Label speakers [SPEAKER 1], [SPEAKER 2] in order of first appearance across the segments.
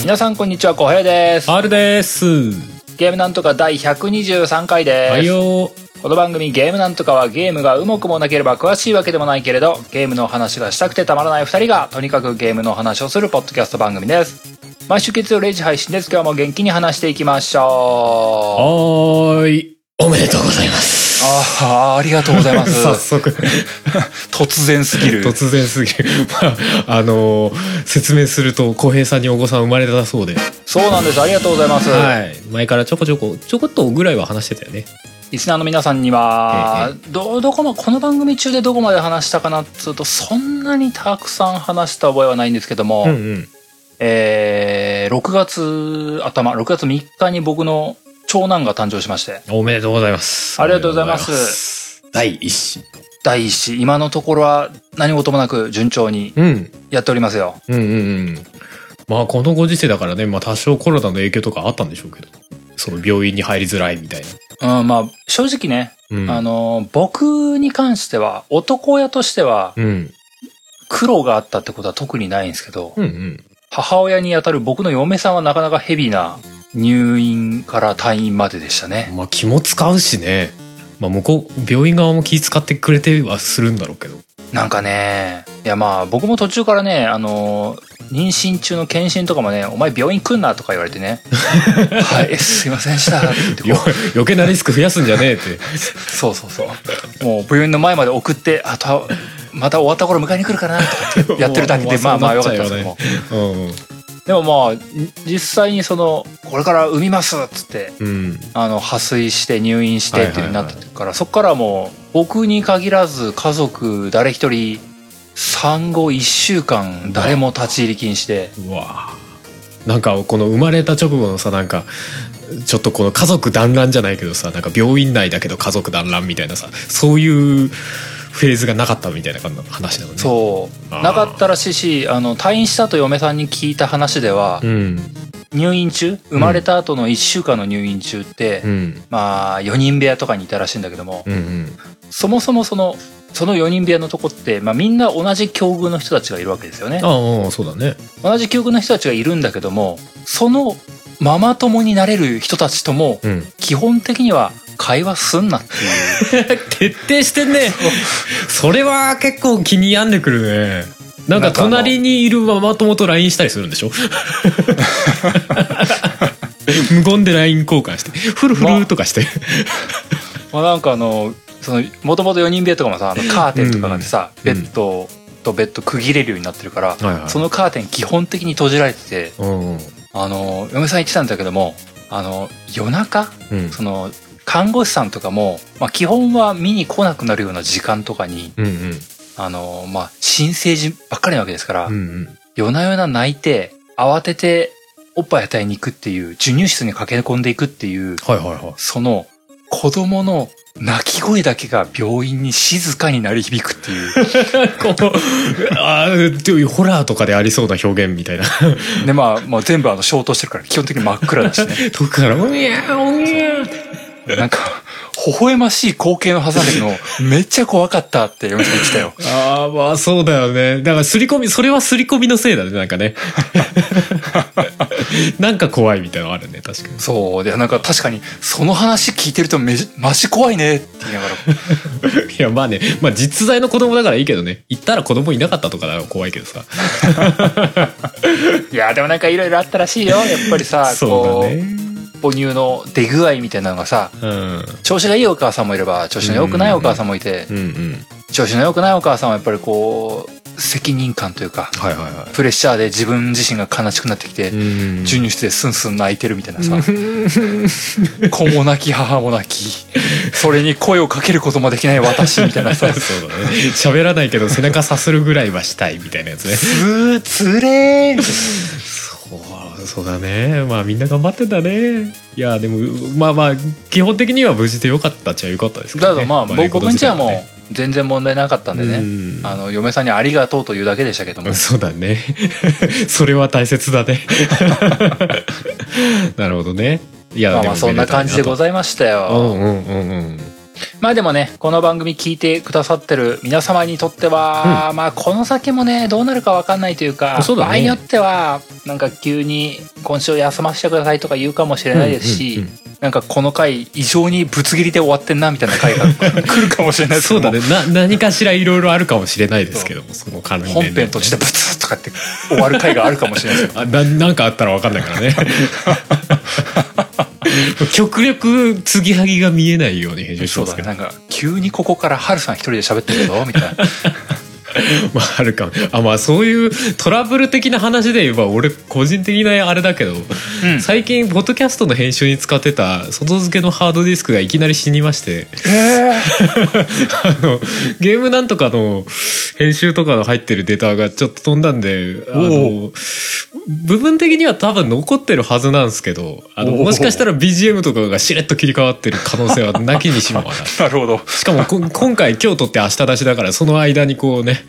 [SPEAKER 1] 皆さんこんにちは、小平です。
[SPEAKER 2] R です。
[SPEAKER 1] ゲームなんとか第123回です。
[SPEAKER 2] はいよ
[SPEAKER 1] この番組ゲームなんとかはゲームがうもくもなければ詳しいわけでもないけれど、ゲームの話がしたくてたまらない二人が、とにかくゲームの話をするポッドキャスト番組です。毎週月曜0時配信です。今日も元気に話していきましょう。
[SPEAKER 2] はーい。おめでとうございます。
[SPEAKER 1] ああ、ありがとうございま
[SPEAKER 2] 早
[SPEAKER 1] す。
[SPEAKER 2] 速、
[SPEAKER 1] 突然すぎる。
[SPEAKER 2] 突然すぎる。 まあ、あのー説明すると、浩平さんにお子さん生まれたそうで、
[SPEAKER 1] そうなんです。ありがとうございます。
[SPEAKER 2] はい。前からちょこちょこ、ちょこっとぐらいは話してたよね。
[SPEAKER 1] リスナーの皆さんには、ど、どこも、この番組中でどこまで話したかなっつうと、そんなにたくさん話した覚えはないんですけども、
[SPEAKER 2] うん
[SPEAKER 1] えー、6月頭、6月3日に僕の長男が誕生しまして、
[SPEAKER 2] うん。おめでとうございます。
[SPEAKER 1] ありがとうございます
[SPEAKER 2] おめでとうございます。第一子。
[SPEAKER 1] 第一子、今のところは何事もなく順調に
[SPEAKER 2] うん。
[SPEAKER 1] やっておりますよ。
[SPEAKER 2] うんうんうん。まあ、このご時世だからね、まあ、多少コロナの影響とかあったんでしょうけど、その病院に入りづらいみたいな。
[SPEAKER 1] うん、まあ、正直ね、
[SPEAKER 2] うん。
[SPEAKER 1] あの、僕に関しては、男親としては
[SPEAKER 2] うん。
[SPEAKER 1] 苦労があったってことは特にないんですけど、
[SPEAKER 2] うんうん。
[SPEAKER 1] 母親にあたる僕の嫁さんはなかなかヘビーな入院から退院まででしたね。
[SPEAKER 2] まあ気も使うしね。まあ向こう、病院側も気使ってくれてはするんだろう けど。
[SPEAKER 1] なんかね、いやまあ僕も途中からね、あの、妊娠中の検診とかもね、お前病院来んなとか言われて ね、はい、すいませんでしたってこ
[SPEAKER 2] よ余計なリスク増やすんじゃねえって。
[SPEAKER 1] うそうそうそう。もう病院の前まで送って、あとは、また終わった頃迎えに来るかなとか って やってるだけで、ま
[SPEAKER 2] も
[SPEAKER 1] あまあ
[SPEAKER 2] うも
[SPEAKER 1] よ
[SPEAKER 2] う
[SPEAKER 1] か
[SPEAKER 2] そう
[SPEAKER 1] ったで
[SPEAKER 2] なっ
[SPEAKER 1] す
[SPEAKER 2] ちゃう
[SPEAKER 1] け
[SPEAKER 2] よね
[SPEAKER 1] ども。
[SPEAKER 2] うん。
[SPEAKER 1] でもまあ、実際にその、これから産みますっつって、
[SPEAKER 2] うん。
[SPEAKER 1] あの破水して入院してっていう風になったから、そこからもう僕に限らず家族誰一人産後1週間誰も立ち入り禁止で
[SPEAKER 2] うわぁなんかこの生まれた直後のさ、なんか、ちょっとこの家族団らんじゃないけどさ、なんか病院内だけど家族団らんみたいなさ、そういうフェーズがなかったみたいな感じの話なのね。う。
[SPEAKER 1] そう
[SPEAKER 2] あー
[SPEAKER 1] なかったらしいしあの退院したと嫁さんに聞いた話では、
[SPEAKER 2] うん。
[SPEAKER 1] 入院中生まれた後の1週間の入院中って、
[SPEAKER 2] うん。
[SPEAKER 1] まあ4人部屋とかにいたらしいんだけども、
[SPEAKER 2] うんうん。
[SPEAKER 1] そもそもそのその4人部屋のとこって、まあ、みんな同じ境遇の人たちがいるわけですよね
[SPEAKER 2] ああ、そうだね。
[SPEAKER 1] 同じ境遇の人たちがいるんだけどもそのママ友になれる人たちとも
[SPEAKER 2] うん。
[SPEAKER 1] 基本的には会話すんなっていう
[SPEAKER 2] 徹底してんねそれは結構気に病んでくるねなん
[SPEAKER 1] なん
[SPEAKER 2] か
[SPEAKER 1] かあの
[SPEAKER 2] 隣にいるママ友と LINE したりするんで しょ無言で LINE 交換してフルフルとかして、
[SPEAKER 1] まあなんかあのそのもともと4人部屋とかもさあのカーテンとかがあってさ、
[SPEAKER 2] うん
[SPEAKER 1] ベッドとベッド区切れるようになってるから、
[SPEAKER 2] はいはい
[SPEAKER 1] そのカーテン基本的に閉じられてて
[SPEAKER 2] うんうん
[SPEAKER 1] あの嫁さん言ってたんだけどもあの夜中
[SPEAKER 2] うん
[SPEAKER 1] その看護師さんとかも、まあ、基本は見に来なくなるような時間とかに
[SPEAKER 2] うんうん
[SPEAKER 1] あの、まあ、新生児ばっかりなわけですから、
[SPEAKER 2] うん
[SPEAKER 1] 夜な夜な泣いて、慌てておっぱい与えに行くっていう、授乳室に駆け込んでいくっていう、
[SPEAKER 2] はいはいは
[SPEAKER 1] その子供の泣き声だけが病院に静かに鳴り響くって いう。
[SPEAKER 2] いこうあーっていうホラーとかでありそうな表現みたいな
[SPEAKER 1] で、まあ、まあ全部あの消灯してるから基本的に真っ暗だし ね。
[SPEAKER 2] とこから「おにゃーおにゃーって
[SPEAKER 1] なんか、微笑ましい光景のはずなんだけど、めっちゃ怖かったって嫁さん言ってたよ。
[SPEAKER 2] ああまあそうだよねだからすり込みそれはすり込みのせいだねなんか ねなんか怖いみたいなのあるね確かに
[SPEAKER 1] そう。で、なんか確かに、その話聞いてるとめじ、マジ怖いねって言いながら。
[SPEAKER 2] いやまあね、まあ実在の子供だからいいけどね。行ったら子供いなかったとかだら怖いけどさ。
[SPEAKER 1] いや、でもなんかいろいろあったらしいよ。やっぱり さ、
[SPEAKER 2] そう
[SPEAKER 1] こ
[SPEAKER 2] だ
[SPEAKER 1] う、
[SPEAKER 2] ね。
[SPEAKER 1] 母乳の出具合みたいなのがさ
[SPEAKER 2] うん。
[SPEAKER 1] 調子がいいお母さんもいれば調子の良くないお母さんもいて、
[SPEAKER 2] うんうん。
[SPEAKER 1] 調子の良くないお母さんはやっぱりこう責任感というか
[SPEAKER 2] はいはいは
[SPEAKER 1] プレッシャーで自分自身が悲しくなってきて、
[SPEAKER 2] い。うん。
[SPEAKER 1] 授乳室でスンスン泣いてるみたいなさ、 子も泣き母も泣きそれに声をかけることもできない私みたいな さ
[SPEAKER 2] そうだね。喋らないけど背中さするぐらいはしたいみたいなやつね。
[SPEAKER 1] つつれー
[SPEAKER 2] そう、そうだね。まあみんな頑張ってんだね。いや、でも、まあまあ、基本的には無事でよかったっちゃよかったですけ
[SPEAKER 1] だ
[SPEAKER 2] ど、
[SPEAKER 1] から
[SPEAKER 2] ね。
[SPEAKER 1] まあ僕僕んちはも
[SPEAKER 2] ね
[SPEAKER 1] う全然問題なかったんでね、
[SPEAKER 2] うん
[SPEAKER 1] あの嫁さんに「ありがとう」というだけでしたけども
[SPEAKER 2] そうだね。 それは大切だね。 なるほどね。いや、
[SPEAKER 1] まあまあそんな感じでご
[SPEAKER 2] ざ
[SPEAKER 1] ざ
[SPEAKER 2] い
[SPEAKER 1] いましたよ、
[SPEAKER 2] うんうんうんうん。
[SPEAKER 1] まあでもねこの番組聞いてくださってる皆様にとっては、まあこの先もねどうなるかわかんないというか
[SPEAKER 2] そうだね
[SPEAKER 1] 場合によってはなんか急に「今週休ませてください」とか言うかもしれないですし、
[SPEAKER 2] うんうん
[SPEAKER 1] なんかこの回異常にぶつ切りで終わってんなみたいな回が 来るかもしれないです
[SPEAKER 2] そうだ
[SPEAKER 1] ね
[SPEAKER 2] ねな何かしらいろいろあるかもしれないですけどもその関連で
[SPEAKER 1] 本
[SPEAKER 2] ね
[SPEAKER 1] 編としてブツッとかって終わる回があるかもしれないですよ
[SPEAKER 2] あななんかあったら分かんないからね 極力継ぎはぎが見えないように編集 して
[SPEAKER 1] そう
[SPEAKER 2] ます
[SPEAKER 1] だ
[SPEAKER 2] け
[SPEAKER 1] ね
[SPEAKER 2] ど、
[SPEAKER 1] なんか急にここからハルさん一人で喋ってるぞみたい な
[SPEAKER 2] まああるかもあまあそういうトラブル的な話で言えば俺個人的なあれだけど、
[SPEAKER 1] うん
[SPEAKER 2] 最近ポッドキャストの編集に使ってた外付けのハードディスクがいきなり死にまして あのゲームなんとかの編集とかの入ってるデータがちょっと飛んだんであの部分的には多分残ってるはずなんですけどあの
[SPEAKER 1] おお
[SPEAKER 2] もしかしたら BGM とかがしれっと切り替わってる可能性はなきにしもあら ず
[SPEAKER 1] なるほど
[SPEAKER 2] しかもこ今回今日撮って明日出しだからその間にこうね、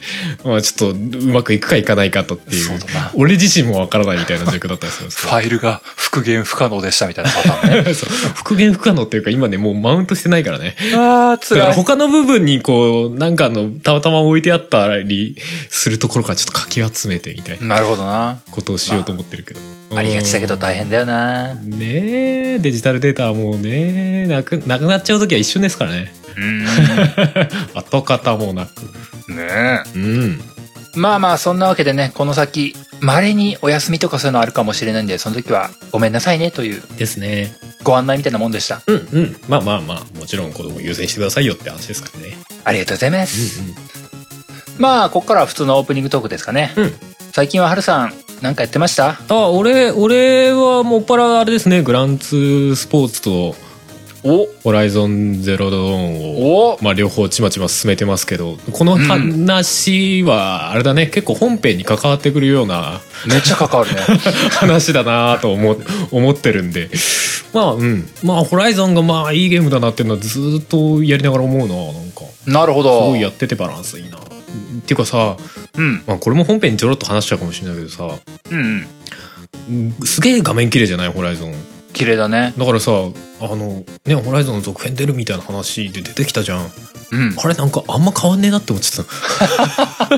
[SPEAKER 2] まあ、ちょっとうまくいくかいかないかとっていう
[SPEAKER 1] そうだな
[SPEAKER 2] 俺自身もわからないみたいな状況だったんですよ。
[SPEAKER 1] ファイルが復元不可能でしたみたいなパター ンね
[SPEAKER 2] そう復元不可能っていうか今ねもうマウントしてないからね。
[SPEAKER 1] ああ
[SPEAKER 2] だ
[SPEAKER 1] つ
[SPEAKER 2] から他の部分にこうなんかあのたまたま置いてあったりするところからちょっとかき集めてみたいな
[SPEAKER 1] なるほどな
[SPEAKER 2] ことをしようと思ってるけど。
[SPEAKER 1] ありがちだけど大変だよな
[SPEAKER 2] うん。ねえデジタルデータはもうねなくなくなっちゃう時は一瞬ですからね
[SPEAKER 1] うん
[SPEAKER 2] 跡形もなく
[SPEAKER 1] ね
[SPEAKER 2] うん
[SPEAKER 1] えまあまあそんなわけでねこの先まれにお休みとかそういうのあるかもしれないんでその時はごめんなさいねという
[SPEAKER 2] ですね
[SPEAKER 1] ご案内みたいなもんでした
[SPEAKER 2] うんうんまあまあまあもちろん子供優先してくださいよって話ですからね
[SPEAKER 1] ありがとうございます
[SPEAKER 2] う
[SPEAKER 1] まあここからは普通のオープニングトークですかね、
[SPEAKER 2] うん
[SPEAKER 1] 最近はハルさんなんかやってました
[SPEAKER 2] んうんあ俺俺はもっぱらあれですねグランツースポーツと
[SPEAKER 1] お
[SPEAKER 2] ホライゾンゼロドーンを
[SPEAKER 1] お
[SPEAKER 2] まあ、両方ちまちま進めてますけどこの話はあれだね、結構本編に関わってくるような
[SPEAKER 1] めっちゃ関わるね
[SPEAKER 2] 話だなと思思ってるんでまあうんまあ「ホライゾンがまあいいゲームだなっていうのはずーっとやりながら思うななんかす
[SPEAKER 1] なるほど
[SPEAKER 2] ごいやっててバランスいいな。っていうかさ、
[SPEAKER 1] うん
[SPEAKER 2] まあ、これも本編にちょろっと話しちゃうかもしれないけどさ
[SPEAKER 1] うんうん
[SPEAKER 2] うんすげえ画面綺麗じゃない「ホライゾン
[SPEAKER 1] 綺麗だね
[SPEAKER 2] だからさあのね「ホライゾンの続編出るみたいな話で出てきたじゃん
[SPEAKER 1] うん
[SPEAKER 2] あれなんかあんま変わんねえなって思っちゃった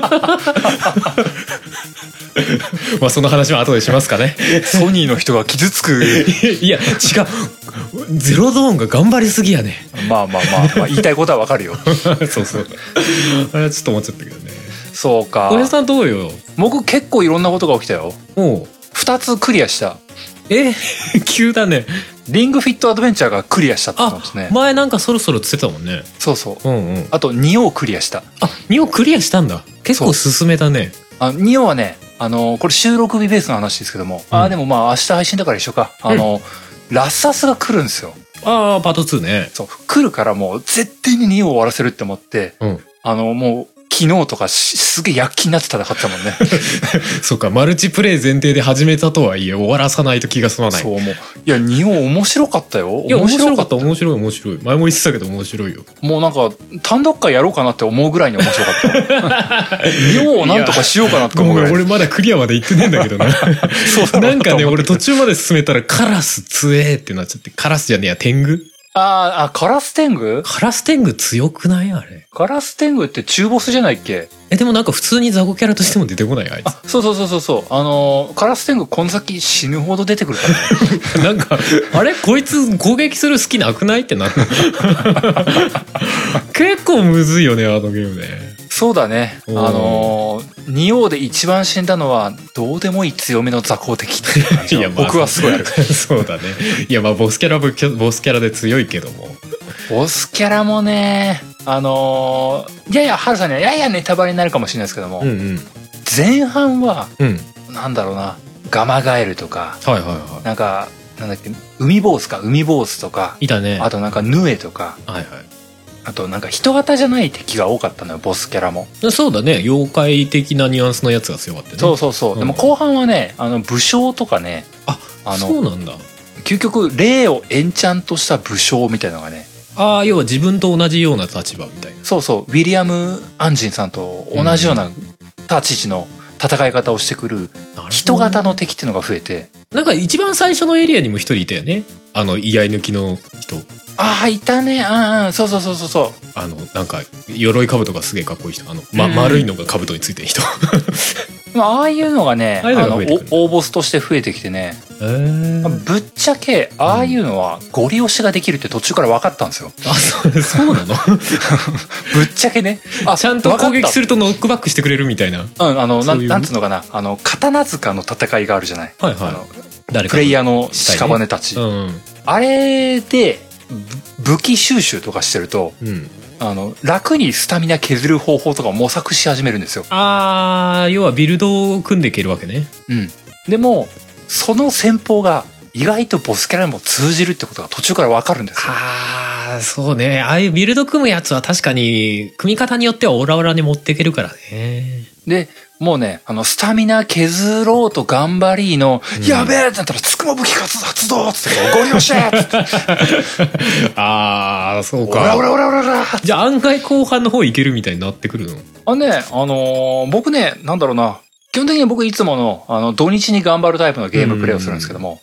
[SPEAKER 2] まあその話は後でしますかね
[SPEAKER 1] ソニーの人が傷つ く
[SPEAKER 2] いや違うゼロゾーンが頑張りすぎやね
[SPEAKER 1] まあまあまあ、まあ、言いたいことはわかるよ
[SPEAKER 2] そうそうあれはちょっと思っちゃったけどね
[SPEAKER 1] そうか
[SPEAKER 2] 小林さんどうよ
[SPEAKER 1] 僕結構いろんなことが起きたよ
[SPEAKER 2] もう
[SPEAKER 1] 2つクリアした
[SPEAKER 2] え急だね
[SPEAKER 1] リングフィットアドベンチャーがクリアしたってこと
[SPEAKER 2] あ
[SPEAKER 1] ですね
[SPEAKER 2] 前なんかそろそろつってたもんね
[SPEAKER 1] そうそう
[SPEAKER 2] うんうん
[SPEAKER 1] あと2をクリアした
[SPEAKER 2] あ2をクリアしたんだ結構進めたね
[SPEAKER 1] あ2はねあのこれ収録日ベースの話ですけども、あ
[SPEAKER 2] う
[SPEAKER 1] あ
[SPEAKER 2] ん
[SPEAKER 1] でもまあ明日配信だから一緒かあの、ラッサスが来るんですよ
[SPEAKER 2] ああパート2ね
[SPEAKER 1] そう来るからもう絶対に2を終わらせるって思って
[SPEAKER 2] うん
[SPEAKER 1] あのもう昨日とかしすげえ躍起になって戦ってた もんね
[SPEAKER 2] そうかマルチプレイ前提で始めたとはいえ終わらさないと気が済まない
[SPEAKER 1] そう思ういや2を面白かったよ
[SPEAKER 2] いや面白か
[SPEAKER 1] か
[SPEAKER 2] った面白い面白い前も言ってたけど面白いよ
[SPEAKER 1] もうなんか単独会やろうかなって思うぐらいに面白か った2をなんとかしようかなとか
[SPEAKER 2] ご
[SPEAKER 1] 思う
[SPEAKER 2] め
[SPEAKER 1] ぐ
[SPEAKER 2] ん
[SPEAKER 1] らい
[SPEAKER 2] 俺まだクリアまで行ってねえんだけど な
[SPEAKER 1] そうだろう
[SPEAKER 2] なんか
[SPEAKER 1] と
[SPEAKER 2] ね
[SPEAKER 1] 思
[SPEAKER 2] 俺途中まで進めたらカラス強えってなっちゃってカラスじゃねえや天狗
[SPEAKER 1] あーあ、カラス天狗
[SPEAKER 2] カラス天狗強くないあれ
[SPEAKER 1] カラス天狗って中ボスじゃないっけ
[SPEAKER 2] えでもなんか普通に雑魚キャラとしても出てこないあい
[SPEAKER 1] あ、そうそうそうそうそう。あのーカラス天狗この先死ぬほど出てくる から、ね。
[SPEAKER 2] つなんかあれこいつ攻撃する好きなくないって なる結構むずいよねあのゲームね
[SPEAKER 1] そうだね。あの
[SPEAKER 2] おー
[SPEAKER 1] ー、仁王で一番死んだのは、どうでもいい強めの雑魚敵っていう感じが
[SPEAKER 2] まあ
[SPEAKER 1] 僕はすごいある。
[SPEAKER 2] そうだねいやまあボスキャラボスキャラで強いけども
[SPEAKER 1] ボスキャラもね、あのー、やや、ハルさんにはややネタバレになるかもしれないですけども、
[SPEAKER 2] うんうん
[SPEAKER 1] 前半は、
[SPEAKER 2] うん
[SPEAKER 1] なんだろうな、ガマガエルとか、
[SPEAKER 2] はいはいは
[SPEAKER 1] なんか、なんだっけ、海坊主か、海坊主とか、
[SPEAKER 2] いいたね
[SPEAKER 1] あとなんかヌエとか、
[SPEAKER 2] はいはい
[SPEAKER 1] あとなんか人型じゃない敵が多かったのよ、ボスキャラも。
[SPEAKER 2] そうだね妖怪的なニュアンスのやつが強かったね
[SPEAKER 1] そうそうそう。
[SPEAKER 2] うん
[SPEAKER 1] でも後半はね、あの武将とかね、
[SPEAKER 2] あ
[SPEAKER 1] あ
[SPEAKER 2] そ
[SPEAKER 1] の、
[SPEAKER 2] うなんだ
[SPEAKER 1] 究極霊をエンチャントした武将みたいなのがね、
[SPEAKER 2] ああ要は自分と同じような立場みたいな
[SPEAKER 1] そうそう、ウィリアム・アンジンさんと同じような立ち位置の戦い方をしてくる人型の敵っていうのが増えて、
[SPEAKER 2] なんか一番最初のエリアにも一人いたよねあの居合抜きの人
[SPEAKER 1] ああいたねうんうんそうそうそうそうそ
[SPEAKER 2] あのなんか鎧兜がすげえかっこいい人あの、ま
[SPEAKER 1] うん
[SPEAKER 2] 丸いのが兜について る人
[SPEAKER 1] うまあああいうのがね
[SPEAKER 2] ああいうのが増えてくる
[SPEAKER 1] お応募スとして増えてきてね
[SPEAKER 2] へー
[SPEAKER 1] ぶっちゃけああいうのはゴリ押しができるって途中から分かったんですよ
[SPEAKER 2] あそうそうなの
[SPEAKER 1] ぶっちゃけ ねあ
[SPEAKER 2] ちゃんと攻撃す
[SPEAKER 1] る
[SPEAKER 2] るとノックバックしてくれるみたいなは
[SPEAKER 1] うんあのな
[SPEAKER 2] そうい
[SPEAKER 1] ん
[SPEAKER 2] う
[SPEAKER 1] なんつうのかなあの刀塚の戦いがあるじゃない
[SPEAKER 2] い
[SPEAKER 1] あ
[SPEAKER 2] は
[SPEAKER 1] の
[SPEAKER 2] い誰か
[SPEAKER 1] プレイヤーの屍たち、
[SPEAKER 2] うん
[SPEAKER 1] あれでぶ武器収集とかしてると
[SPEAKER 2] うん
[SPEAKER 1] あの楽にスタミナ削る方法とかを模索し始めるんですよ、
[SPEAKER 2] あー要はビルドを組んでいけるわけね
[SPEAKER 1] うん、でもその戦法が意外とボスキャラにも通じるってことが途中から分かるんですよ
[SPEAKER 2] ああそうねああいうビルド組むやつは確かに組み方によってはオラオラに持っていけるからね
[SPEAKER 1] でもうねあのスタミナ削ろうと頑張りの「
[SPEAKER 2] うん
[SPEAKER 1] やべえ!」ってなったら「つくも武器活動発動!」っつって「ゴリ押し!」って
[SPEAKER 2] ああそ
[SPEAKER 1] 「オラオラオラオラオラ!」
[SPEAKER 2] じゃあ案外後半の方いけるみたいになってくるの
[SPEAKER 1] あね、あのー僕ね、なんだろうな、基本的に僕いつもの、あの、土日に頑張るタイプのゲームプレイをするんですけども、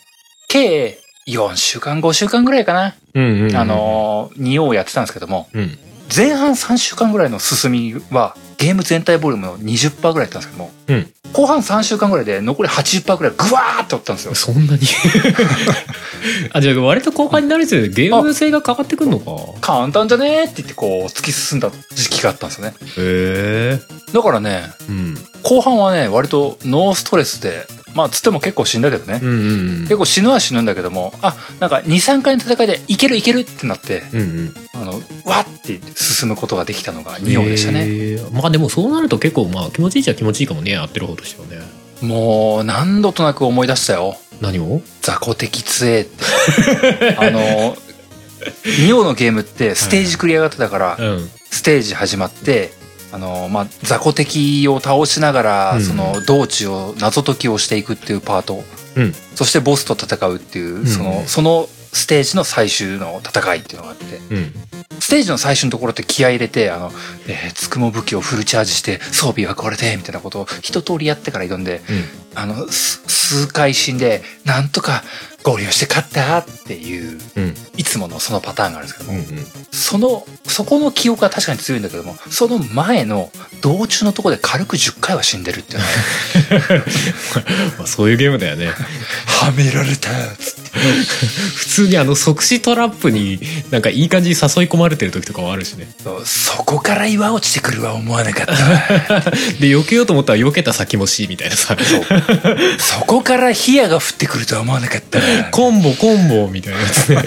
[SPEAKER 1] 計4週間、5週間ぐらいかな、
[SPEAKER 2] うんうんうん
[SPEAKER 1] あのー、2をやってたんですけども、
[SPEAKER 2] うん
[SPEAKER 1] 前半3週間ぐらいの進みは、ゲーム全体ボリュームの20%ぐらいだったんですけども、
[SPEAKER 2] うん
[SPEAKER 1] 後半3週間ぐらいで残り80%ぐらいグワーっておったんですよ。
[SPEAKER 2] そんなに あじゃあ割と後半になるつつゲーム性が変わってくるのか
[SPEAKER 1] 簡単じゃねーって言ってこう突き進んだ時期があったんですよね。
[SPEAKER 2] へえ
[SPEAKER 1] だからね、
[SPEAKER 2] うん
[SPEAKER 1] 後半はね、割とノーストレスで、まあつっても結構死んだけどね、
[SPEAKER 2] うんうん
[SPEAKER 1] 結構死ぬは死ぬんだけどもあなんか23回の戦いでいけるいけるってなって
[SPEAKER 2] うんうん
[SPEAKER 1] あのわって進むことができたのが2王でしたね、
[SPEAKER 2] へーまあでもそうなると結構まあ気持ちいいっちゃ気持ちいいかもねやってる方としてはね
[SPEAKER 1] もう何度となく思い出したよ
[SPEAKER 2] 何を
[SPEAKER 1] 雑魚敵強えって あの2王のゲームってステージ繰り上がってたから、
[SPEAKER 2] うん
[SPEAKER 1] ステージ始まってあのまあ、雑魚敵を倒しながら、
[SPEAKER 2] うん
[SPEAKER 1] その道中を謎解きをしていくっていうパート、
[SPEAKER 2] うん
[SPEAKER 1] そしてボスと戦うっていう、その
[SPEAKER 2] うん
[SPEAKER 1] そのステージの最終の戦いっていうのがあって
[SPEAKER 2] うん
[SPEAKER 1] ステージの最初のところって気合い入れて、あの、えー、つくも武器をフルチャージして、装備はこれで、みたいなことを一通りやってから挑んで、
[SPEAKER 2] うん
[SPEAKER 1] あの、す数回死んで、なんとか合流して勝ったっていう、
[SPEAKER 2] うん
[SPEAKER 1] いつものそのパターンがあるんですけど
[SPEAKER 2] う
[SPEAKER 1] も、
[SPEAKER 2] んうん
[SPEAKER 1] その、そこの記憶は確かに強いんだけども、その前の道中のところで軽く10回は死んでるっていうのは、
[SPEAKER 2] まあそういうゲームだよね
[SPEAKER 1] はめられたっつって
[SPEAKER 2] 普通にあの即死トラップになんかいい感じに誘い込まれてる時とかもあるしね
[SPEAKER 1] そこから岩落ちてくるは思わなかったわ。
[SPEAKER 2] で避けようと思ったら避けた先も C みたいなさ
[SPEAKER 1] そうそこから火矢が降ってくるとは思わなか ったわ。
[SPEAKER 2] コンボコンボみたいなやつね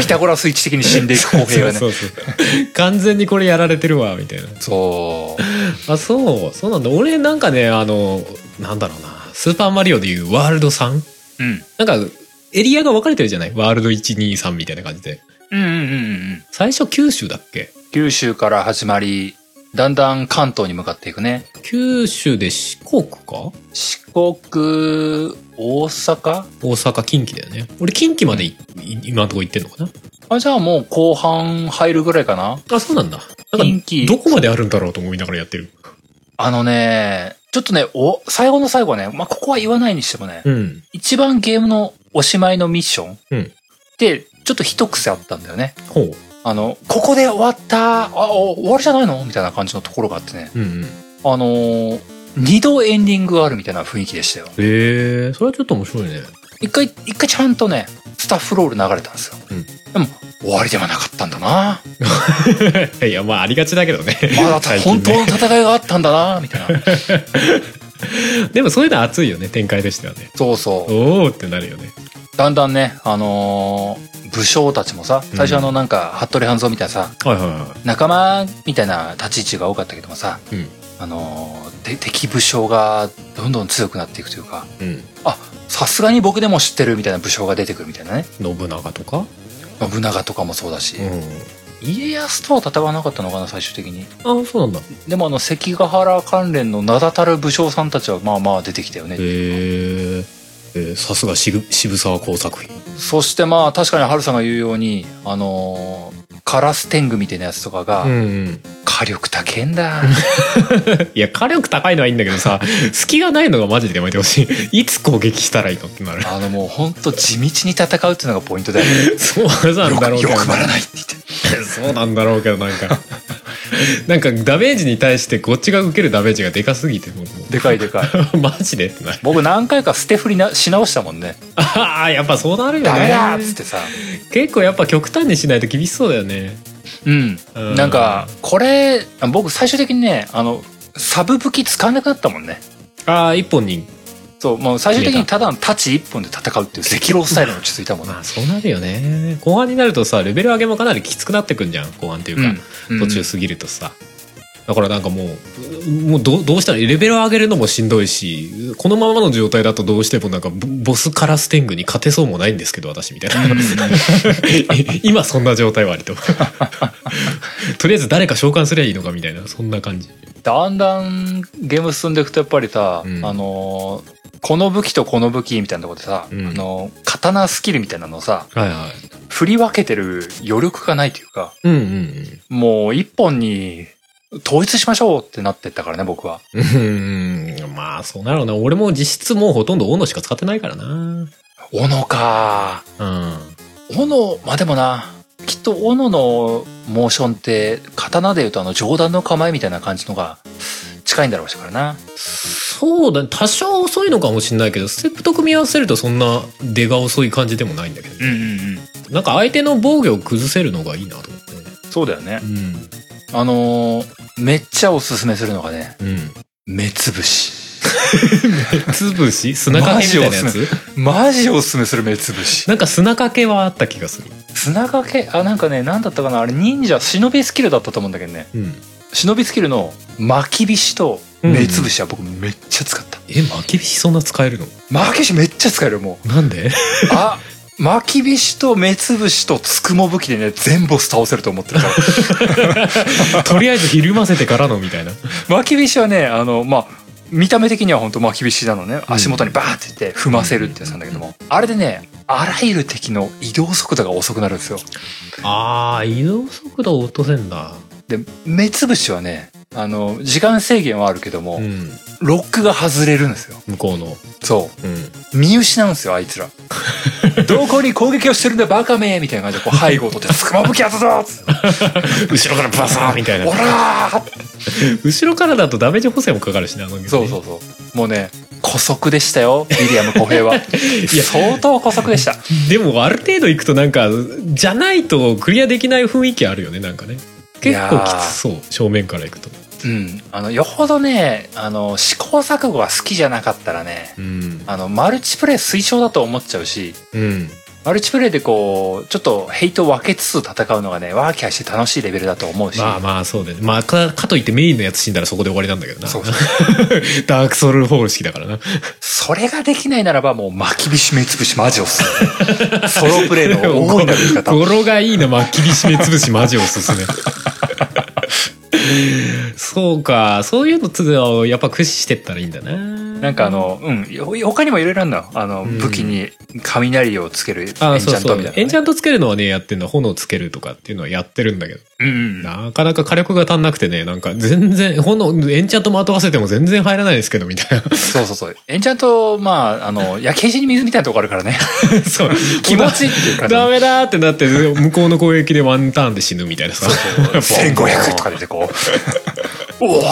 [SPEAKER 1] ピタゴラスイッチ的に死んでいく公平がね。そ
[SPEAKER 2] そううそうそう完全にこれやられてるわみたいなあそうそうなんだ俺なんかねあのなんだろうなスーパーマリオでいうワールド3
[SPEAKER 1] うん。
[SPEAKER 2] なんかエリアが分かれてるじゃないワールド123みたいな感じで
[SPEAKER 1] うんうんうんうん。
[SPEAKER 2] 最初九州だっけ
[SPEAKER 1] 九州から始まり、だんだん関東に向かっていくね。
[SPEAKER 2] 九州で四国か
[SPEAKER 1] 四国、大阪
[SPEAKER 2] 大阪近畿だよね俺近畿までいい今のとこ行ってんのかな
[SPEAKER 1] あ、じゃあもう後半入るぐらいかな
[SPEAKER 2] あそうなんだなん
[SPEAKER 1] 近畿
[SPEAKER 2] かどこまであるんだろうと思いながらやってる
[SPEAKER 1] あのね、ちょっとね、お、最後の最後はね、まあ、ここは言わないにしてもね、
[SPEAKER 2] うん
[SPEAKER 1] 一番ゲームのおしまいのミッション
[SPEAKER 2] うん
[SPEAKER 1] で、ちょっと一癖あったんだよね。
[SPEAKER 2] ほう
[SPEAKER 1] あの、ここで終わった、あ、お終わりじゃないのみたいな感じのところがあってね。
[SPEAKER 2] うんうんへ
[SPEAKER 1] あのー二度エンディングがあるみたいな雰囲気でしたよ。
[SPEAKER 2] えそれはちょっと面白いね
[SPEAKER 1] 一回、一回ちゃんとね、スタッフロール流れたんですよ。
[SPEAKER 2] うん
[SPEAKER 1] でも、終わりではなかったんだな。
[SPEAKER 2] いやまあありがちだけどね
[SPEAKER 1] まだ
[SPEAKER 2] 最近
[SPEAKER 1] 本
[SPEAKER 2] ね
[SPEAKER 1] 当の戦いがあったんだな、みたいな。
[SPEAKER 2] でもそういうの熱いよね展開でしたよね
[SPEAKER 1] そうそ
[SPEAKER 2] おおってなるよね
[SPEAKER 1] う。だんだんね、あのー武将たちもさ、最初あの、なんか、服部半蔵みたいなさ、
[SPEAKER 2] はいはいは
[SPEAKER 1] 仲間みたいな立ち位置が多かったけどもさ、
[SPEAKER 2] いうん
[SPEAKER 1] あのーて敵武将がどんどん強くなっていくというか、
[SPEAKER 2] うん
[SPEAKER 1] さすがに僕でも知ってるみたいな武将が出てくるみたいなね。
[SPEAKER 2] 信長とか
[SPEAKER 1] 信長とかもそうだし、
[SPEAKER 2] ん
[SPEAKER 1] 家康とは戦わなかったのかな、最終的に。
[SPEAKER 2] あそうなんだ
[SPEAKER 1] でもあの関ヶ原関連の名だたる武将さんたちはまあまあ出てきたよね。
[SPEAKER 2] へええさすが渋渋沢工作品
[SPEAKER 1] そしてまあ確かにハルさんが言うように、あのーカラス天狗みたいなやつとかが、
[SPEAKER 2] ん
[SPEAKER 1] 帰火力高えん だ
[SPEAKER 2] いや火力高いのはいいんだけど さ隙がないのがマジでやめてほしいいつ攻撃したらいいのってなる
[SPEAKER 1] あのもうほんと地道に戦うっていうのがポイントだよね
[SPEAKER 2] そう なんだろうけ
[SPEAKER 1] よ
[SPEAKER 2] ど
[SPEAKER 1] くばらないって言って
[SPEAKER 2] そうなんだろうけどなんか なんかダメージに対してこっちが受けるダメージがでかすぎてもう も
[SPEAKER 1] でかいでかいう
[SPEAKER 2] マジでってなる
[SPEAKER 1] 僕何回か捨て振りなし直したもんね
[SPEAKER 2] ああやっぱそうなるよね
[SPEAKER 1] ダメだっつってさ
[SPEAKER 2] 結構やっぱ極端にしないと厳しそうだよね
[SPEAKER 1] うん
[SPEAKER 2] うん
[SPEAKER 1] なんかこれ僕最終的にねあのサブ武器使わなくなったもんね
[SPEAKER 2] ああ一本に
[SPEAKER 1] そうもう最終的にただの太刀一本で戦うっていう赤狼スタイルに落ち着いたもんね
[SPEAKER 2] まあそうなるよね後半になるとさレベル上げもかなりきつくなってくんじゃん後 半っていうか、途中過ぎるとさ、だからなんかもうもうどうどうしたらレベル上げるのもしんどいしこのままの状態だとどうしてもなんかボボスカラス天狗に勝てそうもないんですけど私みたい な今そんな状態割ととりあえず誰か召喚すりゃいいのかみたいなそんな感じ
[SPEAKER 1] だんだんゲーム進んでいくとやっぱりさ、
[SPEAKER 2] うん
[SPEAKER 1] あのーこの武器とこの武器みたいなところでさ、
[SPEAKER 2] うん
[SPEAKER 1] あのー刀スキルみたいなのをさ
[SPEAKER 2] はいはい
[SPEAKER 1] 振り分けてる余力がないというか
[SPEAKER 2] うんうん
[SPEAKER 1] もう一本に統一しましょうってなってったからね僕は
[SPEAKER 2] うんうんまあそうなるな俺も実質もうほとんど斧しか使ってないからな
[SPEAKER 1] 斧か
[SPEAKER 2] うん
[SPEAKER 1] 斧まあでもなきっと斧のモーションって刀でいうとあの上段の構えみたいな感じのが近いんだろうしからな
[SPEAKER 2] そうだね多少遅いのかもしれないけどステップと組み合わせるとそんな出が遅い感じでもないんだけどね
[SPEAKER 1] うんうんうん
[SPEAKER 2] なんか相手の防御を崩せるのがいいなと思ってね
[SPEAKER 1] そうだよね
[SPEAKER 2] う
[SPEAKER 1] あのーめっちゃおすすめするのがね
[SPEAKER 2] んうん
[SPEAKER 1] 目つぶし
[SPEAKER 2] つぶし砂掛けみたいなや
[SPEAKER 1] マジ
[SPEAKER 2] つ
[SPEAKER 1] マジおすすめする目つぶし
[SPEAKER 2] なんか砂掛けはあった気がする
[SPEAKER 1] 砂掛けあなんかね何だったかなあれ忍者忍びスキルだったと思うんだけどね
[SPEAKER 2] うん
[SPEAKER 1] 忍びスキルの巻き菱と目つぶしは僕めっちゃ使った、
[SPEAKER 2] え負け菱そんな使えるの
[SPEAKER 1] 巻き菱めっちゃ使えるよもう
[SPEAKER 2] なん で
[SPEAKER 1] あ巻き菱と目つぶしとつくも武器でね全ボス倒せると思ってるから
[SPEAKER 2] とりあえずひるませてからのみたいな
[SPEAKER 1] 巻き菱はねあのまあ見た目的には本当巻き菱なのね足元にバーっていって踏ませるってやつなんだけどもあれでねあらゆる敵の移動速度が遅くなるんですよ
[SPEAKER 2] あー移動速度落とせんだ
[SPEAKER 1] で目つぶしはねあの時間制限はあるけども、
[SPEAKER 2] うん
[SPEAKER 1] ロックが外れるんですよ
[SPEAKER 2] 向こうの
[SPEAKER 1] そ
[SPEAKER 2] うん
[SPEAKER 1] う見失うんですよあいつら どこに攻撃をしてるんだバカめみたいな感じでこう背後を取って「つくまぶきやつぞ!」つって
[SPEAKER 2] 後ろからバサーみたい
[SPEAKER 1] 「
[SPEAKER 2] な
[SPEAKER 1] おらー!
[SPEAKER 2] 後ろからだとダメージ補正もかかるしなあの」
[SPEAKER 1] そうそううそうもうね古速でしたよウィリアム小 平は相当古速でした
[SPEAKER 2] でもある程度行くとなんかじゃないとクリアできない雰囲気あるよねなんかね結構きつそう正面から行くと
[SPEAKER 1] うんあのよほどねあの試行錯誤が好きじゃなかったらね
[SPEAKER 2] うん
[SPEAKER 1] あのマルチプレイ推奨だと思っちゃうし
[SPEAKER 2] うん
[SPEAKER 1] マルチプレイでこうちょっとヘイトを分けつつ戦うのがねワーキャーして楽しいレベルだと思うし、
[SPEAKER 2] まあまあそうだよねまあかかといってメインのやつ死んだらそこで終わりなんだけどな
[SPEAKER 1] そうそう
[SPEAKER 2] ダークソウルフォール式だからな
[SPEAKER 1] それができないならばもう巻き菱目つぶしマジお すすめソロプレイの大いなる生き方
[SPEAKER 2] 語呂がいいな巻き締めつぶしマジおすすめそうかそういうのつをやっぱ駆使してったらいいんだなな
[SPEAKER 1] なんかあのうんよ他にもいろいろあるのよあの、
[SPEAKER 2] うん
[SPEAKER 1] 武器に雷をつけるエンチ
[SPEAKER 2] あそう
[SPEAKER 1] ャン
[SPEAKER 2] そ
[SPEAKER 1] ト
[SPEAKER 2] う
[SPEAKER 1] みたいなね、
[SPEAKER 2] エンチャントつけるのはねやってんの炎つけるとかっていうのはやってるんだけど
[SPEAKER 1] うんうん
[SPEAKER 2] なかなか火力が足んなくてね、なんか全然、ほんの、エンチャントも後合わせても全然入らないですけど、みたい
[SPEAKER 1] そうそうそうエンチャントまああの焼け石に水みたいなとこあるから ね
[SPEAKER 2] な。そう。
[SPEAKER 1] 気持ちいいっていう
[SPEAKER 2] もう
[SPEAKER 1] か、
[SPEAKER 2] ダダ
[SPEAKER 1] ね、
[SPEAKER 2] メだーってなって、向こうの攻撃でワンターンで死ぬみたいな さ。
[SPEAKER 1] 1500とか出てこ うおお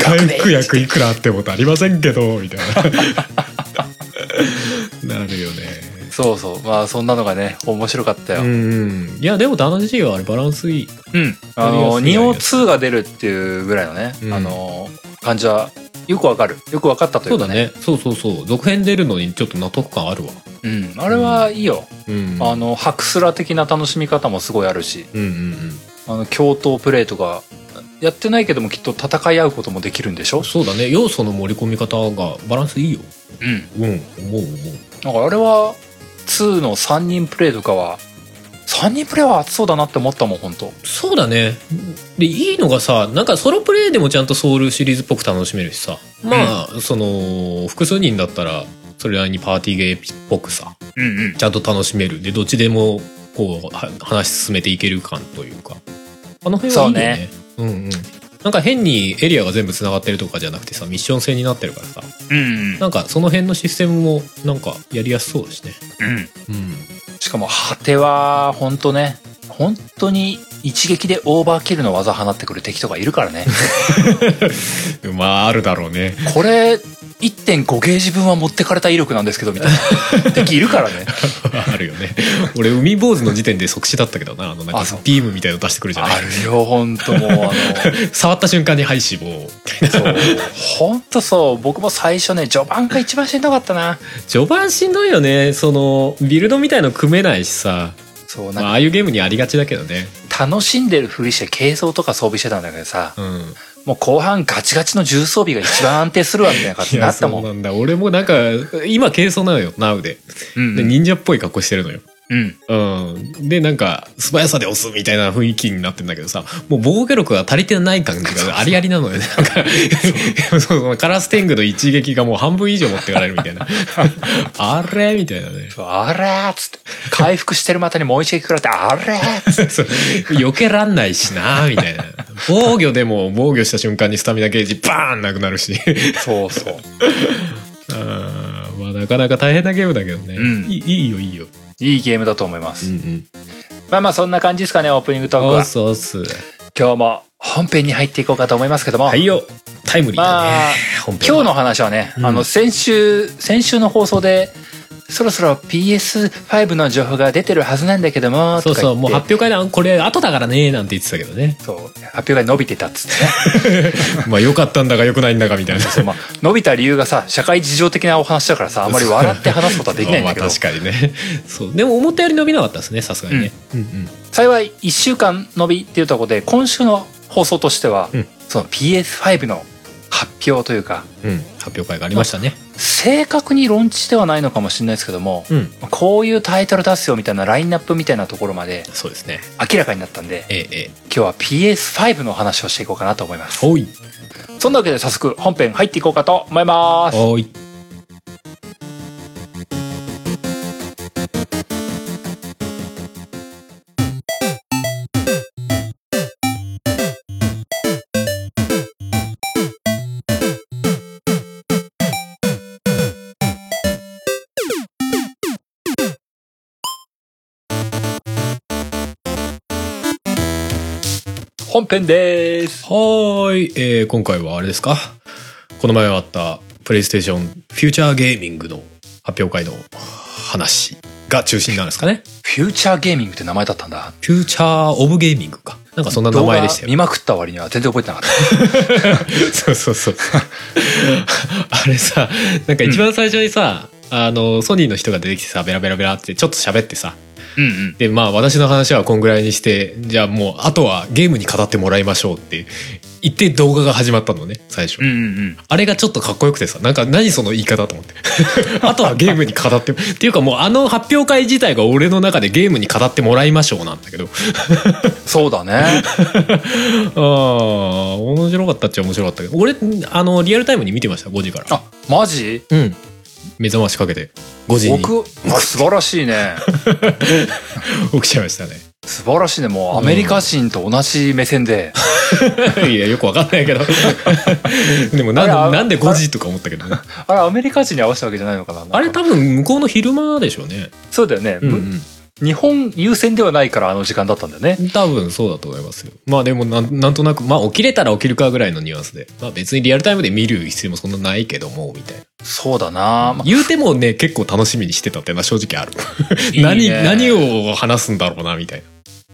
[SPEAKER 2] 回
[SPEAKER 1] 楽ね
[SPEAKER 2] 復薬いくらあってもありませんけど、みた いな。なるよね。
[SPEAKER 1] そうそうまあそんなのがね面白かったよ、
[SPEAKER 2] うんうん。いや、でも楽しいよ、あれ、バランスいい。
[SPEAKER 1] うん、あの
[SPEAKER 2] やりやす
[SPEAKER 1] 2オ2
[SPEAKER 2] いやりやすい
[SPEAKER 1] が出るっていうぐらいのね、
[SPEAKER 2] うん
[SPEAKER 1] あの感じはよくわかるよくわかったとい
[SPEAKER 2] そうう
[SPEAKER 1] か
[SPEAKER 2] だ
[SPEAKER 1] ね
[SPEAKER 2] ね。そうそうそう。続編出るのにちょっと納得感あるわ。
[SPEAKER 1] うん、あれはいいよ、
[SPEAKER 2] うん。
[SPEAKER 1] あ、のハクスラ的な楽しみ方もすごいあるし
[SPEAKER 2] うんうんうん。
[SPEAKER 1] あの共闘プレイとかやってないけどもきっと戦い合うこともできるんでしょ、
[SPEAKER 2] そうだね。要素の盛り込み方がバランスいいよ。
[SPEAKER 1] うん、
[SPEAKER 2] うん、思う思う。
[SPEAKER 1] なんかあれは2の3人プレイとかは3人プレイは熱そうだなって思ったもん本当
[SPEAKER 2] そうだねでいいのがさなんかソロプレイでもちゃんとソウルシリーズっぽく楽しめるしさまあ、その複数人だったらそれなりにパーティーゲーっぽくさ
[SPEAKER 1] うんうん
[SPEAKER 2] ちゃんと楽しめるでどっちでもこうは話進めていける感というかあの辺はいいよねうねうんうんなんか変にエリアが全部つながってるとかじゃなくてさミッション制になってるからさ
[SPEAKER 1] うん
[SPEAKER 2] なんかその辺のシステムもなんかやりやすそうですね
[SPEAKER 1] うん
[SPEAKER 2] うん
[SPEAKER 1] しかも果ては本当ね本当に一撃でオーバーキルの技放ってくる敵とかいるから ね
[SPEAKER 2] まああるだろうね
[SPEAKER 1] これ1.5ゲージ分は持ってかれた威力なんですけどみたいな敵いるからね
[SPEAKER 2] あるよね俺海坊主の時点で即死だったけどなあのなんか
[SPEAKER 1] あそう
[SPEAKER 2] ビームみたいの出してくるじゃ な
[SPEAKER 1] あ
[SPEAKER 2] い
[SPEAKER 1] るよ本当もうあの
[SPEAKER 2] 触った瞬間に「はい死亡」
[SPEAKER 1] そう本当そう僕も最初ね序盤が一番しんどかったな
[SPEAKER 2] 序盤しんどいよねそのビルドみたいの組めないしさ、
[SPEAKER 1] そう
[SPEAKER 2] まあ、
[SPEAKER 1] な
[SPEAKER 2] あ
[SPEAKER 1] ん
[SPEAKER 2] あいうゲームにありがちだけどね
[SPEAKER 1] か楽しんでるふりして軽装とか装備してたんだけどさ
[SPEAKER 2] うん
[SPEAKER 1] もう後半ガチガチの重装備が一番安定するわみたいな感 じになったも
[SPEAKER 2] い
[SPEAKER 1] ん
[SPEAKER 2] やそうなんだ俺もなんか今軽装なのよ NOW で
[SPEAKER 1] うん
[SPEAKER 2] で忍者っぽい格好してるのよ
[SPEAKER 1] うん
[SPEAKER 2] うん、でなんか素早さで押すみたいな雰囲気になってんだけどさもう防御力が足りてない感じがありありなの よねなんかそうそうカラステングの一撃がもう半分以上持ってかれるみた いなあれみたいなね
[SPEAKER 1] あれーっつって回復してる股にもう一撃食らってあれーっつって
[SPEAKER 2] そう避けらんないしなみたいな防御でも防御した瞬間にスタミナゲージバーンなくな るし
[SPEAKER 1] そうそう
[SPEAKER 2] うんまあなかなか大変なゲームだけどね、
[SPEAKER 1] うん
[SPEAKER 2] いいいよいいよ、
[SPEAKER 1] いいゲームだと思います、
[SPEAKER 2] ん
[SPEAKER 1] まあまあそんな感じですかねオープニングトーク
[SPEAKER 2] う
[SPEAKER 1] は
[SPEAKER 2] ん、そうそうっす
[SPEAKER 1] 今日も本編に入っていこうかと思いますけども、
[SPEAKER 2] はいよタイムリーだね、
[SPEAKER 1] まあ
[SPEAKER 2] 本編
[SPEAKER 1] 今
[SPEAKER 2] は
[SPEAKER 1] 日の話はね、
[SPEAKER 2] うん
[SPEAKER 1] あの先週先週の放送でそろそろ PS5 の情報が出てるはずなんだけども
[SPEAKER 2] そうそう、もう
[SPEAKER 1] 発。
[SPEAKER 2] 発表会だ、これ後だからね、なんて言ってたけどね
[SPEAKER 1] そう発表が伸びてたっつってね
[SPEAKER 2] まあ良かったんだか良くないんだかみたいな。
[SPEAKER 1] そう、まあ、伸びた理由がさ社会事情的なお話だからさあんまり笑って話すことはできないんだけ
[SPEAKER 2] ま
[SPEAKER 1] ど
[SPEAKER 2] あ確かにね。そう。でも思ったより伸びなかったですね、さすがにね。うんうん。
[SPEAKER 1] 幸い1週間伸びっていうところで今週の放送としては、
[SPEAKER 2] うん
[SPEAKER 1] その PS5 の発表というか
[SPEAKER 2] うん。発表会がありましたね。
[SPEAKER 1] 正確に論知ではないのかもしれないですけども、
[SPEAKER 2] うん。
[SPEAKER 1] こういうタイトル出すよみたいなラインナップみたいなところまで
[SPEAKER 2] そうですね。
[SPEAKER 1] 明らかになったんで
[SPEAKER 2] ええ、ええ。
[SPEAKER 1] 今日は PS5 の話をしていこうかなと思います
[SPEAKER 2] おい。
[SPEAKER 1] そんなわけで早速本編入っていこうかと思います
[SPEAKER 2] おい。
[SPEAKER 1] 本編です
[SPEAKER 2] はーい。えー、今回はあれですかこの前あった、プレイステーションフューチャーゲーミングの発表会の話が中心なんですかね。
[SPEAKER 1] フューチャーゲーミングって名前だったんだ
[SPEAKER 2] フューチャーオブゲーミングか。なんかそんな名前でしたよね
[SPEAKER 1] 動画見まくった割には全然覚えてなかっ
[SPEAKER 2] そうそうそう。あれさ、なんか一番最初にさ、あの、ソニーの人が出てきてさ、ベラベラベラってちょっと喋ってさ、
[SPEAKER 1] たうんうん
[SPEAKER 2] で、まあ私の話はこんぐらいにして、じゃあもう、あとはゲームに語ってもらいましょうって言って動画が始まったのね、最初。
[SPEAKER 1] うんうんうん
[SPEAKER 2] あれがちょっとかっこよくてさ、なんか何その言い方と思って。 あとはゲームに語って、っていうかもうあの発表会自体が俺の中でゲームに語ってもらいましょうなんだけど。
[SPEAKER 1] そうだ ね
[SPEAKER 2] ああ、面白かったっちゃ面白かったけど、俺、あの、リアルタイムに見てました、5時から。
[SPEAKER 1] あマジ
[SPEAKER 2] うん。目覚ましかけて5時に
[SPEAKER 1] 僕あ素晴らしいね
[SPEAKER 2] 起きちゃいましたね。
[SPEAKER 1] 素晴らしいねもうアメリカ人と同じ目線で、
[SPEAKER 2] いや、よくわかんないけど。 でもな
[SPEAKER 1] あ
[SPEAKER 2] ん
[SPEAKER 1] れ
[SPEAKER 2] で、なんで5時とか思ったけどね。
[SPEAKER 1] あれアメリカ人に合わせたわけじゃないのかななんか
[SPEAKER 2] あれ多分向こうの昼間でしょうね。
[SPEAKER 1] そうだよね、
[SPEAKER 2] うん、
[SPEAKER 1] 日本優先ではないからあの時間だったんだよね
[SPEAKER 2] うん。多分そうだと思いますよ。まあでもなん、なんとなく、まあ起きれたら起きるかぐらいのニュアンスで。まあ別にリアルタイムで見る必要もそんなないけども、みたいな。
[SPEAKER 1] そうだな、まあ
[SPEAKER 2] 言うてもね、結構楽しみにしてたっていうのは正直 ある。
[SPEAKER 1] いいね
[SPEAKER 2] 何、何を話すんだろうな、みたいな。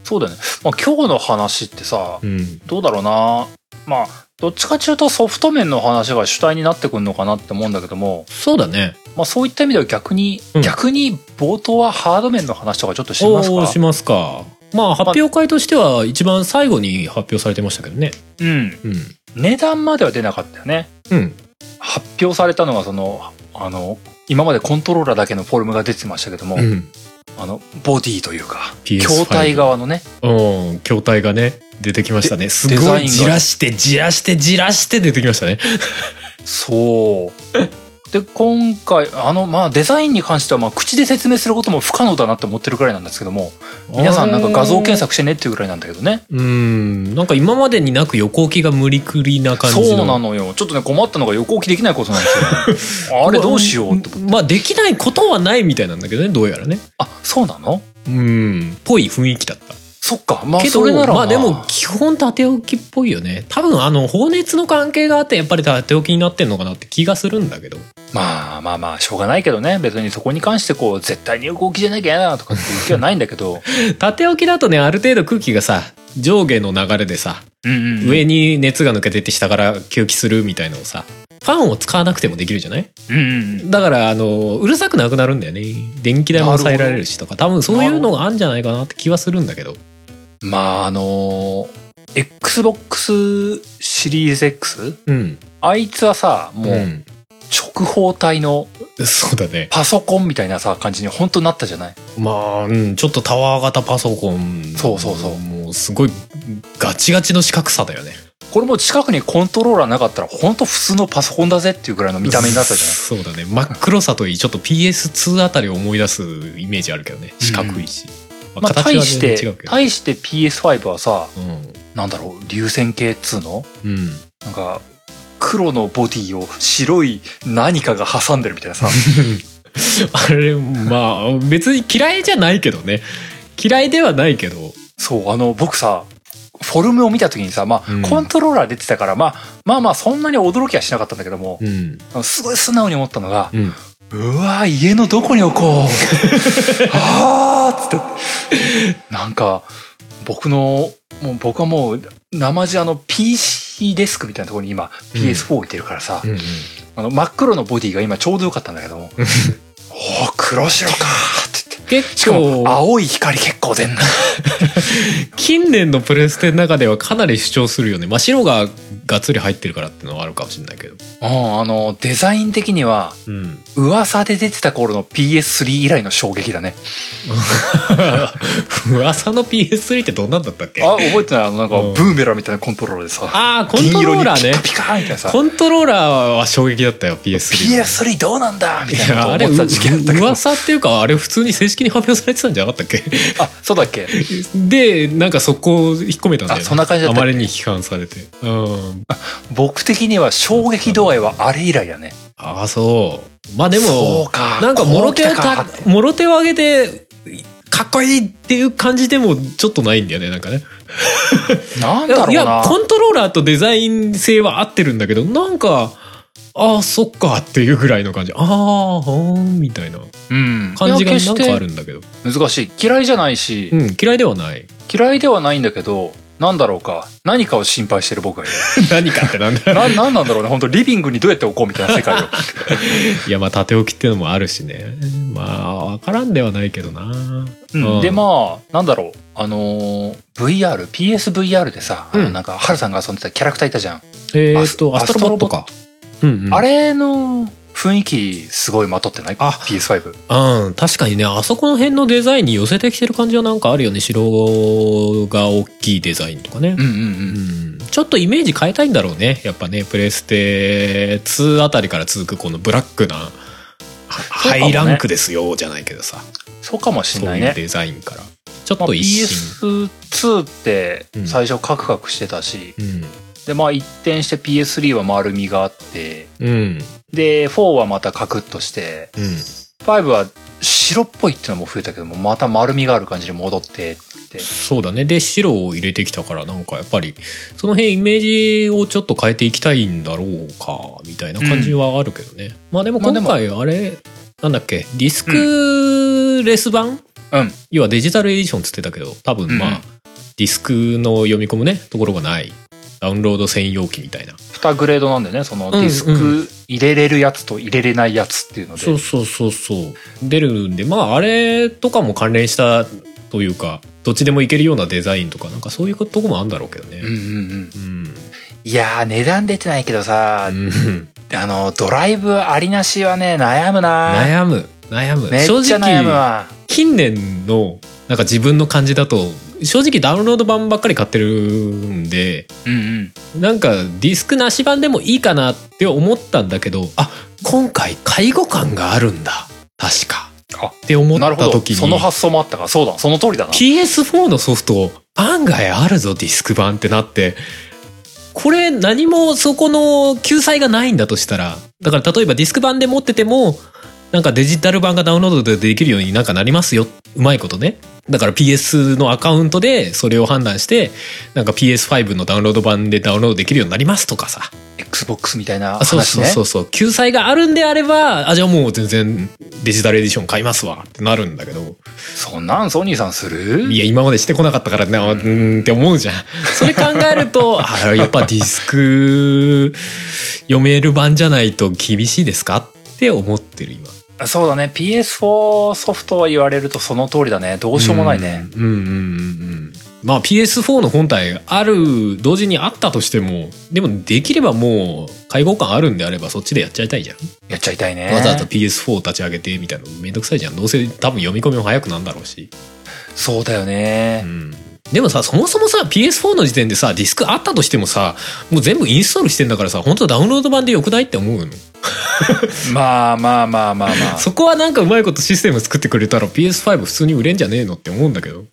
[SPEAKER 1] そうだよね、まあ、今日の話ってさ、
[SPEAKER 2] うん。
[SPEAKER 1] どうだろうなまあどっちかっていうとソフト面の話が主体になってくるのかなって思うんだけども、
[SPEAKER 2] そうだね。
[SPEAKER 1] まあ、そういった意味では逆に、
[SPEAKER 2] うん
[SPEAKER 1] 逆に冒頭はハード面の話とかちょっとし
[SPEAKER 2] お
[SPEAKER 1] ます
[SPEAKER 2] おー
[SPEAKER 1] か
[SPEAKER 2] しますか。まあ発表会としては一番最後に発表されてましたけどね。
[SPEAKER 1] うん
[SPEAKER 2] うん。
[SPEAKER 1] 値段までは出なかったよね
[SPEAKER 2] うん。
[SPEAKER 1] 発表されたのがそのあの今までコントローラーだけのフォルムが出てましたけども、
[SPEAKER 2] うん。
[SPEAKER 1] あのボディというか
[SPEAKER 2] PS5
[SPEAKER 1] 筐体側のね
[SPEAKER 2] うん。筐体がね、出てきましたね。す
[SPEAKER 1] デ
[SPEAKER 2] ご
[SPEAKER 1] ザイン
[SPEAKER 2] い。
[SPEAKER 1] が
[SPEAKER 2] じらして、じらして、じらして出てきましたね。
[SPEAKER 1] そうで今回あの、まあ、デザインに関してはまあ口で説明することも不可能だなって思ってるぐらいなんですけども皆さんなんか画像検索してねっていうぐらいなんだけどね
[SPEAKER 2] うんなんか今までになく横置きが無理くりな感じの
[SPEAKER 1] そうなのよちょっとね困ったのが横置きできないことなんですよあれど うしようって
[SPEAKER 2] まあまあできないことはないみたいなんだけどねどうやらね
[SPEAKER 1] あそうなの
[SPEAKER 2] うんぽい雰囲気だった
[SPEAKER 1] そっかまあ
[SPEAKER 2] け
[SPEAKER 1] そ
[SPEAKER 2] ど
[SPEAKER 1] れなら
[SPEAKER 2] まあでも基本縦置きっぽいよね多分あの放熱の関係があってやっぱり縦置きになってんのかなって気がするんだけど
[SPEAKER 1] まあまあまあしょうがないけどね別にそこに関してこう絶対に横置きじゃなきゃ嫌だなとかっていう気はないんだけ ど
[SPEAKER 2] 縦置きだとねある程度空気がさ上下の流れでさ
[SPEAKER 1] うんうんうん
[SPEAKER 2] 上に熱が抜けてって下から吸気するみたいのをさファンを使わなくてもできるじゃない
[SPEAKER 1] うんうん
[SPEAKER 2] だからあのうるさくなくなるんだよね電気代も抑えられるしとか多分そういうのがあるんじゃないかなって気はするんだけど
[SPEAKER 1] まああのー XBOX シリーズ X
[SPEAKER 2] うん
[SPEAKER 1] あいつはさもう
[SPEAKER 2] うん
[SPEAKER 1] 直方体の
[SPEAKER 2] そうだね
[SPEAKER 1] パソコンみたいなさ感じに本当なったじゃない
[SPEAKER 2] まあ、うん、ちょっとタワー型パソコン
[SPEAKER 1] そうそうそう
[SPEAKER 2] もうすごいガチガチの四角さだよね
[SPEAKER 1] これも近くにコントローラーなかったら本当普通のパソコンだぜっていうぐらいの見た目になったじゃない
[SPEAKER 2] そうだね真っ黒さといいちょっと PS2 あたりを思い出すイメージあるけどね四角いし、
[SPEAKER 1] まあ、
[SPEAKER 2] 形
[SPEAKER 1] 対
[SPEAKER 2] は
[SPEAKER 1] し
[SPEAKER 2] 全然違
[SPEAKER 1] て
[SPEAKER 2] うけど
[SPEAKER 1] 対して PS5 はさなんだろう流線形っつうの
[SPEAKER 2] うん、うん、
[SPEAKER 1] なんか黒のボディを白い何かが挟んでるみたいな さ
[SPEAKER 2] あれまあ別に嫌いじゃないけどね嫌いではないけど
[SPEAKER 1] そうあの僕さフォルムを見た時にさ、まあ
[SPEAKER 2] うん
[SPEAKER 1] コントローラー出てたから、まあ、まあまあそんなに驚きはしなかったんだけども、
[SPEAKER 2] うん
[SPEAKER 1] あのすごい素直に思ったのが、
[SPEAKER 2] うん
[SPEAKER 1] うわー家のどこに置こう あーっつってなんか僕のもう僕はもう生地あの PC デスクみたいなところに今 PS4 置いてるからさ、
[SPEAKER 2] うん
[SPEAKER 1] あの真っ黒のボディが今ちょうどよかったんだけども「おお黒白か」って言って。し
[SPEAKER 2] 結
[SPEAKER 1] かも
[SPEAKER 2] 構
[SPEAKER 1] 青い光結構出 んな
[SPEAKER 2] 近年のプレステの中ではかなり主張するよね、まあ、白ががっつり入ってるからっていうのはあるかもしれないけど
[SPEAKER 1] うんあのデザイン的には
[SPEAKER 2] うん
[SPEAKER 1] 噂で出てた頃の PS3 以来の衝撃だね
[SPEAKER 2] 噂の PS3 ってどんなんだったっけあ
[SPEAKER 1] あ覚えてないあのなんか
[SPEAKER 2] うん
[SPEAKER 1] ブーメランみたいなコントローラーでさ
[SPEAKER 2] あーコントローラー
[SPEAKER 1] 銀
[SPEAKER 2] ね
[SPEAKER 1] 色にピカピカみたいなさ
[SPEAKER 2] コントローラーは衝撃だったよ PS3
[SPEAKER 1] PS3 どうなんだみたい
[SPEAKER 2] い
[SPEAKER 1] な
[SPEAKER 2] や
[SPEAKER 1] こと
[SPEAKER 2] あれ
[SPEAKER 1] 思ってた時期あったけ
[SPEAKER 2] う
[SPEAKER 1] ど
[SPEAKER 2] 噂っていうかあれ普通に正式に発表されてたんじゃなかったっけ
[SPEAKER 1] あそうだっけ
[SPEAKER 2] でなんかそこを引っ込めたんだよ、
[SPEAKER 1] あそんな感じだ
[SPEAKER 2] あ
[SPEAKER 1] ったっけ
[SPEAKER 2] まりに批判されてうん
[SPEAKER 1] 僕的には衝撃度合いはあれ以来やね
[SPEAKER 2] ああそうまあで
[SPEAKER 1] そ
[SPEAKER 2] も
[SPEAKER 1] うか
[SPEAKER 2] なんかもろ手を
[SPEAKER 1] こう来た
[SPEAKER 2] た
[SPEAKER 1] か
[SPEAKER 2] もろ手を上げてかっこいいっていう感じでもちょっとないんだよねなんかね
[SPEAKER 1] なんだろうない
[SPEAKER 2] やコントローラーとデザイン性は合ってるんだけどなんかああそっかっていうぐらいの感じああほーんみたいな
[SPEAKER 1] うん
[SPEAKER 2] 感じが
[SPEAKER 1] いや決し
[SPEAKER 2] なん
[SPEAKER 1] て
[SPEAKER 2] かあるんだけど、
[SPEAKER 1] 難しい嫌いじゃないし、
[SPEAKER 2] うん、嫌いではない
[SPEAKER 1] 嫌いではないんだけどなんだろうか何かを心配してる僕がいる
[SPEAKER 2] 何かってなんだ
[SPEAKER 1] ななんなんだろうね本当リビングにどうやって置こうみたいな世界を
[SPEAKER 2] いやまあ縦置きっていうのもあるしねまあ分からんではないけどな
[SPEAKER 1] うん
[SPEAKER 2] うん
[SPEAKER 1] でまあなんだろうあのー VRPSVR でさ、あの
[SPEAKER 2] うん
[SPEAKER 1] なんかハルさんが遊んでたキャラクターいたじゃん、
[SPEAKER 2] えー、っと
[SPEAKER 1] ア
[SPEAKER 2] ア
[SPEAKER 1] ス
[SPEAKER 2] ス
[SPEAKER 1] ト
[SPEAKER 2] ト
[SPEAKER 1] ロ
[SPEAKER 2] ロ
[SPEAKER 1] ボ
[SPEAKER 2] ボ
[SPEAKER 1] ッ
[SPEAKER 2] ッ
[SPEAKER 1] トか
[SPEAKER 2] トかうん、うん、
[SPEAKER 1] あれの雰囲気すごいまとってない
[SPEAKER 2] あ
[SPEAKER 1] PS5
[SPEAKER 2] うん、確かにね、あそこの辺のデザインに寄せてきてる感じはなんかあるよね。白が大きいデザインとかね
[SPEAKER 1] うん。うんうん
[SPEAKER 2] うん、ちょっとイメージ変えたいんだろうね。やっぱね、プレステ2あたりから続くこのブラックな、は
[SPEAKER 1] そうかも
[SPEAKER 2] ハ
[SPEAKER 1] ね
[SPEAKER 2] イランクですよ、じゃないけどさ。
[SPEAKER 1] そうかもしん
[SPEAKER 2] そう
[SPEAKER 1] ない
[SPEAKER 2] いう
[SPEAKER 1] ね
[SPEAKER 2] デザインから。ちょっ
[SPEAKER 1] まあ、
[SPEAKER 2] と一新。
[SPEAKER 1] PS2 って
[SPEAKER 2] うん
[SPEAKER 1] 最初カクカクしてたし、でまあ一転して PS3 は丸みがあって
[SPEAKER 2] うん。うん。
[SPEAKER 1] で4はまたカクッとして
[SPEAKER 2] うん。
[SPEAKER 1] 5は白っぽいっていうのも増えたけどもまた丸みがある感じに戻ってって
[SPEAKER 2] そうだね。で、白を入れてきたから、なんかやっぱり、その辺イメージをちょっと変えていきたいんだろうか、みたいな感じはあるけどね。まあでも
[SPEAKER 1] まあで
[SPEAKER 2] 今
[SPEAKER 1] も
[SPEAKER 2] 回、あれ、なんだっけ、ディスクレス版、
[SPEAKER 1] うん
[SPEAKER 2] 要はデジタルエディションつってたけど、多分まあ、
[SPEAKER 1] うん
[SPEAKER 2] ディスクの読み込むね、ところがない。ダウンロード専用機みたいな。
[SPEAKER 1] 2グレードなんでねその
[SPEAKER 2] んう
[SPEAKER 1] デ
[SPEAKER 2] ん
[SPEAKER 1] ィスク入れれるやつと入れれないやつっていうので、
[SPEAKER 2] そうそうそうそう。出るんで、まあ、あれとかも関連したというか、どっちでもいけるようなデザインとか、なんかそういうとこもあるんだろうけどね。
[SPEAKER 1] うんうんうん
[SPEAKER 2] うん。
[SPEAKER 1] いやー値段出てないけどさ、
[SPEAKER 2] うん
[SPEAKER 1] あのドライブありなしはね悩むな
[SPEAKER 2] 悩む悩む
[SPEAKER 1] めっちゃ悩むわ
[SPEAKER 2] 近年のなんか自分の感じだと正直ダウンロード版ばっかり買ってるんで
[SPEAKER 1] うんうん
[SPEAKER 2] なんかディスクなし版でもいいかなって思ったんだけどあ今回介護官があるんだ確か
[SPEAKER 1] あ
[SPEAKER 2] って思っ
[SPEAKER 1] なるほ
[SPEAKER 2] た
[SPEAKER 1] ど
[SPEAKER 2] 時に
[SPEAKER 1] その発想もあったからそうだその通りだな
[SPEAKER 2] PS4 のソフト案外あるぞディスク版ってなってこれ何もそこの救済がないんだとしたらだから例えばディスク版で持っててもなんかデジタル版がダウンロードでできるようになんかなりますようまいことねだから PS のアカウントでそれを判断してなんか PS5 のダウンロード版でダウンロードできるようになりますとかさ
[SPEAKER 1] XBOX みたいな
[SPEAKER 2] あ
[SPEAKER 1] 話
[SPEAKER 2] そう
[SPEAKER 1] ね
[SPEAKER 2] そうそうそう救済があるんであればあじゃあもう全然デジタルエディション買いますわってなるんだけど
[SPEAKER 1] そんなんソニーさんする
[SPEAKER 2] いや今までしてこなかったからなうーんって思うじゃんそれ考えると あやっぱディスク読める版じゃないと厳しいですかって思ってる今
[SPEAKER 1] そうだね PS4 ソフトは言われるとその通りだねどうしようもないね
[SPEAKER 2] うんうんうんうんまあ PS4 の本体ある同時にあったとしてもでもできればもう介護感あるんであればそっちでやっちゃいたいじゃん、
[SPEAKER 1] やっちゃいたいね
[SPEAKER 2] わざわざ PS4 立ち上げてみたいなのめんどくさいじゃんどうせ多分読み込みも早くなんだろうし
[SPEAKER 1] そうだよね、
[SPEAKER 2] でもさそもそもさ PS4 の時点でさディスクあったとしてもさもう全部インストールしてんだからさ本当ダウンロード版でよくないって思うの
[SPEAKER 1] まあまあまあまあまあ
[SPEAKER 2] そこはなんかうまいことシステム作ってくれたら PS5 普通に売れんじゃねえのって思うんだけど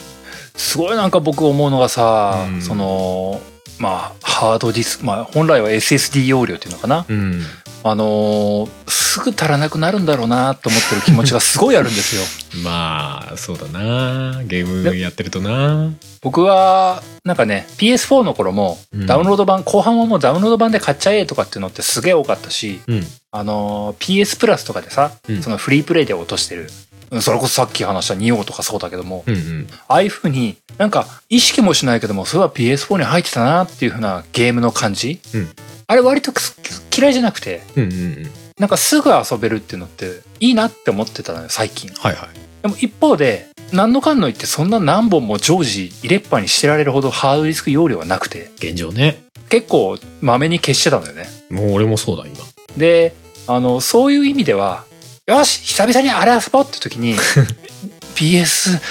[SPEAKER 1] すごいなんか僕思うのがさ、
[SPEAKER 2] うん
[SPEAKER 1] そのまあハードディスクまあ本来は SSD 容量っていうのかな
[SPEAKER 2] うん
[SPEAKER 1] あのーすぐ足らなくなるんだろうなと思ってる気持ちがすごいあるんですよ
[SPEAKER 2] まあそうだなゲームやってるとな
[SPEAKER 1] 僕はなんかね PS4 の頃も
[SPEAKER 2] うん
[SPEAKER 1] ダウンロード版、後半はもうダウンロード版で買っちゃえとかっていうのってすげえ多かったし
[SPEAKER 2] うん
[SPEAKER 1] あのー PS プラスとかでさ、
[SPEAKER 2] うん
[SPEAKER 1] そのフリープレイで落としてるうんそれこそさっき話した2王とかそうだけども、
[SPEAKER 2] うんうん
[SPEAKER 1] ああいう風になんか意識もしないけどもそれは PS4 に入ってたなっていう風なゲームの感じ、
[SPEAKER 2] うん
[SPEAKER 1] あれ割とくす嫌いじゃなくて
[SPEAKER 2] うんうんうん
[SPEAKER 1] なんかすぐ遊べるっていうのっていいなって思ってたのよ最近
[SPEAKER 2] はいはい
[SPEAKER 1] でも一方で何のかんの言ってそんな何本も常時入れっぱにしてられるほどハードディスク容量はなくて
[SPEAKER 2] 現状ね
[SPEAKER 1] 結構まめに消してたんだよね
[SPEAKER 2] もう俺もそうだ今
[SPEAKER 1] であのそういう意味ではよし久々にあれ遊ぼうって時に PS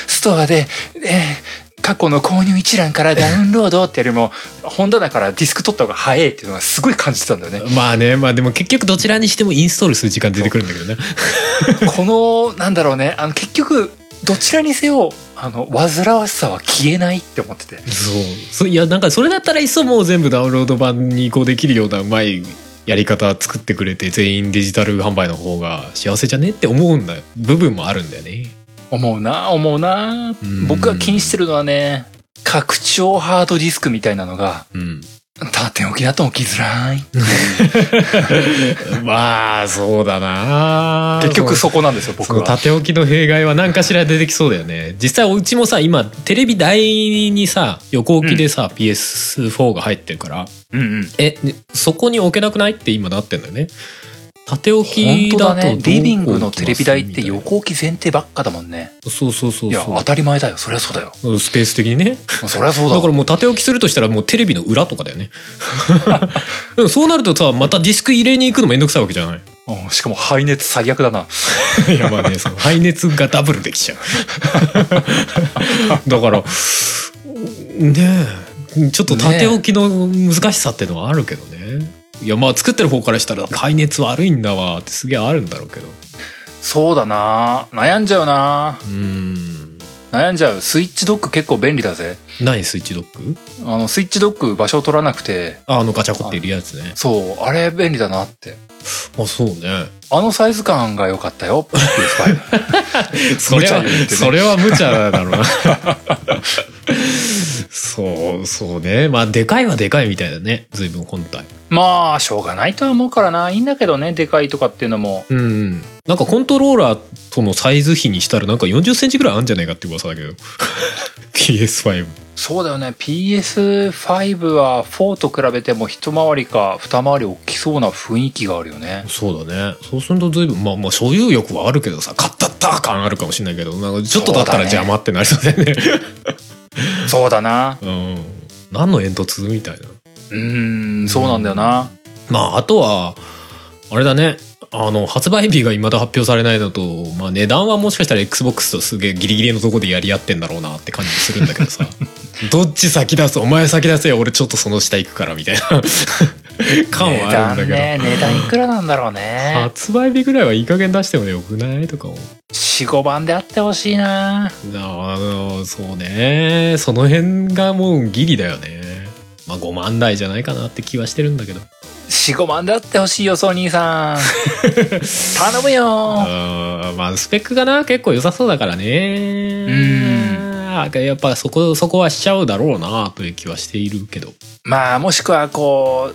[SPEAKER 1] ストアで、えー過去の購入一覧からダウンロードってよりも本棚からディスク取った方が早いっていうのがすごい感じてたんだよ ね
[SPEAKER 2] まあねまあでも結局どちらにしてもインストールする時間出てくるんだけどね
[SPEAKER 1] このなんだろうねあの結局どちらにせよあの煩わしさは消えないって思ってて
[SPEAKER 2] そうそいやなんかそれだったらいっそもう全部ダウンロード版に移行できるようなうまいやり方作ってくれて全員デジタル販売の方が幸せじゃねって思うんだ部分もあるんだよね
[SPEAKER 1] 思うな思うな
[SPEAKER 2] うん
[SPEAKER 1] 僕が気にしてるのはね拡張ハードディスクみたいなのが
[SPEAKER 2] うん
[SPEAKER 1] 縦置きだと起きづらい
[SPEAKER 2] まあそうだな
[SPEAKER 1] 結局そこなんですよ
[SPEAKER 2] そ
[SPEAKER 1] 僕
[SPEAKER 2] の
[SPEAKER 1] は
[SPEAKER 2] 縦置きの弊害は何かしら出てきそうだよね実際うちもさ今テレビ台にさ横置きでさ、PS4 が入ってるから
[SPEAKER 1] うんうん
[SPEAKER 2] えでそこに置けなくないって今なってんだよね縦置
[SPEAKER 1] 本
[SPEAKER 2] き
[SPEAKER 1] 当
[SPEAKER 2] だ
[SPEAKER 1] だ
[SPEAKER 2] とどう
[SPEAKER 1] ね
[SPEAKER 2] こう
[SPEAKER 1] リビングのテレビ台っ
[SPEAKER 2] 置
[SPEAKER 1] て
[SPEAKER 2] きますみたいな
[SPEAKER 1] 横置き前提ばっかだもんね
[SPEAKER 2] そうそうそう
[SPEAKER 1] いや
[SPEAKER 2] そ
[SPEAKER 1] 当たり前だよそりゃ そうだよ
[SPEAKER 2] うスペース的にね
[SPEAKER 1] そりゃそうだ
[SPEAKER 2] だからもう縦置きするとしたらもうテレビの裏とかだよね でもそうなるとさまたディスク入れに行くのめんどくさいわけじ ゃない
[SPEAKER 1] うんしかも排熱最悪だない
[SPEAKER 2] やまあ ねその排熱がダブルできちゃう だからねえちょっと縦置きの難しさってのはあるけどねいやまあ作ってる方からしたら排熱悪いんだわってすげえあるんだろうけど
[SPEAKER 1] そうだな悩んじゃうな
[SPEAKER 2] うん
[SPEAKER 1] 悩んじゃうスイッチドック結構便利だぜ
[SPEAKER 2] 何スイッチドック
[SPEAKER 1] あのスイッチドック場所を取らなくて
[SPEAKER 2] ああのガチャコっているやつね
[SPEAKER 1] そうあれ便利だなって
[SPEAKER 2] あそうね
[SPEAKER 1] あのサイズ感が良かったよ PS5
[SPEAKER 2] それは、
[SPEAKER 1] 無茶言うてね
[SPEAKER 2] それは無茶だろうな。そう、そうね。まあ、でかいはでかいみたいだね。随分本体。
[SPEAKER 1] まあしょうがないとは思うからないいんだけどねでかいとかっていうのも
[SPEAKER 2] うんうん。なんかコントローラーとのサイズ比にしたらなんか40センチぐらいあるんじゃないかって噂だけ ど。PS5。
[SPEAKER 1] そうだよね PS5 は4と比べても一回りか二回り大きそうな雰囲気があるよね
[SPEAKER 2] そうだね。そうすると随分、まあまあ所有欲はあるけどさ、買ったった感あるかもしれないけど、なんかちょっとだったら
[SPEAKER 1] そうだね
[SPEAKER 2] 邪魔ってなりそうだよね。
[SPEAKER 1] そうだな
[SPEAKER 2] うん。何の煙突みたいな。
[SPEAKER 1] うーんそうなんだよな
[SPEAKER 2] まああとはあれだねあの発売日が未だ発表されないのと、まあ、値段はもしかしたら XBOX とすげえギリギリのとこでやり合ってんだろうなって感じす るんだけどさどっち先出すお前先出せよ俺ちょっとその下行くからみたいな 感はあるんだけど、
[SPEAKER 1] 値段ね値段いくらなんだろうね
[SPEAKER 2] 発売日ぐらいはいい加減出してもよくないとか思う
[SPEAKER 1] 45番であってほしいな
[SPEAKER 2] あのそうねその辺がもうギリだよねまあ5万台じゃないかなって気はしてるんだけど
[SPEAKER 1] 45万であってほしいよソニー さん頼むよ
[SPEAKER 2] あーまあスペックがな結構良さそうだからね
[SPEAKER 1] うん
[SPEAKER 2] あーやっぱそこそこはしちゃうだろうなという気はしているけど
[SPEAKER 1] まあもしくはこう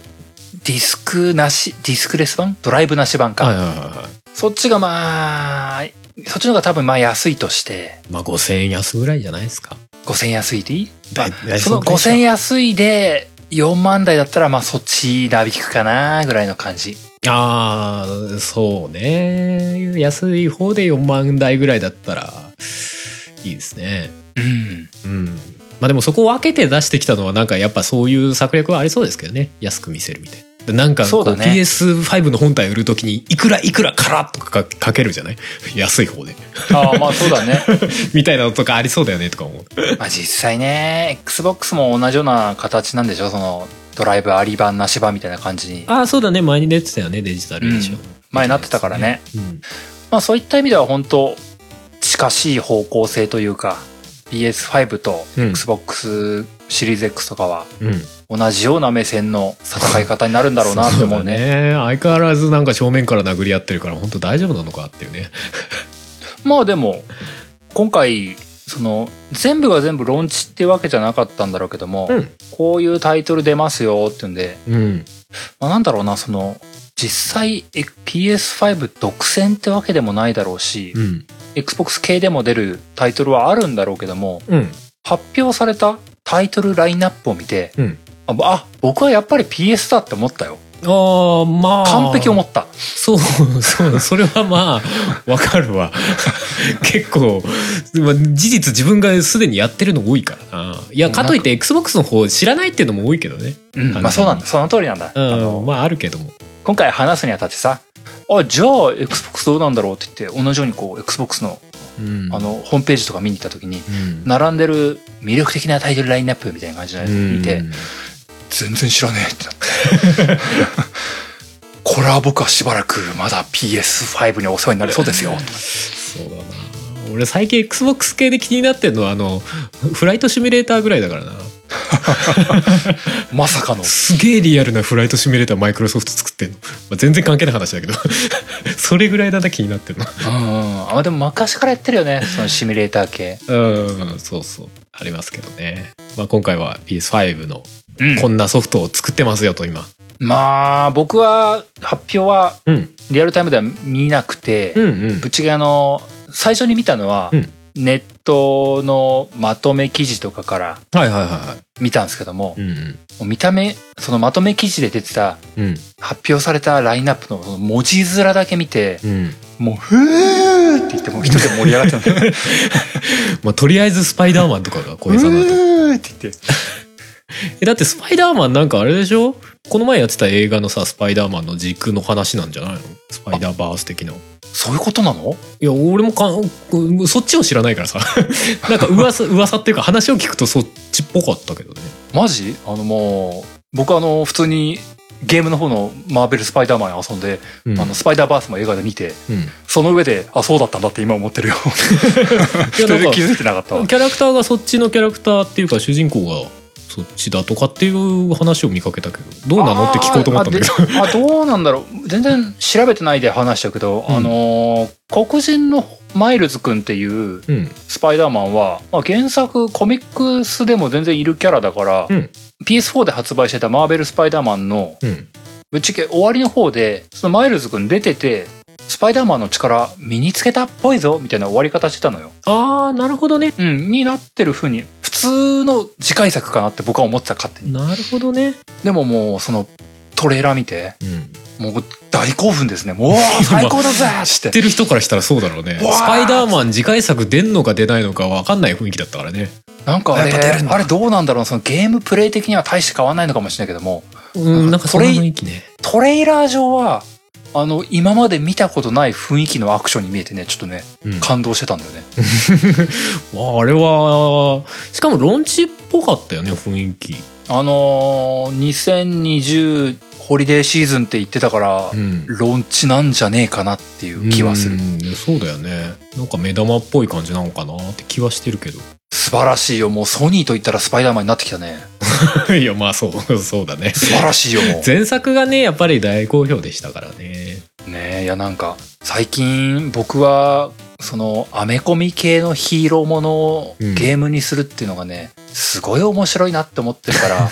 [SPEAKER 1] ディスクなしディスクレス版ドライブなし版か、
[SPEAKER 2] はいはいはいはい
[SPEAKER 1] そっちがまあそっちの方が多分まあ安いとして
[SPEAKER 2] まあ5000円安ぐらいじゃないですか
[SPEAKER 1] 5000安いでいい
[SPEAKER 2] だい
[SPEAKER 1] まあ
[SPEAKER 2] 大
[SPEAKER 1] そ
[SPEAKER 2] 丈
[SPEAKER 1] の
[SPEAKER 2] 夫でしょ
[SPEAKER 1] 5000安いで4万台だったらまあそっちなびくかなぐらいの感じ
[SPEAKER 2] ああそうね安い方で4万台ぐらいだったらいいですね
[SPEAKER 1] うん
[SPEAKER 2] うんまあでもそこを分けて出してきたのはなんかやっぱそういう策略はありそうですけどね安く見せるみたいなでなんかこ
[SPEAKER 1] そううだね
[SPEAKER 2] PS5 の本体売るときにいくらいくらからとかかけるじゃない 安い方で
[SPEAKER 1] ああまあそうだね
[SPEAKER 2] みたいなのとかありそうだよねとか思う
[SPEAKER 1] まあ実際ね XBOX も同じような形なんでしょそのドライブあり版なし版みたいな感じに
[SPEAKER 2] ああそうだね前に出てたよねデジタルでしょ、
[SPEAKER 1] うん前なってたからね
[SPEAKER 2] うん
[SPEAKER 1] まあそういった意味では本当近しい方向性というか PS5 と
[SPEAKER 2] うん
[SPEAKER 1] XBOX シリーズ X とかは
[SPEAKER 2] うん
[SPEAKER 1] 同じような目線の戦い方になるんだろうなって思うね
[SPEAKER 2] そだ相変わらずなんか正面から殴り合ってるから本当大丈夫なのかっていうね
[SPEAKER 1] まあでも今回その全部が全部ローンチってわけじゃなかったんだろうけども、
[SPEAKER 2] うん
[SPEAKER 1] こういうタイトル出ますよっていうんで、
[SPEAKER 2] うん
[SPEAKER 1] まあ、なんだろうなその実際え PS5 独占ってわけでもないだろうし、
[SPEAKER 2] うん
[SPEAKER 1] XBOX 系でも出るタイトルはあるんだろうけども
[SPEAKER 2] うん
[SPEAKER 1] 発表されたタイトルラインナップを見て、
[SPEAKER 2] うん
[SPEAKER 1] ああ僕はやっぱり PS だって思ったよ
[SPEAKER 2] ああまあ
[SPEAKER 1] 完璧思った
[SPEAKER 2] そうそうそれはまあわか るわ結構まあ事実自分がすでにやってるの多いからないやかといって XBOX の方知らないっていうのも多いけどね
[SPEAKER 1] うんまあそうなんだその通りなんだ、
[SPEAKER 2] う
[SPEAKER 1] あ
[SPEAKER 2] ん
[SPEAKER 1] の
[SPEAKER 2] まああるけども
[SPEAKER 1] 今回話すにあたってさあじゃあ XBOX どうなんだろうって言って同じようにこう XBOX の
[SPEAKER 2] うん
[SPEAKER 1] あのホームページとか見に行った時に
[SPEAKER 2] うん
[SPEAKER 1] 並んでる魅力的なタイトルラインナップみたいな感じのやつ見て、
[SPEAKER 2] うん
[SPEAKER 1] 全然知らねえってなってこれは僕はしばらくまだ PS5 にお世話になりそうですよ
[SPEAKER 2] そうだな俺最近 XBOX 系で気になってるのはあのフライトシミュレーターぐらいだからな
[SPEAKER 1] まさかの
[SPEAKER 2] すげえリアルなフライトシミュレーターマイクロソフト作ってんの、まあ、全然関係ない話だけど それぐらいだな気になってるの
[SPEAKER 1] うんあでも昔からやってるよねそのシミュレーター系
[SPEAKER 2] うんそうそうありますけどね、まあ、今回は PS5 の
[SPEAKER 1] うん
[SPEAKER 2] こんなソフトを作ってますよと今
[SPEAKER 1] まあ僕は発表は
[SPEAKER 2] うん
[SPEAKER 1] リアルタイムでは見なくて、
[SPEAKER 2] うんうん
[SPEAKER 1] ぶっちゃけあの最初に見たのは、
[SPEAKER 2] うん
[SPEAKER 1] ネットのまとめ記事とかから
[SPEAKER 2] はいはいはいは
[SPEAKER 1] 見たんですけども
[SPEAKER 2] い、うん
[SPEAKER 1] もう見た目そのまとめ記事で出てた
[SPEAKER 2] うん
[SPEAKER 1] 発表されたラインナップのその文字面だけ見て
[SPEAKER 2] うん、
[SPEAKER 1] もう「ふー」って言ってもう一人で盛り上がってたん だけど
[SPEAKER 2] まあ、とりあえずスパイダーマンとか
[SPEAKER 1] 「
[SPEAKER 2] が小江さんだと
[SPEAKER 1] うー」って言って
[SPEAKER 2] えだってスパイダーマンなんかあれでしょこの前やってた映画のさスパイダーマンの時空の話なんじゃないのスパイダーバース的な
[SPEAKER 1] そういうことなの
[SPEAKER 2] いや俺もかんそっちを知らないから さなんか噂噂っていうか話を聞くとそっちっぽかったけどね
[SPEAKER 1] マジあのもう僕あの普通にゲームの方のマーベル・スパイダーマン遊んで、
[SPEAKER 2] うん
[SPEAKER 1] あのスパイダーバースも映画で見て
[SPEAKER 2] うん
[SPEAKER 1] その上であそうだったんだって今思ってるよ
[SPEAKER 2] い や
[SPEAKER 1] 全
[SPEAKER 2] なん
[SPEAKER 1] 然
[SPEAKER 2] か
[SPEAKER 1] 気づいてなかったわ
[SPEAKER 2] キャラクターがそっちのキャラクターっていうか主人公がそっちだとかっていう話を見かけたけどどうなのって聞こうと思ったんだけど
[SPEAKER 1] あーあであどうなんだろう全然調べてないで話したけど、
[SPEAKER 2] うん
[SPEAKER 1] あのー黒人のマイルズくんっていう
[SPEAKER 2] うん
[SPEAKER 1] スパイダーマンは、まあ、原作コミックスでも全然いるキャラだから、
[SPEAKER 2] うん
[SPEAKER 1] PS4 で発売してたマーベル・スパイダーマンの
[SPEAKER 2] うん
[SPEAKER 1] ぶっちゃけ終わりの方でそのマイルズくん出ててスパイダーマンの力身につけたっぽいぞみたいな終わり方してたのよ。
[SPEAKER 2] ああなるほどね
[SPEAKER 1] うん、になってる風に普通の次回作かなって僕は思ってた勝手に。
[SPEAKER 2] なるほどね
[SPEAKER 1] でももうそのトレーラー見て
[SPEAKER 2] うん
[SPEAKER 1] もう大興奮ですね。 もう最高だぜ
[SPEAKER 2] 知
[SPEAKER 1] っ。
[SPEAKER 2] っててる人からしたらそうだろうね
[SPEAKER 1] うわー
[SPEAKER 2] スパイダーマン次回作出んのか出ないのか分かんない雰囲気だったからね
[SPEAKER 1] なんかあれ、
[SPEAKER 2] やっぱ出るんだ
[SPEAKER 1] あれどうなんだろうそのゲームプレイ的には大して変わんないのかもしれないけども、
[SPEAKER 2] うんなんかそんな雰囲気ね
[SPEAKER 1] トレーラー上は、あの、今まで見たことない雰囲気のアクションに見えてね、ちょっとね、
[SPEAKER 2] うん
[SPEAKER 1] 感動してたんだよね。
[SPEAKER 2] まああれはしかもロンチっぽかったよね雰囲気
[SPEAKER 1] あのー、2020ホリデーシーズンって言ってたから、
[SPEAKER 2] うん
[SPEAKER 1] ローンチなんじゃねえかなっていう気はする、
[SPEAKER 2] うんそうだよねなんか目玉っぽい感じなのかなって気はしてるけど
[SPEAKER 1] 素晴らしいよもうソニーと言ったらスパイダーマンになってきたね
[SPEAKER 2] いやまあそうそうだね
[SPEAKER 1] 素晴らしいよもう
[SPEAKER 2] 前作がねやっぱり大好評でしたからね
[SPEAKER 1] ねえいやなんか最近僕はそのアメコミ系のヒーローものを
[SPEAKER 2] うん
[SPEAKER 1] ゲームにするっていうのがね、すごい面白いなって思ってるから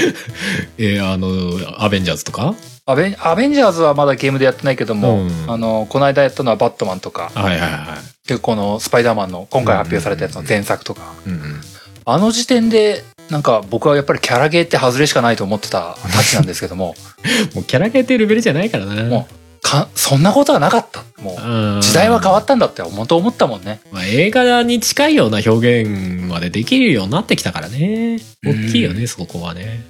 [SPEAKER 2] えーあのアベンジャーズとか
[SPEAKER 1] アベンアベンジャーズはまだゲームでやってないけども、
[SPEAKER 2] うん
[SPEAKER 1] あのこの間やったのは「バットマン」とか
[SPEAKER 2] はいはいは
[SPEAKER 1] でこの「スパイダーマン」の今回発表されたやつの前作とか、
[SPEAKER 2] い、うんうん、
[SPEAKER 1] あの時点でなんか僕はやっぱりキャラゲーって外れしかないと思ってたたちなんですけども
[SPEAKER 2] もうキャラゲーっていうレベルじゃないからな
[SPEAKER 1] もかそんなことはなかったも
[SPEAKER 2] うん
[SPEAKER 1] う時代は変わったんだって本当思ったもんね
[SPEAKER 2] まあ、映画に近いような表現までできるようになってきたからね大きいよね、
[SPEAKER 1] う
[SPEAKER 2] そこはね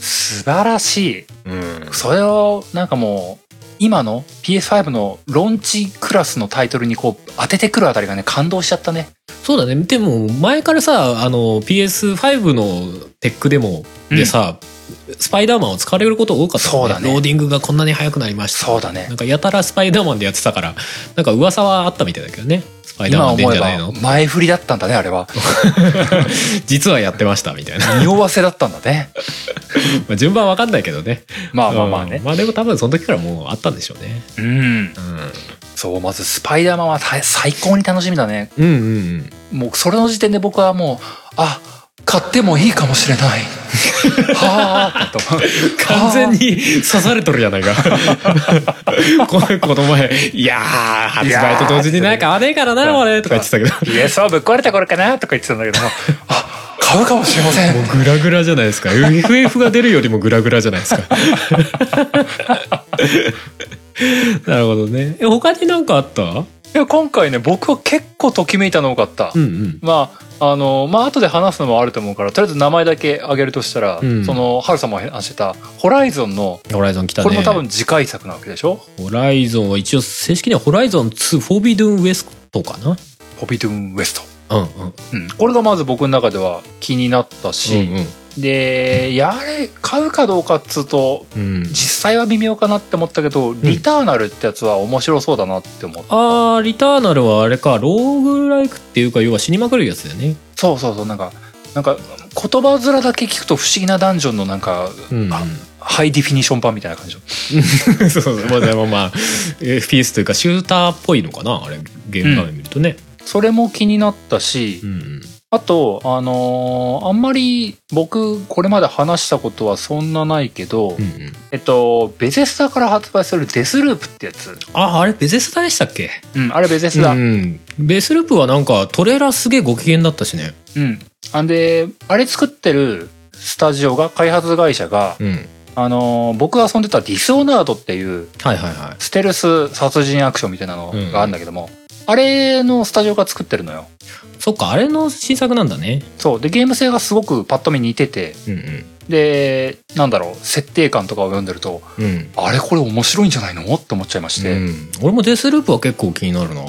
[SPEAKER 1] 素晴らしい
[SPEAKER 2] うん
[SPEAKER 1] それをなんかもう今の PS5 のローンチクラスのタイトルにこう当ててくるあたりがね感動しちゃったね
[SPEAKER 2] そうだねでも前からさあの PS5 のテックでも
[SPEAKER 1] う
[SPEAKER 2] で
[SPEAKER 1] ん
[SPEAKER 2] さ、スパイダーマンを使われること多かった
[SPEAKER 1] そうだね
[SPEAKER 2] ローディングがこんなに早くなりました
[SPEAKER 1] そうだね
[SPEAKER 2] なんかやたらスパイダーマンでやってたからなんか噂はあったみたいだけどねスパイダー
[SPEAKER 1] 今
[SPEAKER 2] マン出ん
[SPEAKER 1] 思
[SPEAKER 2] じ
[SPEAKER 1] え
[SPEAKER 2] ゃない
[SPEAKER 1] ば
[SPEAKER 2] の
[SPEAKER 1] 前振りだったんだねあれ は
[SPEAKER 2] 実はやってましたみたいな
[SPEAKER 1] 匂わせだったんだね
[SPEAKER 2] まあ順番わかんないけどね
[SPEAKER 1] まあまあまあね
[SPEAKER 2] うんまあでも多分その時からもうあったんでしょうね
[SPEAKER 1] うんそうまずスパイダーマンは大最高に楽しみだね
[SPEAKER 2] うん、うんうんうん
[SPEAKER 1] もうそれの時点で僕はもうあ買ってもいいかもしれ ないはあと思う
[SPEAKER 2] 完全に刺されとるじ ゃないかこのこの前「いやー発売と同時になんか買わねえからな俺」とか言ってたけど
[SPEAKER 1] イエスはぶっ壊れた頃かなとか言ってたんだけどもあ買うかもしれません
[SPEAKER 2] もうグラグラじゃないですか FF が出るよりもグラグラじゃな いですかなるほどねえ他になんかあったうん
[SPEAKER 1] いや今回ね僕は結構ときめいたの多かった、
[SPEAKER 2] うん
[SPEAKER 1] まああのまあ後で話すのもあると思うからとりあえず名前だけ挙げるとしたら、
[SPEAKER 2] うん
[SPEAKER 1] そのハルさんも話してた「ホライゾンの」
[SPEAKER 2] ホライゾン来たね
[SPEAKER 1] これも多分次回作なわけでしょ
[SPEAKER 2] ホライゾンは一応正式にはホライゾン2フォービドゥンウエストかな
[SPEAKER 1] 「ホビトゥン・ウエスト
[SPEAKER 2] うんうん」
[SPEAKER 1] うん、これがまず僕の中では気になったし、でやれ買うかどうかっつうと
[SPEAKER 2] うんうん
[SPEAKER 1] 実際は微妙かなって思ったけど「リターナル」ってやつは面白そうだなって思った、
[SPEAKER 2] あーリターナルはあれかローグライクっていうか要は死にまくるやつだよね
[SPEAKER 1] そうそうそうなんかなんか言葉面だけ聞くと不思議なダンジョンのなんか
[SPEAKER 2] うん
[SPEAKER 1] あハイディフィニッション版みたいな感じの
[SPEAKER 2] そうそうまあでもま あ FPS というかシューターっぽいのかなあれゲーム画面見るとね
[SPEAKER 1] それも気になったし、
[SPEAKER 2] うんうん
[SPEAKER 1] あと、あのーあんまり僕これまで話したことはそんなないけど、
[SPEAKER 2] うんうん
[SPEAKER 1] えっと、ベゼスタから発売するデスループってやつ。
[SPEAKER 2] あ、あれ、ベゼスタでしたっけ
[SPEAKER 1] うん、あれベゼスタ。うん。
[SPEAKER 2] ん。ベースループはなんか、トレーラーすげえご機嫌だったしね。
[SPEAKER 1] あんで、あれ作ってるスタジオが、開発会社が、
[SPEAKER 2] うん。
[SPEAKER 1] あのー僕が遊んでたディスオナードっていう
[SPEAKER 2] はいはいは
[SPEAKER 1] ステルス殺人アクションみたいなのがあるんだけども、あれのスタジオが作ってるのよ。
[SPEAKER 2] い。そっか、あれの新作なんだね。
[SPEAKER 1] そう。で、ゲーム性がすごくパッと見似てて、
[SPEAKER 2] うんうん。
[SPEAKER 1] で、なんだろう、設定感とかを読んでると、
[SPEAKER 2] うん。
[SPEAKER 1] あれこれ面白いんじゃないのって思っちゃいまして、
[SPEAKER 2] う
[SPEAKER 1] うん
[SPEAKER 2] ん、俺もデスループは結構気になるな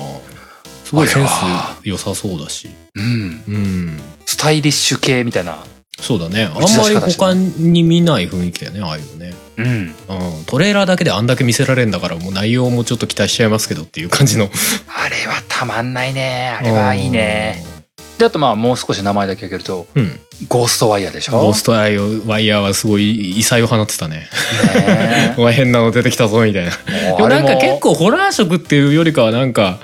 [SPEAKER 2] すごいセンス
[SPEAKER 1] あれは
[SPEAKER 2] 良さそうだし。うん。
[SPEAKER 1] スタイリッシュ系みたいな、
[SPEAKER 2] そうだね。あん
[SPEAKER 1] 打ち出
[SPEAKER 2] ま
[SPEAKER 1] し
[SPEAKER 2] り
[SPEAKER 1] 方して
[SPEAKER 2] 他に見ない雰囲気だよね、ああいうのね。
[SPEAKER 1] うん、
[SPEAKER 2] うん、トレーラーだけであんだけ見せられるんだからもう内容もちょっと期待しちゃいますけどっていう感じの
[SPEAKER 1] あれはたまんないねあれはいいねであとまあもう少し名前だけ挙げると
[SPEAKER 2] うん
[SPEAKER 1] ゴーストワイヤーでしょ
[SPEAKER 2] ゴーストアイをワイヤーはすごい異彩を放ってたね
[SPEAKER 1] ね
[SPEAKER 2] お前変なの出てきたぞみたいな。
[SPEAKER 1] え
[SPEAKER 2] で
[SPEAKER 1] も
[SPEAKER 2] も
[SPEAKER 1] う
[SPEAKER 2] なん
[SPEAKER 1] あれ
[SPEAKER 2] か
[SPEAKER 1] も
[SPEAKER 2] 結構ホラー色っていうよりかはなんか、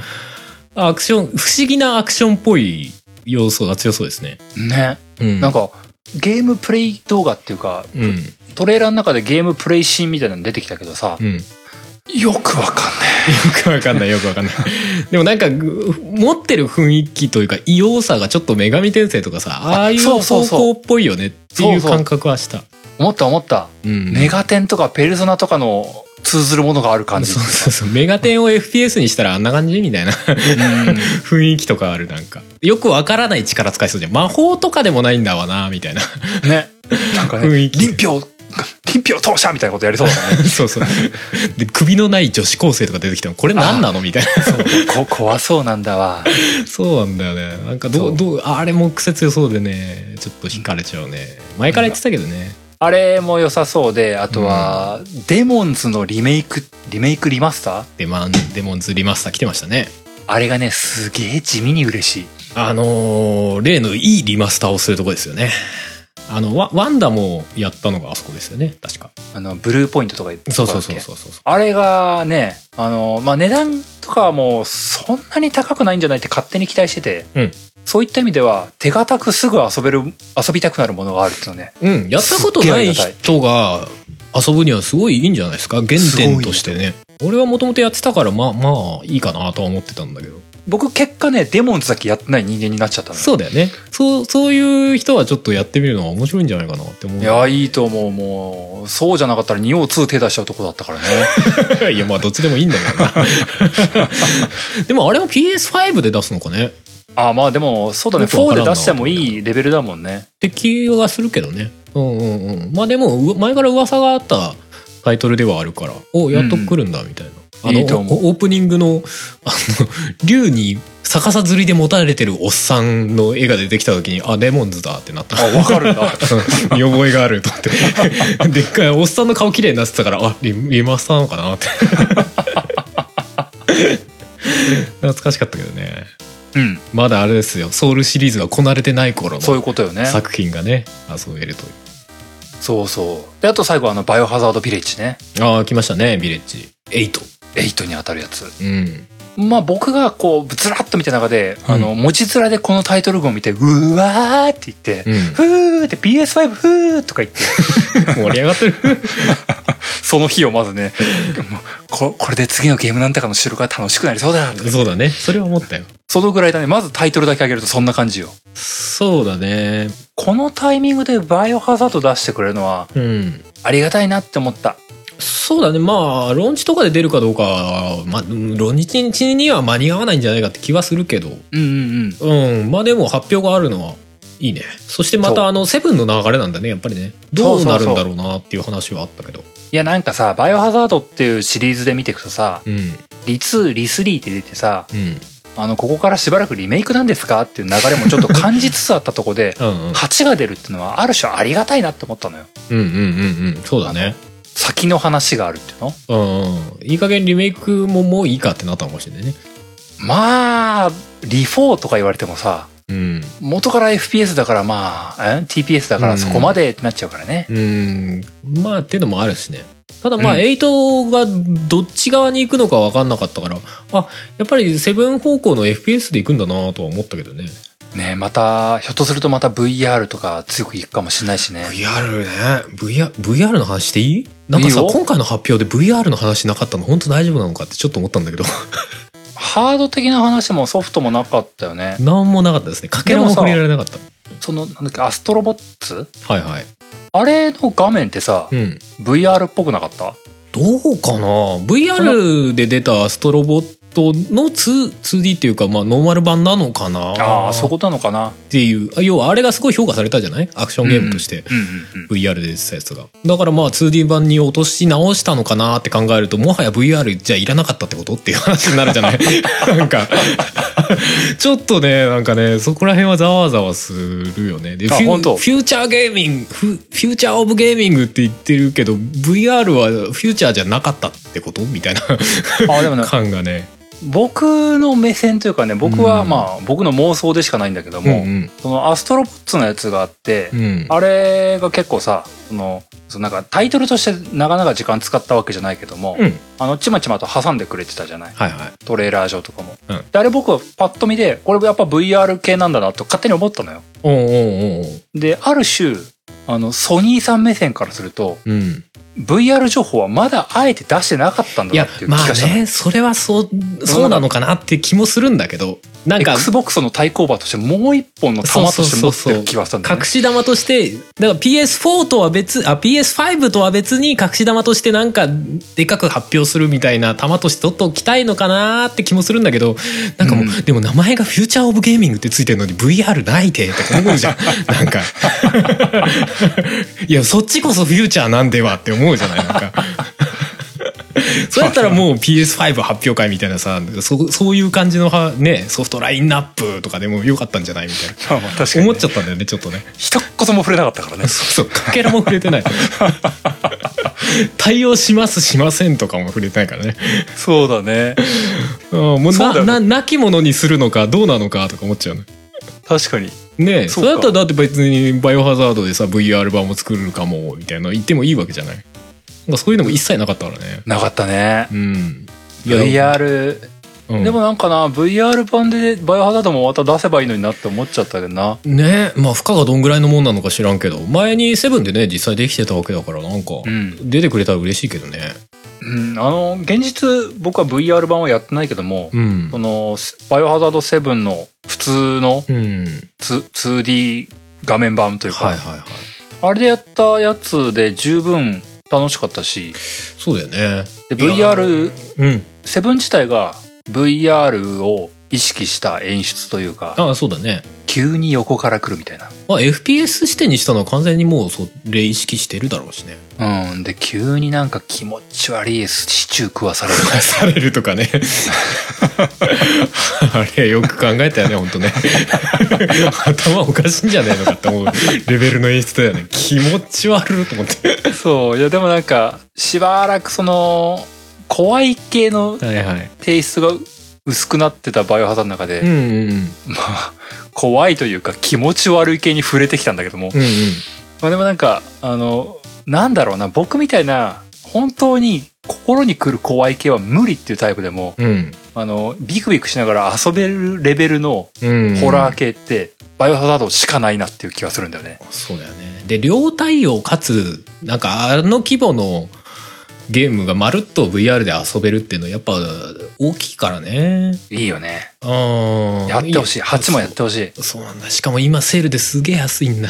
[SPEAKER 2] アクション、不思議なアクションっぽい要素が強そうですね。
[SPEAKER 1] ね
[SPEAKER 2] うん。
[SPEAKER 1] なん、かゲームプレイ動画っていうか
[SPEAKER 2] うん。
[SPEAKER 1] トレーラーの中でゲームプレイシーンみたいなの出てきたけどさ
[SPEAKER 2] うん。よ
[SPEAKER 1] よくわかんね
[SPEAKER 2] くわかんない、よくわかんない。でもなんか、ぐ持ってる雰囲気というか、異様さがちょっと女神転生とかさ、ああいう
[SPEAKER 1] そう
[SPEAKER 2] 方
[SPEAKER 1] そうそう
[SPEAKER 2] 向っぽいよねってい
[SPEAKER 1] そ
[SPEAKER 2] う
[SPEAKER 1] うそう
[SPEAKER 2] 感覚はした。
[SPEAKER 1] え思った思った、
[SPEAKER 2] うん。
[SPEAKER 1] メガテンとかペルソナとかの通ずるものがある感じ
[SPEAKER 2] そうそうそう。メガテンを FPS にしたらあんな感じみたいな。
[SPEAKER 1] うん
[SPEAKER 2] 雰囲気とかあるなんかよくわからない力使いそうじゃん魔法とかでもないんだわなみたいな
[SPEAKER 1] ね。なんかね、
[SPEAKER 2] 雰囲気
[SPEAKER 1] 臨氷、臨氷当社みたいなことやりそうだね。
[SPEAKER 2] そうそうで首のない女子高生とか出てきてもこれ何なのみたい
[SPEAKER 1] こ怖そうなんだわ。
[SPEAKER 2] な そうなんだよねなんかど
[SPEAKER 1] そう
[SPEAKER 2] うどうあれも癖強そうでねちょっと惹かれちゃうね前から言ってたけどね
[SPEAKER 1] あれも良さそうで、あとは、デモンズのリメイク、リメイクリマスター
[SPEAKER 2] デマンデモンズリマスター来てましたね
[SPEAKER 1] あれがね、すげえ地味に嬉しい。
[SPEAKER 2] あのー例のいいリマスターをするとこですよねあのワワンダもやったのがあそこですよね確か
[SPEAKER 1] あの、ブルーポイントとか言って
[SPEAKER 2] そうそうそう
[SPEAKER 1] う。
[SPEAKER 2] そうそう
[SPEAKER 1] あれがね、あの、まあ、値段とかはもうそんなに高くないんじゃないって勝手に期待してて、
[SPEAKER 2] うん
[SPEAKER 1] そういった意味では手堅くすぐ遊べる、遊びたくなるものがあるっていうのね。
[SPEAKER 2] うん、やったことない人が遊ぶにはすごいいいんじゃないですか原点としてね俺はもともとやってたからまあまあいいかなとは思ってたんだけど
[SPEAKER 1] 僕結果ね、デモンズだけやってない人間になっちゃったのよ。
[SPEAKER 2] そうだよねそうそういう人はちょっとやってみるのは面白いんじゃないかなって思う
[SPEAKER 1] いや、いいと思う、もう。そうじゃなかったら2王2手出しちゃうとこだったから ね。
[SPEAKER 2] いやまあどっちでもいいんだけどな でもあれも PS5 で出すのかねっ
[SPEAKER 1] ああ、まあでも、そうだね、
[SPEAKER 2] よくわ
[SPEAKER 1] 4
[SPEAKER 2] から
[SPEAKER 1] で
[SPEAKER 2] んな
[SPEAKER 1] 出してもいいレベルだもんね。
[SPEAKER 2] て気がするけどねうんうんうんまあでもう前から噂があったタイトルではあるからおやっと来るんだみたいな、
[SPEAKER 1] うん
[SPEAKER 2] あの
[SPEAKER 1] いいと思
[SPEAKER 2] おオープニングのあの 竜に逆さ吊りで持たれてるおっさんの絵が出てきた時にあレモンズだってなっ た
[SPEAKER 1] あ、わかるんだ。
[SPEAKER 2] 見覚えがあると思って でっかいおっさんの顔綺麗になってたからあリリマスターなのかなって 懐かしかったけどね
[SPEAKER 1] うん、
[SPEAKER 2] まだあれですよソウルシリーズがこなれてない頃
[SPEAKER 1] そうい
[SPEAKER 2] の
[SPEAKER 1] うことよね。
[SPEAKER 2] 作品がね遊べるという
[SPEAKER 1] そうそう。で、あと最後、あの、バイオハザードビレッジね。
[SPEAKER 2] ああ来ましたねビレッジ8
[SPEAKER 1] 8に当たるやつ。
[SPEAKER 2] うん
[SPEAKER 1] まあ僕がこう、ずらっと見た中で、
[SPEAKER 2] うん
[SPEAKER 1] あの、文字面でこのタイトル群を見て、うわーって言って、
[SPEAKER 2] うん
[SPEAKER 1] ふーって PS5 ふーとか言って、
[SPEAKER 2] 盛り上がってる
[SPEAKER 1] その日をまずね、もうここれで次のゲームなんだかの収録が楽しくなりそうだなとか
[SPEAKER 2] そうだねそれは思ったよ
[SPEAKER 1] そのぐらいだね。まずタイトルだけ上げるとそんな感じよ。
[SPEAKER 2] そうだね
[SPEAKER 1] このタイミングでバイオハザード出してくれるのは
[SPEAKER 2] うん
[SPEAKER 1] ありがたいなって思った。
[SPEAKER 2] そうだねまあローンチとかで出るかどうかはまあうんローンチには間に合わないんじゃないかって気はするけど
[SPEAKER 1] うんうんうん。
[SPEAKER 2] うんまあでも発表があるのはいいねそしてま
[SPEAKER 1] そう
[SPEAKER 2] たあのセブンの流れなんだねやっぱりねどうなるんだろうなっていう話はあったけど
[SPEAKER 1] いやなんかさ、バイオハザードっていうシリーズで見ていくとさ、
[SPEAKER 2] うん
[SPEAKER 1] リ2、リ3って出てさ、
[SPEAKER 2] うん
[SPEAKER 1] あの、ここからしばらくリメイクなんですかっていう流れもちょっと感じつつあったとこで、
[SPEAKER 2] うんうん
[SPEAKER 1] 8が出るっていうのはある種ありがたいなって思ったのよ。
[SPEAKER 2] うんうんうんうんそうだね
[SPEAKER 1] 先の話があるっていうの
[SPEAKER 2] うんうんいい加減リメイクももういいかってなったのかもしれないね
[SPEAKER 1] まあ、リフォーとか言われてもさ、
[SPEAKER 2] うん
[SPEAKER 1] 元から FPS だからまあ、ん ?TPS だからそこまでってなっちゃうからね。
[SPEAKER 2] うんまあっていうのもあるしねただまあ
[SPEAKER 1] うん
[SPEAKER 2] 8がどっち側に行くのか分かんなかったからあやっぱりセブン方向の FPS で行くんだなとは思ったけどね
[SPEAKER 1] ねまた、ひょっとするとまた VR とか強くいくかもしれないしね。
[SPEAKER 2] VR ね VR, VR の話していいなんかさ
[SPEAKER 1] いいよ
[SPEAKER 2] 今回の発表で VR の話なかったの本当大丈夫なのかってちょっと思ったんだけど
[SPEAKER 1] ハード的な話もソフトもなかったよね。
[SPEAKER 2] 何もなかったですねかけら
[SPEAKER 1] で
[SPEAKER 2] も
[SPEAKER 1] もさ
[SPEAKER 2] 触れられなかった
[SPEAKER 1] その、なんだっけ、アストロボッツ
[SPEAKER 2] はいはい
[SPEAKER 1] あれの画面ってさ、
[SPEAKER 2] うん
[SPEAKER 1] VR っぽくなかった
[SPEAKER 2] どうかな VR で出たアストロボットの 2- 2D っていうかまあノーマル版なのかな
[SPEAKER 1] ああー、そういうことなのかな。
[SPEAKER 2] っていうあ要はあれがすごい評価されたじゃないアクションゲームとして、
[SPEAKER 1] うんうんうん。
[SPEAKER 2] VR で出てたやつがだからまあ 2D 版に落とし直したのかなって考えるともはや VR じゃいらなかったってことっていう話になるじ ゃないなんかちょっとねなんかねそこら辺はざわざわするよねで
[SPEAKER 1] あ
[SPEAKER 2] フュ
[SPEAKER 1] 本当
[SPEAKER 2] フューチャーゲーミングフフューチャーオブゲーミングって言ってるけど VR はフューチャーじゃなかったってことみたいな
[SPEAKER 1] あで もね
[SPEAKER 2] 感がね
[SPEAKER 1] 僕の目線というかね僕は
[SPEAKER 2] うん
[SPEAKER 1] まあ僕の妄想でしかないんだけども、
[SPEAKER 2] うん
[SPEAKER 1] そのアストロボッツのやつがあって、
[SPEAKER 2] うんうん
[SPEAKER 1] あれが結構さそのそのなんかタイトルとしてなかなか時間使ったわけじゃないけども、
[SPEAKER 2] うん
[SPEAKER 1] あのちまちまと挟んでくれてたじゃない
[SPEAKER 2] はいはい
[SPEAKER 1] トレーラー上とかも、
[SPEAKER 2] うん
[SPEAKER 1] であれ僕はパッと見でこれやっぱ VR 系なんだなと勝手に思ったのよ
[SPEAKER 2] おうおうおうおう
[SPEAKER 1] である種あのソニーさん目線からすると
[SPEAKER 2] うん
[SPEAKER 1] VR 情報はまだあえて出してなかったんだ
[SPEAKER 2] い
[SPEAKER 1] な
[SPEAKER 2] や
[SPEAKER 1] っていう気
[SPEAKER 2] まあ
[SPEAKER 1] がしたの、
[SPEAKER 2] ねそれはそうそうなのかなって気もするんだけどなんか
[SPEAKER 1] XBOX の対抗馬としてもう一本の玉として持ってる気がしたんだよね
[SPEAKER 2] 隠し玉としてだから PS4 とは別あ PS5 とは別に隠し玉としてなんかでかく発表するみたいな玉として取っておきたいのかなって気もするんだけどなんかもう、
[SPEAKER 1] う
[SPEAKER 2] でも名前が「フューチャー・オブ・ゲーミング」ってついてるのに VR ないでとか思うじゃ んなんか いやそっちこそフューチャーなんではって思うじゃないなんかそうやったらもう PS5 発表会みたいなさそそういう感じのは、ね、ソフトラインナップとかでもよかったんじゃないみた
[SPEAKER 1] ま
[SPEAKER 2] いな
[SPEAKER 1] あまあ確かに、
[SPEAKER 2] 思
[SPEAKER 1] ね
[SPEAKER 2] っ、ちゃったんだよねちょっとね
[SPEAKER 1] 一言も触れなかったから ね
[SPEAKER 2] そうそうかけらも触れてない対応しますしませんとかも触れてないからね
[SPEAKER 1] そうだね
[SPEAKER 2] うんもう
[SPEAKER 1] そうだ
[SPEAKER 2] な
[SPEAKER 1] よね
[SPEAKER 2] ななきものにするのかどうなのかとか思っちゃうの
[SPEAKER 1] 確かに
[SPEAKER 2] ねえ
[SPEAKER 1] そ
[SPEAKER 2] そう
[SPEAKER 1] か
[SPEAKER 2] れだったらだって別に「バイオハザード」でさ VR 版も作るかもみたいなの言ってもいいわけじゃないなんかそういうのも一切なかったからね
[SPEAKER 1] なかったね
[SPEAKER 2] うんいや
[SPEAKER 1] VR
[SPEAKER 2] うん
[SPEAKER 1] でもなんかな VR 版でバイオハザードもまた出せばいいのになって思っちゃったけどな
[SPEAKER 2] ねえまあ負荷がどんぐらいのもんなのか知らんけど前に「セブンでね実際できてたわけだからなんか、
[SPEAKER 1] うん、
[SPEAKER 2] 出てくれたら嬉しいけどね
[SPEAKER 1] うん、あの現実僕は VR 版はやってないけども、
[SPEAKER 2] うん
[SPEAKER 1] そのバイオハザード7の普通の
[SPEAKER 2] うん
[SPEAKER 1] ツ 2D 画面版というか、
[SPEAKER 2] はいはいはい
[SPEAKER 1] あれでやったやつで十分楽しかったし
[SPEAKER 2] そうだよね
[SPEAKER 1] で
[SPEAKER 2] いや
[SPEAKER 1] VR
[SPEAKER 2] うん
[SPEAKER 1] セブン自体が VR を意識した演出というか
[SPEAKER 2] ああそうだね
[SPEAKER 1] 急に横から来るみたい
[SPEAKER 2] まあ FPS 視点にしたのは完全にもうそれ意識してるだろうしね
[SPEAKER 1] なうんで急になんか気持ち悪いシチュー食わされる
[SPEAKER 2] されるとかね あれよく考えたよね本当ね 頭おかしいんじゃねえのかって思うレベルの演出だよね気持ち悪いと思って
[SPEAKER 1] そういやでもなんかしばらくその怖い系の
[SPEAKER 2] はいはい
[SPEAKER 1] テイストが薄くなってたバイオハザードの中で、
[SPEAKER 2] うんうんうん
[SPEAKER 1] まあ怖いというか気持ち悪い系に触れてきたんだけども、
[SPEAKER 2] うんうん
[SPEAKER 1] まあ、でもなんかあのなんだろうな僕みたいな本当に心に来る怖い系は無理っていうタイプでも
[SPEAKER 2] うん
[SPEAKER 1] あのビクビクしながら遊べるレベルの
[SPEAKER 2] うん
[SPEAKER 1] ホラー系って、バイオハザードしかないなっていう気がするんだよね。
[SPEAKER 2] そうだよねで両対応かつなんかあの規模のゲームがまるっと VR で遊べるっていうのはやっぱ大きいからね
[SPEAKER 1] いいよね。
[SPEAKER 2] うん
[SPEAKER 1] やってほしい。8もやってほしい。
[SPEAKER 2] そうなんだしかも今セールですげえ安 いんだ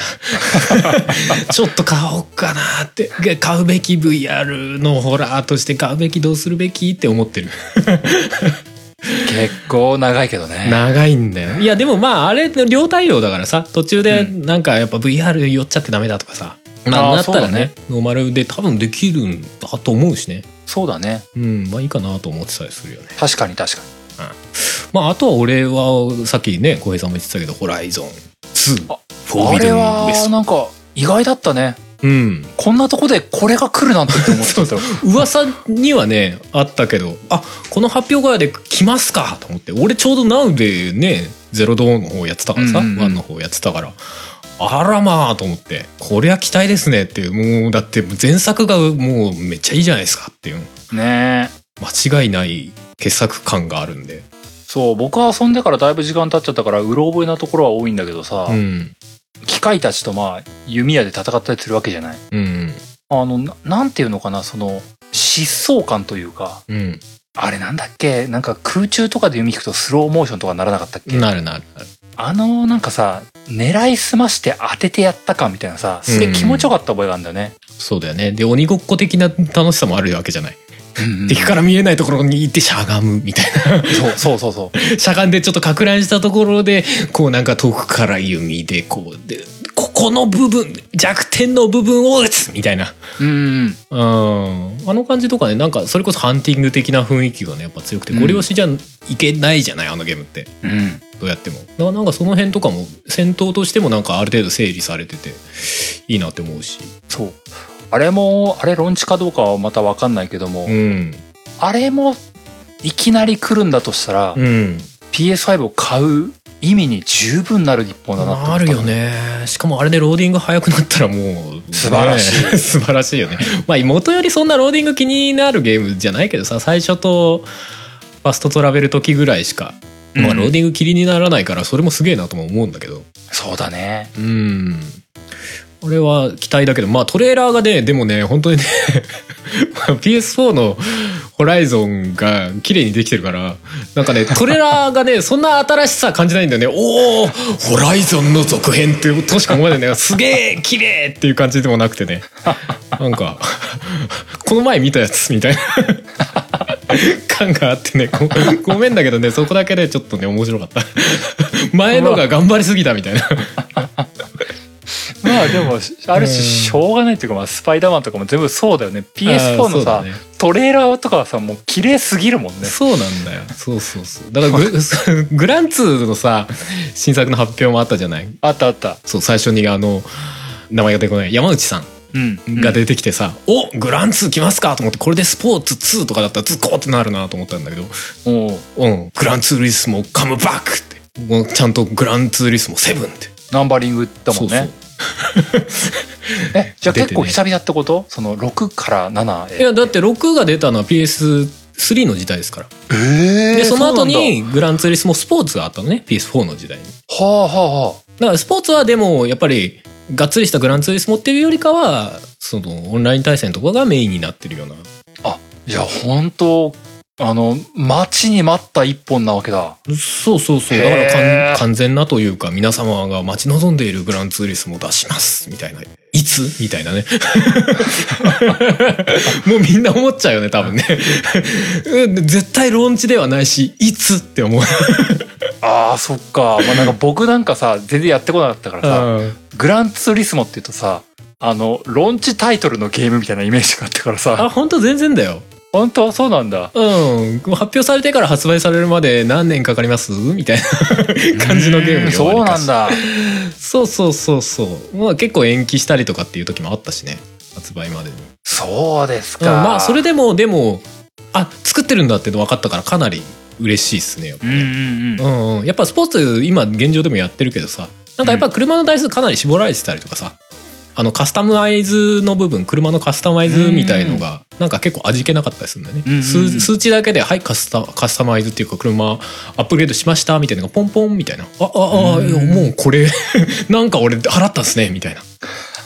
[SPEAKER 2] ちょっと買おうかなってで買うべき VR のホラーとして買うべきどうするべきって思ってる
[SPEAKER 1] 結構長いけどね。
[SPEAKER 2] 長いんだよいやでもまああれ両対応だからさ途中で
[SPEAKER 1] う
[SPEAKER 2] なんかやっぱ VR 寄っちゃってダメだとかさ、まあ
[SPEAKER 1] あー
[SPEAKER 2] なった
[SPEAKER 1] そ
[SPEAKER 2] ら
[SPEAKER 1] うだね
[SPEAKER 2] ねノーマルで多分できるんだと思うしね
[SPEAKER 1] そうだね。
[SPEAKER 2] うんまあいいかなと思ってたりするよね
[SPEAKER 1] 確かに確かに。
[SPEAKER 2] まああとは俺はさっきね浩平さんも言ってたけど「ホライゾン2」
[SPEAKER 1] あ
[SPEAKER 2] フォー
[SPEAKER 1] あ
[SPEAKER 2] ビ
[SPEAKER 1] れ
[SPEAKER 2] ドンウェ
[SPEAKER 1] は
[SPEAKER 2] スト
[SPEAKER 1] なんか意外だったね。
[SPEAKER 2] うん
[SPEAKER 1] こんなとこでこれが来るなんてって思って たよ。
[SPEAKER 2] 噂にはねあったけどあこの発表会で来ますかと思って俺ちょうど Now でね「ゼロドーンの方やってたからさ、
[SPEAKER 1] うんうんうん
[SPEAKER 2] ワンの方やってたからあらまあと思ってこりゃ期待ですねっていうもうだって前作がもうめっちゃいいじゃないですかっていう
[SPEAKER 1] ねえ。
[SPEAKER 2] 間違いない傑作感があるんで
[SPEAKER 1] そう、僕は遊んでからだいぶ時間経っちゃったから、うろ覚えなところは多いんだけどさ、
[SPEAKER 2] うん
[SPEAKER 1] 機械たちとまあ、弓矢で戦ったりするわけじゃない。
[SPEAKER 2] うん
[SPEAKER 1] あの、ななんていうのかな、その、疾走感というか、
[SPEAKER 2] うん
[SPEAKER 1] あれなんだっけなんか空中とかで弓引くとスローモーションとかならなかったっけ
[SPEAKER 2] なるなるなる
[SPEAKER 1] あのなんかさ狙いすまして当ててやったかみたいなさすげえ気持ちよかった覚えがあるんだよね、
[SPEAKER 2] そうだよねで鬼ごっこ的な楽しさもあるわけじゃない、
[SPEAKER 1] うん
[SPEAKER 2] 敵から見えないところに行ってしゃがむみたいな
[SPEAKER 1] そうそうそうそう
[SPEAKER 2] しゃがんでちょっとかく乱したところでこうなんか遠くから弓でこうでここの部分弱点の部分を打つみたいな
[SPEAKER 1] うん
[SPEAKER 2] うんあの感じとかねなんかそれこそハンティング的な雰囲気がねやっぱ強くて
[SPEAKER 1] うん
[SPEAKER 2] ご利用しじゃいけないじゃないあのゲームって
[SPEAKER 1] うん
[SPEAKER 2] どうやってもだからなんかその辺とかも戦闘としてもなんかある程度整理されてていいなって思うし
[SPEAKER 1] そうあれもあれロンチかどうかはまた分かんないけども、
[SPEAKER 2] うん
[SPEAKER 1] あれもいきなり来るんだとしたら、
[SPEAKER 2] うん
[SPEAKER 1] PS5 を買う意味に十分なる一本だなって思
[SPEAKER 2] あ
[SPEAKER 1] った
[SPEAKER 2] るよねしかもあれでローディング早くなったらもう
[SPEAKER 1] 素晴らしい
[SPEAKER 2] ね 素晴らしいよねまあ元よりそんなローディング気になるゲームじゃないけどさ最初とファストトラベル時ぐらいしか、まあ、
[SPEAKER 1] うん
[SPEAKER 2] ローディング気にならないからそれもすげえなとも思うんだけど
[SPEAKER 1] そうだ ね
[SPEAKER 2] うんこれは期待だけどまあトレーラーがねでもね本当にね まあ PS4 のホライゾンが綺麗にできてるからなんかねトレーラーがね そんな新しさ感じないんだよねおおホライゾンの続編ってとしか思わないんだよねすげえ綺麗っていう感じでもなくてねなんか この前見たやつみたいな感があってねごごめんだけどねそこだけでちょっとね面白かった前のが頑張りすぎたみたいな
[SPEAKER 1] ままあでもある種しょうがないっていうか、まあ、スパイダーマンとかも全部そうだよね PS4 の
[SPEAKER 2] あーそ
[SPEAKER 1] さ、
[SPEAKER 2] うだね
[SPEAKER 1] トレーラーとかはさもう綺麗すぎるもんね
[SPEAKER 2] そうなんだよそうそうそうだからグ そうグランツーのさ新作の発表もあったじゃない
[SPEAKER 1] あったあった
[SPEAKER 2] そう最初にあの名前が出てこない山内さん
[SPEAKER 1] うん
[SPEAKER 2] が出てきてさ「おグランツー来ますか!」と思ってこれでスポーツ2とかだったらズコーってなるなと思ったんだけど
[SPEAKER 1] うんおう
[SPEAKER 2] 「うんグランツーリスモカムバック!」ってもうちゃんと「グランツーリスモセブンって
[SPEAKER 1] ナンバリングだもんね
[SPEAKER 2] そう
[SPEAKER 1] えじゃあ
[SPEAKER 2] 出てね
[SPEAKER 1] 結構久々ってこと、その6から7
[SPEAKER 2] そうい
[SPEAKER 1] へ
[SPEAKER 2] やだって6が出たのは PS3 の時代ですから
[SPEAKER 1] え
[SPEAKER 2] でその後にグランツーリスモスポーツがあったのね PS4 の時代に
[SPEAKER 1] はあはあは
[SPEAKER 2] だからスポーツはでもやっぱりがっつりしたグランツーリスモっていうよりかはそのオンライン対戦とかがメインになってるような
[SPEAKER 1] あいや本当あの待ちに待った一本なわけだ
[SPEAKER 2] そうそうそうだから
[SPEAKER 1] へー
[SPEAKER 2] 完完全なというか皆様が待ち望んでいるグランツーリスモを出しますみたいないつみたいなね もうみんな思っちゃうよね多分ね うん絶対ローンチではないしいつって思う
[SPEAKER 1] あーそっか,、まあ、なんか僕なんかさ全然やってこなかったからさ、グランツーリスモっていうとさあのローンチタイトルのゲームみたいなイメージがあったからさ
[SPEAKER 2] あ本当全然だよ
[SPEAKER 1] 本当そうなんだ
[SPEAKER 2] うん発表されてから発売されるまで何年かかりますみたいな 感じのゲーム
[SPEAKER 1] うん
[SPEAKER 2] よ
[SPEAKER 1] そうなんだ
[SPEAKER 2] そうそうそうそう。まあ結構延期したりとかっていう時もあったしね。発売までに。
[SPEAKER 1] そうです
[SPEAKER 2] うん
[SPEAKER 1] か、
[SPEAKER 2] まあそれでも、でも、あ、作ってるんだっての分かったからかなり嬉しいっすね。やっぱ
[SPEAKER 1] うんうん
[SPEAKER 2] う
[SPEAKER 1] うん
[SPEAKER 2] んうん。やっぱスポーツ今現状でもやってるけどさ。なんかやっぱ車の台数かなり絞られてたりとかさ。あのカスタマイズの部分車のカスタマイズみたいのがなんか結構味気なかったりするんだよね、
[SPEAKER 1] うんうんうん
[SPEAKER 2] 数数値だけで「はいカスタカスタマイズ」っていうか車アップグレードしましたみたいなのがポンポンみたいな「あああ
[SPEAKER 1] うん
[SPEAKER 2] いやもうこれ なんか俺払ったんすね」みたい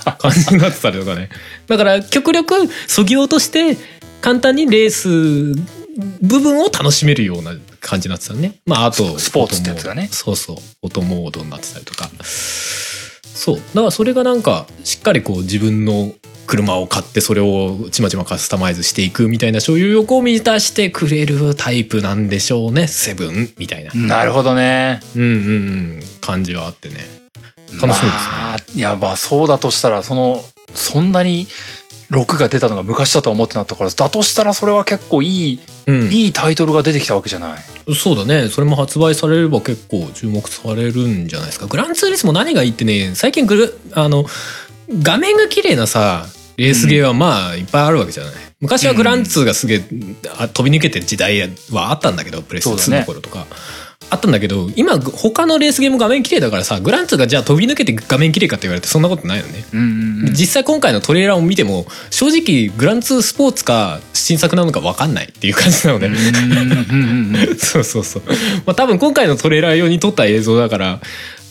[SPEAKER 2] な感じになってたりとかねだから極力そぎ落として簡単にレース部分を楽しめるような感じになってたねまああと
[SPEAKER 1] スポーツってやつがね
[SPEAKER 2] そうそうオートモードになってたりとかそうだからそれがなんかしっかりこう自分の車を買ってそれをちまちまカスタマイズしていくみたいな所有欲を満たしてくれるタイプなんでしょうねセブンみたいな
[SPEAKER 1] なるほどね
[SPEAKER 2] うんうんうん感じはあってね楽しみですね
[SPEAKER 1] まあいやまあそうだとしたらそのそんなに6が出たのが昔だとは思ってなかったからだとしたらそれは結構いい、
[SPEAKER 2] うん
[SPEAKER 1] いいタイトルが出てきたわけじゃない
[SPEAKER 2] そうだねそれも発売されれば結構注目されるんじゃないですかグランツーリスも何がいいってね最近グルあの画面が綺麗なさレースゲーはまあいっぱいあるわけじゃない、昔はグランツーがすげえあ飛び抜けてる時代はあったんだけどプレス
[SPEAKER 1] そうだ
[SPEAKER 2] 2
[SPEAKER 1] ね
[SPEAKER 2] の頃とか、あったんだけど今他のレースゲーム画面綺麗だからさグランツーがじゃあ飛び抜けて画面綺麗かって言われてそんなことないよね
[SPEAKER 1] うんうんうん
[SPEAKER 2] 実際今回のトレーラーを見ても正直グランツースポーツか新作なのか分かんないっていう感じなので、
[SPEAKER 1] うんうんうん
[SPEAKER 2] そうそうそう。まあ多分今回のトレーラー用に撮った映像だから、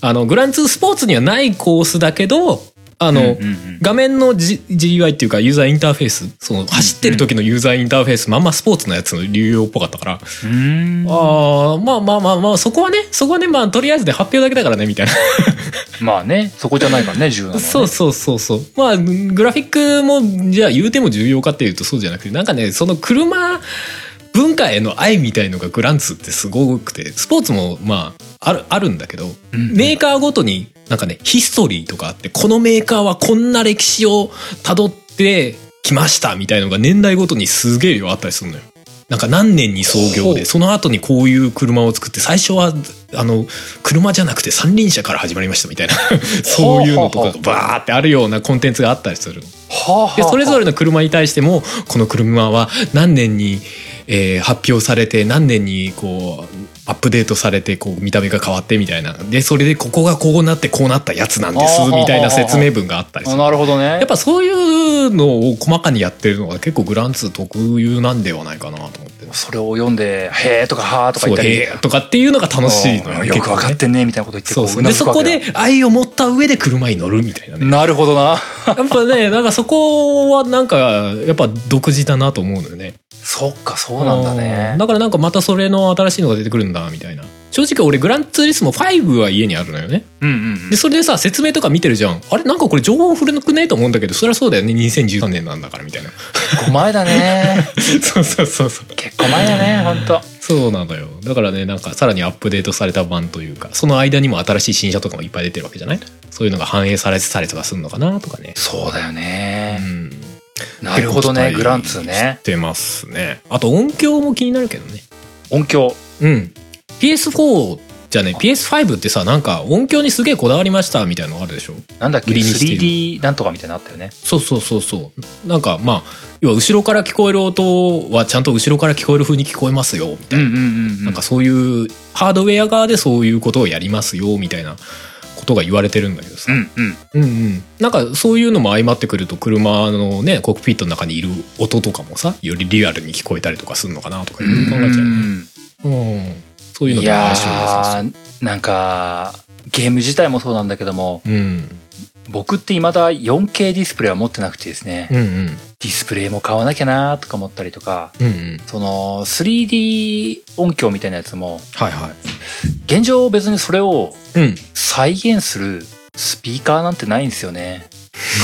[SPEAKER 2] あの、グランツースポーツにはないコースだけど、あの、
[SPEAKER 1] うんうんうん
[SPEAKER 2] 画面の、G、GUI っていうかユーザーインターフェース、その走ってる時のユーザーインターフェース、まんまスポーツのやつの流用っぽかったから、
[SPEAKER 1] うん
[SPEAKER 2] ああ、まあまあまあまあ、そこはね、そこはね、まあとりあえずで発表だけだからね、みたいな。
[SPEAKER 1] まあねそこじゃないからね重要なのはね
[SPEAKER 2] そうそうそうそう。まあ、グラフィックも、じゃあ言うても重要かっていうとそうじゃなくて、なんかね、その車文化への愛みたいのがグランツーってすごくて、スポーツもまあ、ある、あるんだけど、
[SPEAKER 1] うん
[SPEAKER 2] メーカーごとになんかね、ヒストリーとかあって、このメーカーはこんな歴史を辿ってきましたみたいのが年代ごとにすげえ量あったりするのよ。なんか何年に創業
[SPEAKER 1] ほう
[SPEAKER 2] で、その後にこういう車を作って、最初は、あの、車じゃなくて三輪車から始まりましたみたいな、そういうのとかがバーってあるようなコンテンツがあったりするの。
[SPEAKER 1] はあはあ
[SPEAKER 2] で、それぞ
[SPEAKER 1] れ
[SPEAKER 2] れの車に対しても、この車は何年に、えー発表されて、何年にこう、アップデートされて、こう、見た目が変わってみたいな。で、それでここがこうなって、こうなったやつなんです
[SPEAKER 1] あ、ー
[SPEAKER 2] みたいな説明文があったりする。
[SPEAKER 1] なるほどね
[SPEAKER 2] やっぱそういうのを細かにやってるのが結構グランツー特有なんではないかなと思ってます。
[SPEAKER 1] それを読んで「へえ」とか「はあ」とか
[SPEAKER 2] そ
[SPEAKER 1] 言
[SPEAKER 2] う
[SPEAKER 1] ったり
[SPEAKER 2] へーとかっていうのが楽しいの
[SPEAKER 1] う
[SPEAKER 2] よ。
[SPEAKER 1] んよくわかっ
[SPEAKER 2] 結構ね
[SPEAKER 1] てんねみたいなこと言って
[SPEAKER 2] そ
[SPEAKER 1] こ
[SPEAKER 2] う
[SPEAKER 1] う
[SPEAKER 2] そう
[SPEAKER 1] うな
[SPEAKER 2] で
[SPEAKER 1] ず
[SPEAKER 2] そ
[SPEAKER 1] くわ
[SPEAKER 2] こ
[SPEAKER 1] けだ
[SPEAKER 2] で愛を持った上で車に乗るみたいなね。
[SPEAKER 1] なるほどな
[SPEAKER 2] やっぱね、なんかそこはなんか、やっぱ独自だなと思うのよね。
[SPEAKER 1] そっかそうなんだ
[SPEAKER 2] うん
[SPEAKER 1] ね
[SPEAKER 2] だからなんかまたそれの新しいのが出てくるんだ、みたいな。正直俺グランツーリスモ5は家にあるのよね。
[SPEAKER 1] うんうんうん
[SPEAKER 2] で、それでさ、説明とか見てるじゃん。あれなんかこれ情報古くねえと思うんだけど、そりゃそうだよね。2013年なんだからみたいな。
[SPEAKER 1] 結構前だね
[SPEAKER 2] そうそうそうそう。
[SPEAKER 1] 結構前だね本当。
[SPEAKER 2] そうなのよだからねなんかさらにアップデートされた版というかその間にも新しい新車とかもいっぱい出てるわけじゃないそういうのが反映されてたりとかするのかなとかね
[SPEAKER 1] そうだよ
[SPEAKER 2] う
[SPEAKER 1] ね。
[SPEAKER 2] ん
[SPEAKER 1] なるほどね、
[SPEAKER 2] 結構期待
[SPEAKER 1] グランツーね
[SPEAKER 2] し。てますねあと音響も気になるけどね
[SPEAKER 1] 音響。
[SPEAKER 2] うん PS4 じゃね PS5 ってさなんか音響にすげえこだわりましたみたいなのあるでしょ
[SPEAKER 1] なんだっけ、
[SPEAKER 2] 売りにしてる
[SPEAKER 1] 3D なんとかみたいなのあったよね。
[SPEAKER 2] そうそうそうそうなんかまあ要は後ろから聞こえる音はちゃんと後ろから聞こえる風に聞こえますよみた
[SPEAKER 1] う
[SPEAKER 2] い
[SPEAKER 1] ん
[SPEAKER 2] な、
[SPEAKER 1] うんうん。
[SPEAKER 2] なんかそういうハードウェア側でそういうことをやりますよみたいなことが言われてるんだけど
[SPEAKER 1] う
[SPEAKER 2] さ、
[SPEAKER 1] んうん。
[SPEAKER 2] うんうんなんかそういうのも相まってくると車のねコックピットの中にいる音とかもさよりリアルに聞こえたりとかするのかなとかいろいろ考えちゃうよね、うんそういうの
[SPEAKER 1] い
[SPEAKER 2] とも
[SPEAKER 1] や
[SPEAKER 2] 相性がいいで
[SPEAKER 1] ー、なんか、ゲーム自体もそうなんだけども、
[SPEAKER 2] すようん
[SPEAKER 1] 僕って未だ 4K ディスプレイは持ってなくてですね、
[SPEAKER 2] うんうん
[SPEAKER 1] ディスプレイも買わなきゃなーとか思ったりとか、
[SPEAKER 2] うんうん
[SPEAKER 1] その 3D 音響みたいなやつも、
[SPEAKER 2] はいは
[SPEAKER 1] 現状別にそれを
[SPEAKER 2] いうん
[SPEAKER 1] 再現するスピーカーなんてないんですよね。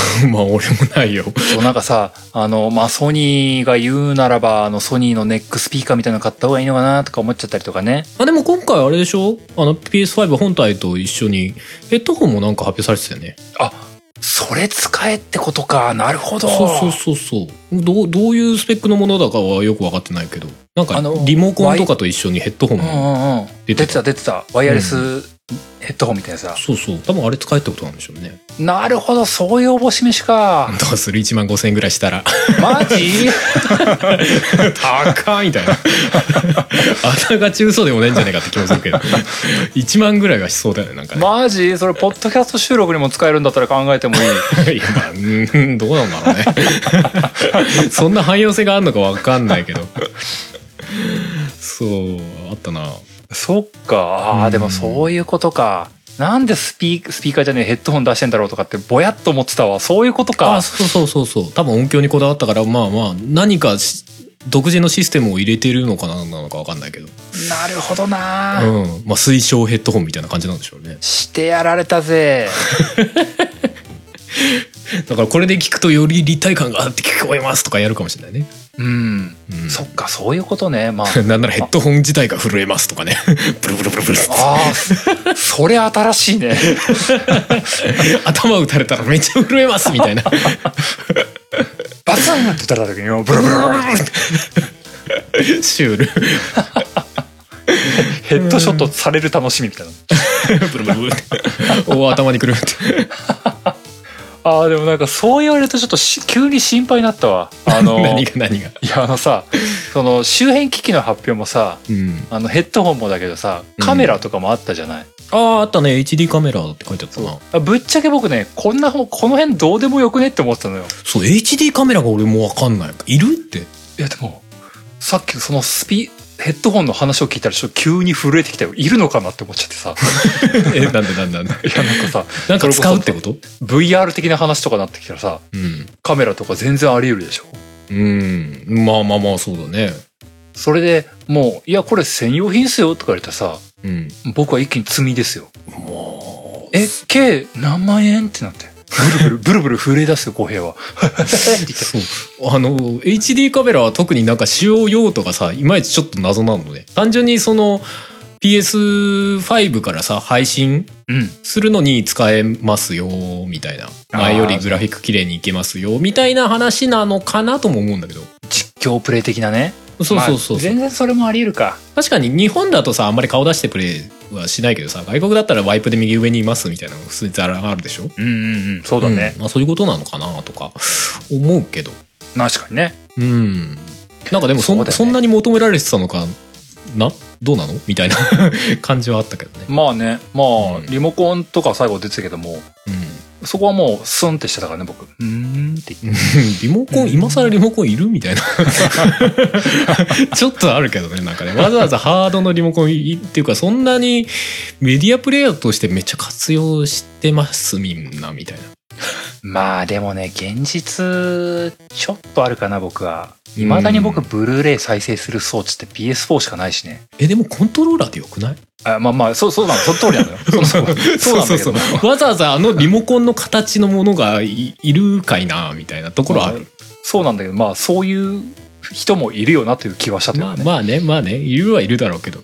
[SPEAKER 2] まあ俺もないよ
[SPEAKER 1] そうなんかさ、あの、まあ、ソニーが言うならば、あの、ソニーのネックスピーカーみたいなの買った方がいいのかなとか思っちゃったりとかね。
[SPEAKER 2] あでも今回あれでしょあの PS5 本体と一緒にヘッドホンもなんか発表されてたよね
[SPEAKER 1] あ、それ使えってことか。なるほど。
[SPEAKER 2] そうそうそうそうどうどういうスペックのものだかはよく分かってないけどなんか
[SPEAKER 1] あの
[SPEAKER 2] リモコンとかと一緒にヘッドホン
[SPEAKER 1] うん
[SPEAKER 2] も
[SPEAKER 1] うんうん。出
[SPEAKER 2] 出
[SPEAKER 1] て
[SPEAKER 2] て
[SPEAKER 1] た出てた。ワイヤレスヘッドホンみたいなさ。
[SPEAKER 2] そうそう多分あれ使えってことなんでしょうね
[SPEAKER 1] なるほど、そういうおぼし飯 か。
[SPEAKER 2] どうする1万5000円ぐらいしたら
[SPEAKER 1] マジ
[SPEAKER 2] 高いみたいな あながち嘘でもないんじゃないかって気もするけど1万ぐらいはしそうだよねなんかね、
[SPEAKER 1] マジそれ、ポッドキャスト収録にも使えるんだったら考え てもいい。
[SPEAKER 2] いやまあうーんどうなんだろうね そんな汎用性があるのか分かんないけどそうあったな
[SPEAKER 1] そっか。あ
[SPEAKER 2] う
[SPEAKER 1] あ、
[SPEAKER 2] ん
[SPEAKER 1] でもそういうことか。なんでスピースピーカーじゃねえヘッドホン出してんだろうとかってぼやっと思ってたわ。そういうこと
[SPEAKER 2] あ
[SPEAKER 1] か。
[SPEAKER 2] そうそうそうそう多分音響にこだわったからまあまあ何かし独自のシステムを入れてるのかななのか分かんないけど、
[SPEAKER 1] なるほどな、
[SPEAKER 2] うんまあ、推奨ヘッドホンみたいな感じなんでしょうね
[SPEAKER 1] してやられた ぜ。
[SPEAKER 2] だからこれで聞くとより立体感があって聞こえますとかやるかもしれないね、
[SPEAKER 1] うん。
[SPEAKER 2] うん、
[SPEAKER 1] そっか、そういうことね。まあ。
[SPEAKER 2] なんならヘッドホン自体が震えますとかねブルブルブルブル
[SPEAKER 1] ああ、それ新しいね。
[SPEAKER 2] 頭打たれたらめっちゃ震えますみたいな
[SPEAKER 1] バツンって打たれた時に、ブルブルブルブルって
[SPEAKER 2] シュール
[SPEAKER 1] ヘッドショットされる楽しみみたいな。
[SPEAKER 2] ブルブルブルってお頭にくるって
[SPEAKER 1] ああ、でもなんかそう言われるとちょっとし急に心配になったわ。あの、
[SPEAKER 2] 何
[SPEAKER 1] い
[SPEAKER 2] が何が
[SPEAKER 1] やあのさ、その周辺機器の発表もさ、
[SPEAKER 2] うん
[SPEAKER 1] あのヘッドホンもだけどさ、カメラとかもあったじゃない。
[SPEAKER 2] あああったね HD カメラって書いてあったな
[SPEAKER 1] あぶっちゃけ僕ね、こんなほん、この辺どうでもよくねって思ってたのよ。
[SPEAKER 2] そう HD カメラが俺も分かんないいるって
[SPEAKER 1] いやでも、さっきそのスピ、ヘッドホンの話を聞いたらちょっと急に震えてきたよ。いるのかなって思っちゃってさ。
[SPEAKER 2] えなんでなんでなんで
[SPEAKER 1] いやなんかさ、
[SPEAKER 2] なんか使うってことう
[SPEAKER 1] VR 的な話とかなってきたらさ、
[SPEAKER 2] ん
[SPEAKER 1] カメラとか全然あり得るでしょ。
[SPEAKER 2] うんまあまあまあそうだね
[SPEAKER 1] それでもう、いや、これ専用品っすよとか言われたらさ、
[SPEAKER 2] うん
[SPEAKER 1] 僕は一気に罪ですよ。え、計何万円ってなって。ブルブル、 ブルブル震え出すよ、浩平は。
[SPEAKER 2] そうあの HD カメラは特になんか使用用途がさいまいちちょっと謎なのね単純にその PS5 からさ配信
[SPEAKER 1] うん。
[SPEAKER 2] するのに使えますよみたいな
[SPEAKER 1] あー
[SPEAKER 2] 前よりグラフィック綺麗にいけますよみたいな話なのかなとも思うんだけど
[SPEAKER 1] 実況プレイ的なね。
[SPEAKER 2] そうそう
[SPEAKER 1] まあ
[SPEAKER 2] そうそう、
[SPEAKER 1] 全然それもあり得るか。
[SPEAKER 2] 確かに日本だとさあんまり顔出してプレイはしないけどさ外国だったらワイプで右上にいますみたいなのが普通にざらがあるでしょ
[SPEAKER 1] うんうんうん。そうだね
[SPEAKER 2] ん。まあ、そういうことなのかなとか思うけど
[SPEAKER 1] 確かにね。
[SPEAKER 2] うんなんかでもそん
[SPEAKER 1] そう
[SPEAKER 2] そ,、
[SPEAKER 1] だよね
[SPEAKER 2] んなに求められてたのかなどうなのみたいな 感じはあったけどね、
[SPEAKER 1] まあね。まあ、
[SPEAKER 2] うん
[SPEAKER 1] リモコンとか最後出てたけども、
[SPEAKER 2] うん、
[SPEAKER 1] そこはもうスンってしてたからね、僕。うーんって言って。
[SPEAKER 2] リモコン今更リモコンいるみたいな ちょっとあるけどねなんかねわざわざハードのリモコンいっていうかそんなにメディアプレイヤーとしてめっちゃ活用してますみんなみたいな
[SPEAKER 1] まあでもね、現実、ちょっとあるかな、僕は。未だに僕、
[SPEAKER 2] うん
[SPEAKER 1] ブルーレイ再生する装置って PS4 しかないしね。
[SPEAKER 2] えでもコントローラーでよくない
[SPEAKER 1] あまあまあ、そう、そうなの、その通りな のよ。 そうそうそうなんだけども。
[SPEAKER 2] わざわざあのリモコンの形のものがいいるかいなみたいなところはある
[SPEAKER 1] そうなんだけど、まあ、そういう人もいるよなという気はしたというか
[SPEAKER 2] まあ
[SPEAKER 1] ね、
[SPEAKER 2] まあねまあねいるはいるだろうけど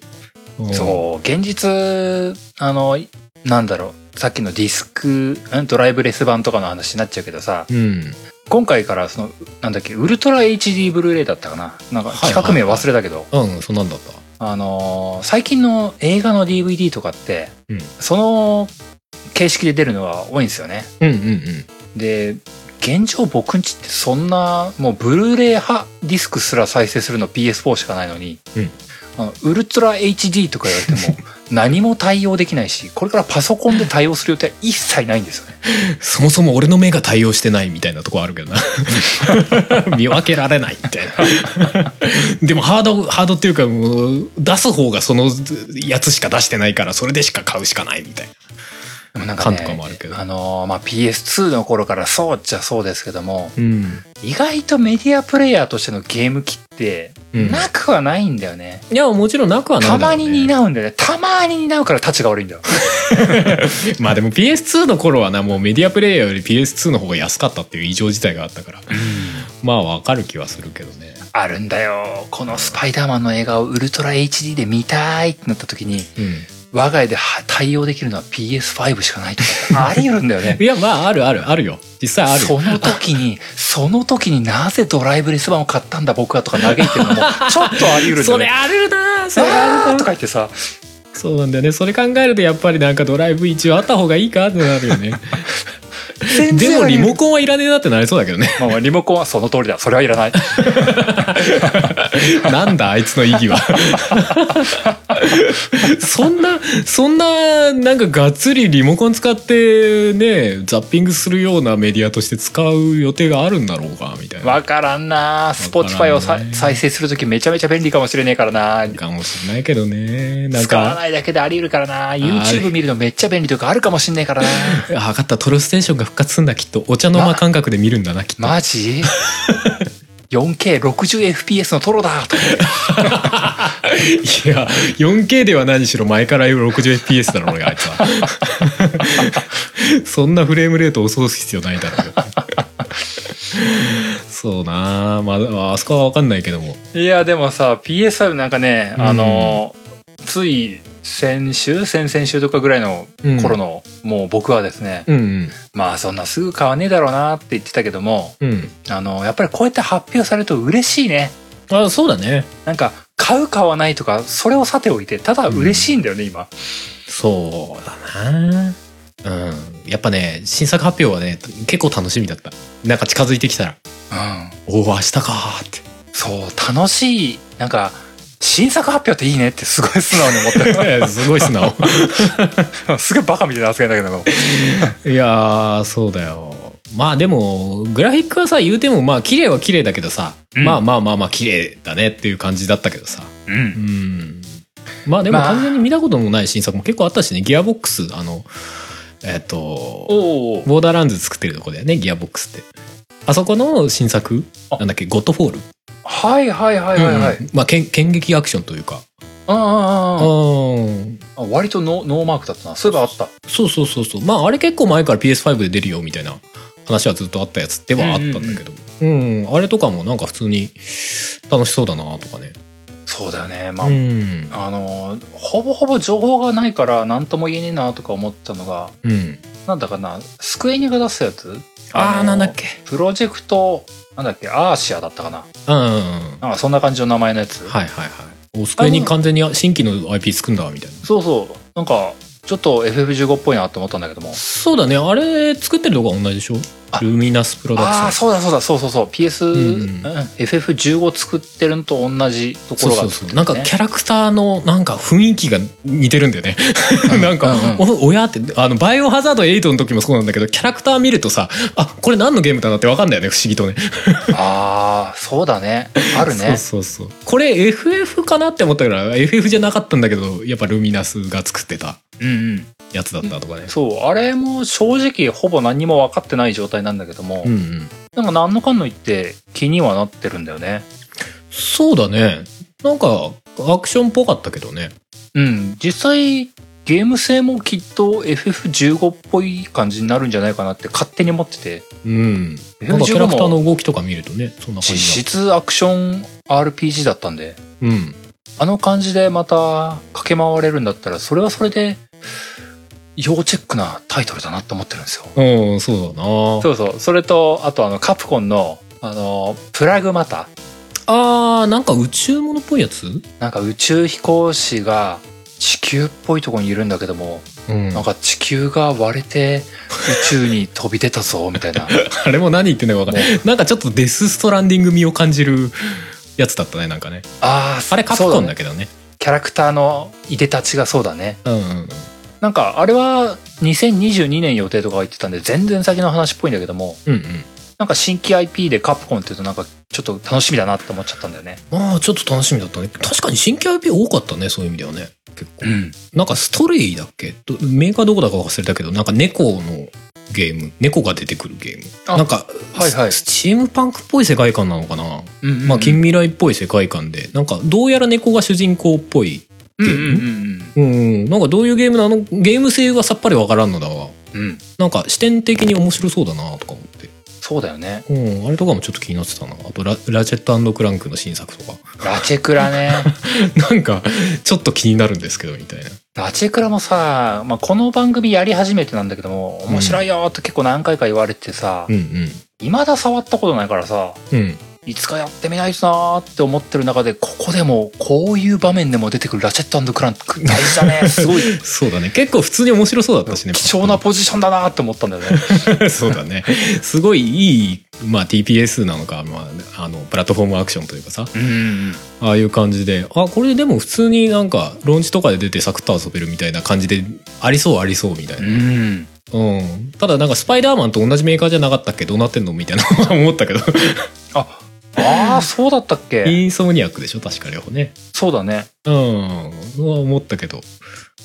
[SPEAKER 2] うん
[SPEAKER 1] そう現実あのなんだろうさっきのディスクんドライブレス版とかの話になっちゃうけどさ
[SPEAKER 2] うん
[SPEAKER 1] 今回からそのなんだっけウルトラ HD ブルーレイだったかななんか
[SPEAKER 2] はいはい
[SPEAKER 1] 企画名忘れたけど、
[SPEAKER 2] うんそんなんだった
[SPEAKER 1] あのー最近の映画の DVD とかって、
[SPEAKER 2] うん
[SPEAKER 1] その形式で出るのは多いんですよね
[SPEAKER 2] うんうんうん
[SPEAKER 1] で現状僕んちってそんなもうブルーレイ派ディスクすら再生するの PS4 しかないのに、
[SPEAKER 2] うん
[SPEAKER 1] あのウルトラ HD とか言われても 何も対応できないしこれからパソコンで対応する予定は一切ないんですよね
[SPEAKER 2] そもそも俺の目が対応してないみたいなとこあるけどな 見分けられないみたいな でもハードハードっていうかもう出す方がそのやつしか出してないからそれでしか買うしかないみたいな
[SPEAKER 1] でもなんかね
[SPEAKER 2] 感とかもあるけど
[SPEAKER 1] あのーまあ、PS2 の頃からそうっちゃそうですけども
[SPEAKER 2] うん
[SPEAKER 1] 意外とメディアプレイヤーとしてのゲーム機って
[SPEAKER 2] うん
[SPEAKER 1] なくはないんだよね、
[SPEAKER 2] いやもちろんなくはない
[SPEAKER 1] た
[SPEAKER 2] だろ
[SPEAKER 1] ま
[SPEAKER 2] うね
[SPEAKER 1] に担うんだよねたまに担うから立ちが悪いんだよ
[SPEAKER 2] まあでも PS2 の頃はなもうメディアプレイヤーより PS2 の方が安かったっていう異常事態があったからまあわかる気はするけどね
[SPEAKER 1] あるんだよこのスパイダーマンの映画をウルトラ HD で見たいってなった時に
[SPEAKER 2] うん
[SPEAKER 1] 我が家では対応できるのは PS5 しかないとかあり得るんだよね
[SPEAKER 2] いやまああるあるあるよ実際ある
[SPEAKER 1] その時にその時になぜドライブレス版を買ったんだ僕はとか嘆いてるのもちょっとあり得るんだ
[SPEAKER 2] そ
[SPEAKER 1] よ
[SPEAKER 2] れ
[SPEAKER 1] ね
[SPEAKER 2] あるなそれある
[SPEAKER 1] あーとか言ってさ
[SPEAKER 2] そうなんだよねそれ考えるとやっぱりなんかドライブ一応あった方がいいかってなるよね
[SPEAKER 1] 全
[SPEAKER 2] で
[SPEAKER 1] 然
[SPEAKER 2] も
[SPEAKER 1] あり
[SPEAKER 2] リ
[SPEAKER 1] 得る
[SPEAKER 2] モコンはいらねえなってなりそうだけどね
[SPEAKER 1] まあまあリモコンはその通りだそれはいらない
[SPEAKER 2] なんだあいつの意義は そんなそんななんかがっつりリモコン使ってねザッピングするようなメディアとして使う予定があるんだろうかみたいな
[SPEAKER 1] わからんなスポ
[SPEAKER 2] わ
[SPEAKER 1] ティフ
[SPEAKER 2] か
[SPEAKER 1] ァイを
[SPEAKER 2] らん
[SPEAKER 1] さ
[SPEAKER 2] ね
[SPEAKER 1] 再生する時めちゃめちゃ便利かもしれねえからな
[SPEAKER 2] かもしれないけどねなん
[SPEAKER 1] 使わ
[SPEAKER 2] か
[SPEAKER 1] ないだけであり得るからな
[SPEAKER 2] あ
[SPEAKER 1] YouTube
[SPEAKER 2] れ
[SPEAKER 1] 見るのめっちゃ便利とかあるかもしんねえ からな
[SPEAKER 2] 分かったトロステーションが復活するんだきっとお茶の間感覚で見るんだなきっと、
[SPEAKER 1] マジ 4K60fps のトロだとか
[SPEAKER 2] いや 4K では何しろ前から 60fps だろ俺あいつ はそんなフレームレートを恐ろす必要ないだろうよそうなあまああそこは分かんないけども
[SPEAKER 1] いやでもさ PS5 なんかね、
[SPEAKER 2] うん
[SPEAKER 1] あのつい先週先々週とかぐらいの頃の、もう僕はですね、
[SPEAKER 2] うんうん
[SPEAKER 1] まあそんなすぐ買わねえだろうなって言ってたけども
[SPEAKER 2] うん
[SPEAKER 1] あのやっぱりこうやって発表されると嬉しいね
[SPEAKER 2] あそうだね
[SPEAKER 1] なんか買う買わないとかそれをさておいてただ嬉しいんだよね、今
[SPEAKER 2] そうだなうんやっぱね新作発表はね結構楽しみだったなんか近づいてきたら
[SPEAKER 1] うん
[SPEAKER 2] 「おお明日か」って
[SPEAKER 1] そう楽しいなんか新作発表っていいねってすごい素直に思ってる
[SPEAKER 2] す ごい素直
[SPEAKER 1] すごいバカみたいな扱いだけども
[SPEAKER 2] いやーそうだよまあでもグラフィックはさ言うてもまあ綺麗は綺麗だけどさ、
[SPEAKER 1] うん
[SPEAKER 2] まあまあまあまあ綺麗だねっていう感じだったけどさ
[SPEAKER 1] う
[SPEAKER 2] うんんまあでも
[SPEAKER 1] まあ
[SPEAKER 2] 完全に見たこともない新作も結構あったしねギアボックスあのえっ、と
[SPEAKER 1] おお
[SPEAKER 2] ボーダーランズ作ってるとこだよねギアボックスってあそこの新作
[SPEAKER 1] あ
[SPEAKER 2] なんだっけゴッドフォール
[SPEAKER 1] はいはいはいはいはい、
[SPEAKER 2] うんまあ剣剣撃アクションというか
[SPEAKER 1] あああああ
[SPEAKER 2] うん
[SPEAKER 1] あ割とノーノーマークだったなそういえばあった
[SPEAKER 2] そうそうそうそうまああれ結構前から PS5 で出るよみたいな話はずっとあったやつではあったんだけどうんあれとかもなんか普通に楽しそうだなとかね
[SPEAKER 1] そうだよねまあ、
[SPEAKER 2] うん
[SPEAKER 1] あのーほぼほぼ情報がないから何とも言えねえなとか思ったのが
[SPEAKER 2] うん
[SPEAKER 1] なんだかなスクエニが出したやつ
[SPEAKER 2] あ
[SPEAKER 1] の
[SPEAKER 2] あ
[SPEAKER 1] ー
[SPEAKER 2] なんだっけ
[SPEAKER 1] プロジェクトなんだっけアーシアだったかな
[SPEAKER 2] うんうんうん
[SPEAKER 1] なんかそんな感じの名前のやつ、
[SPEAKER 2] はいはいはいお机に完全に新規の IP 作んだみたいな
[SPEAKER 1] そうそうなんかちょっと FF15 っぽいなと思ったんだけども
[SPEAKER 2] そうだねあれ作ってるとこは同じでしょ
[SPEAKER 1] あ
[SPEAKER 2] ルミナスプロ
[SPEAKER 1] あ
[SPEAKER 2] ダ
[SPEAKER 1] あ
[SPEAKER 2] クショ
[SPEAKER 1] そう
[SPEAKER 2] ン
[SPEAKER 1] だそうだそうそうそう PS、
[SPEAKER 2] うん
[SPEAKER 1] うん FF15 作ってるのと同じとこ
[SPEAKER 2] そう
[SPEAKER 1] ろが
[SPEAKER 2] そうそうなんか
[SPEAKER 1] ね
[SPEAKER 2] キャラクターのなんか雰囲気が似てるんだよねなんか
[SPEAKER 1] うんうん
[SPEAKER 2] お親ってあのバイオハザード8の時もそうなんだけどキャラクター見るとさあこれ何のゲームだなって分かんないよね不思議とね
[SPEAKER 1] ああそうだねあるね
[SPEAKER 2] そうそうそうこれ FF かなって思ったから FF じゃなかったんだけどやっぱルミナスが作ってた
[SPEAKER 1] うんうん
[SPEAKER 2] やつだったとかね
[SPEAKER 1] そうあれも正直ほぼ何も分かってない状態なんだけども、
[SPEAKER 2] うんうん
[SPEAKER 1] でも何のかんの言って気にはなってるんだよね
[SPEAKER 2] そうだねなんかアクションっぽかったけどね
[SPEAKER 1] うん実際ゲーム性もきっと FF15 っぽい感じになるんじゃないかなって勝手に思ってて
[SPEAKER 2] うん。
[SPEAKER 1] F15
[SPEAKER 2] な
[SPEAKER 1] も
[SPEAKER 2] んかキャラクターの動きとか見るとね、そんな感
[SPEAKER 1] 実
[SPEAKER 2] じだ。
[SPEAKER 1] 質アクション RPG だったんで
[SPEAKER 2] うん。
[SPEAKER 1] あの感じでまた駆け回れるんだったらそれはそれで要チェックなタイトルだなって思ってるんですよ
[SPEAKER 2] うん、そうだな。
[SPEAKER 1] そうそうそれとあとあのカプコンのあのプラグマタ
[SPEAKER 2] あー、なんか宇宙物っぽいやつ
[SPEAKER 1] なんか宇宙飛行士が地球っぽいとこにいるんだけども、
[SPEAKER 2] うん
[SPEAKER 1] なんか地球が割れて宇宙に飛び出たぞみたいな
[SPEAKER 2] あれも何言ってんのか分かんない。なんかちょっとデスストランディング味を感じるやつだったね、なんかね。
[SPEAKER 1] あー
[SPEAKER 2] あれカプコン
[SPEAKER 1] そう
[SPEAKER 2] だ
[SPEAKER 1] ね
[SPEAKER 2] けどね。
[SPEAKER 1] キャラクターのいでたちがそうだね
[SPEAKER 2] うんうん
[SPEAKER 1] なんかあれは2022年予定とか言ってたんで全然先の話っぽいんだけども
[SPEAKER 2] うん。うんうん。
[SPEAKER 1] なんか新規 IP でカプコンっていうとなんかちょっと楽しみだなって思っちゃったんだよね
[SPEAKER 2] まあ、ちょっと楽しみだったね。確かに新規 IP 多かったね、そういう意味ではね。結構。
[SPEAKER 1] ん
[SPEAKER 2] なんかストレイだっけどメーカーどこだか忘れたけど、なんか猫のゲーム、猫が出てくるゲー
[SPEAKER 1] あ
[SPEAKER 2] ム。なんか、
[SPEAKER 1] はいはい
[SPEAKER 2] ススチームパンクっぽい世界観なのかな、
[SPEAKER 1] うんうんうん
[SPEAKER 2] まあ、近未来っぽい世界観で、なんか、どうやら猫が主人公っぽい。
[SPEAKER 1] うん
[SPEAKER 2] ム
[SPEAKER 1] うんうん
[SPEAKER 2] うん、なんかどういうゲームなのゲーム性がさっぱりわからんのだが、
[SPEAKER 1] うんうん
[SPEAKER 2] なんか視点的に面白そうだなとか思って。
[SPEAKER 1] そうだよね
[SPEAKER 2] うん、あれとかもちょっと気になってたな。あとラ、ラチェットクランクの新作とか。
[SPEAKER 1] ラチェクラ ね
[SPEAKER 2] なんか、ちょっと気になるんですけど、みたいな。
[SPEAKER 1] ラチェクラもさ、まあ、この番組やり始めてなんだけども面白いよーって結構何回か言われてさ、
[SPEAKER 2] うん
[SPEAKER 1] 未だ触ったことないからさ
[SPEAKER 2] うん。うん。
[SPEAKER 1] いつかやってみないとなーって思ってる中でここでもこういう場面でも出てくるラチェットクランク大事だね すごい
[SPEAKER 2] そうだね。結構普通に面白そうだったしね。
[SPEAKER 1] 貴重なポジションだなーって思ったんだよね
[SPEAKER 2] そうだね。すごいいい、まあ、TPS なのか、まあ、あの、プラットフォームアクションというかさ、
[SPEAKER 1] うん
[SPEAKER 2] ああいう感じで、あ、これでも普通になんか、ローンチとかで出てサクッと遊べるみたいな感じで、ありそうありそうみたいうな。
[SPEAKER 1] ん
[SPEAKER 2] うん。ただなんか、スパイダーマンと同じメーカーじゃなかったっけどうなってんのみたいな思ったけど。
[SPEAKER 1] ああーそうだったっけ
[SPEAKER 2] インソムニアックでしょ確か両方ね。
[SPEAKER 1] そうだね
[SPEAKER 2] うん。は思ったけど、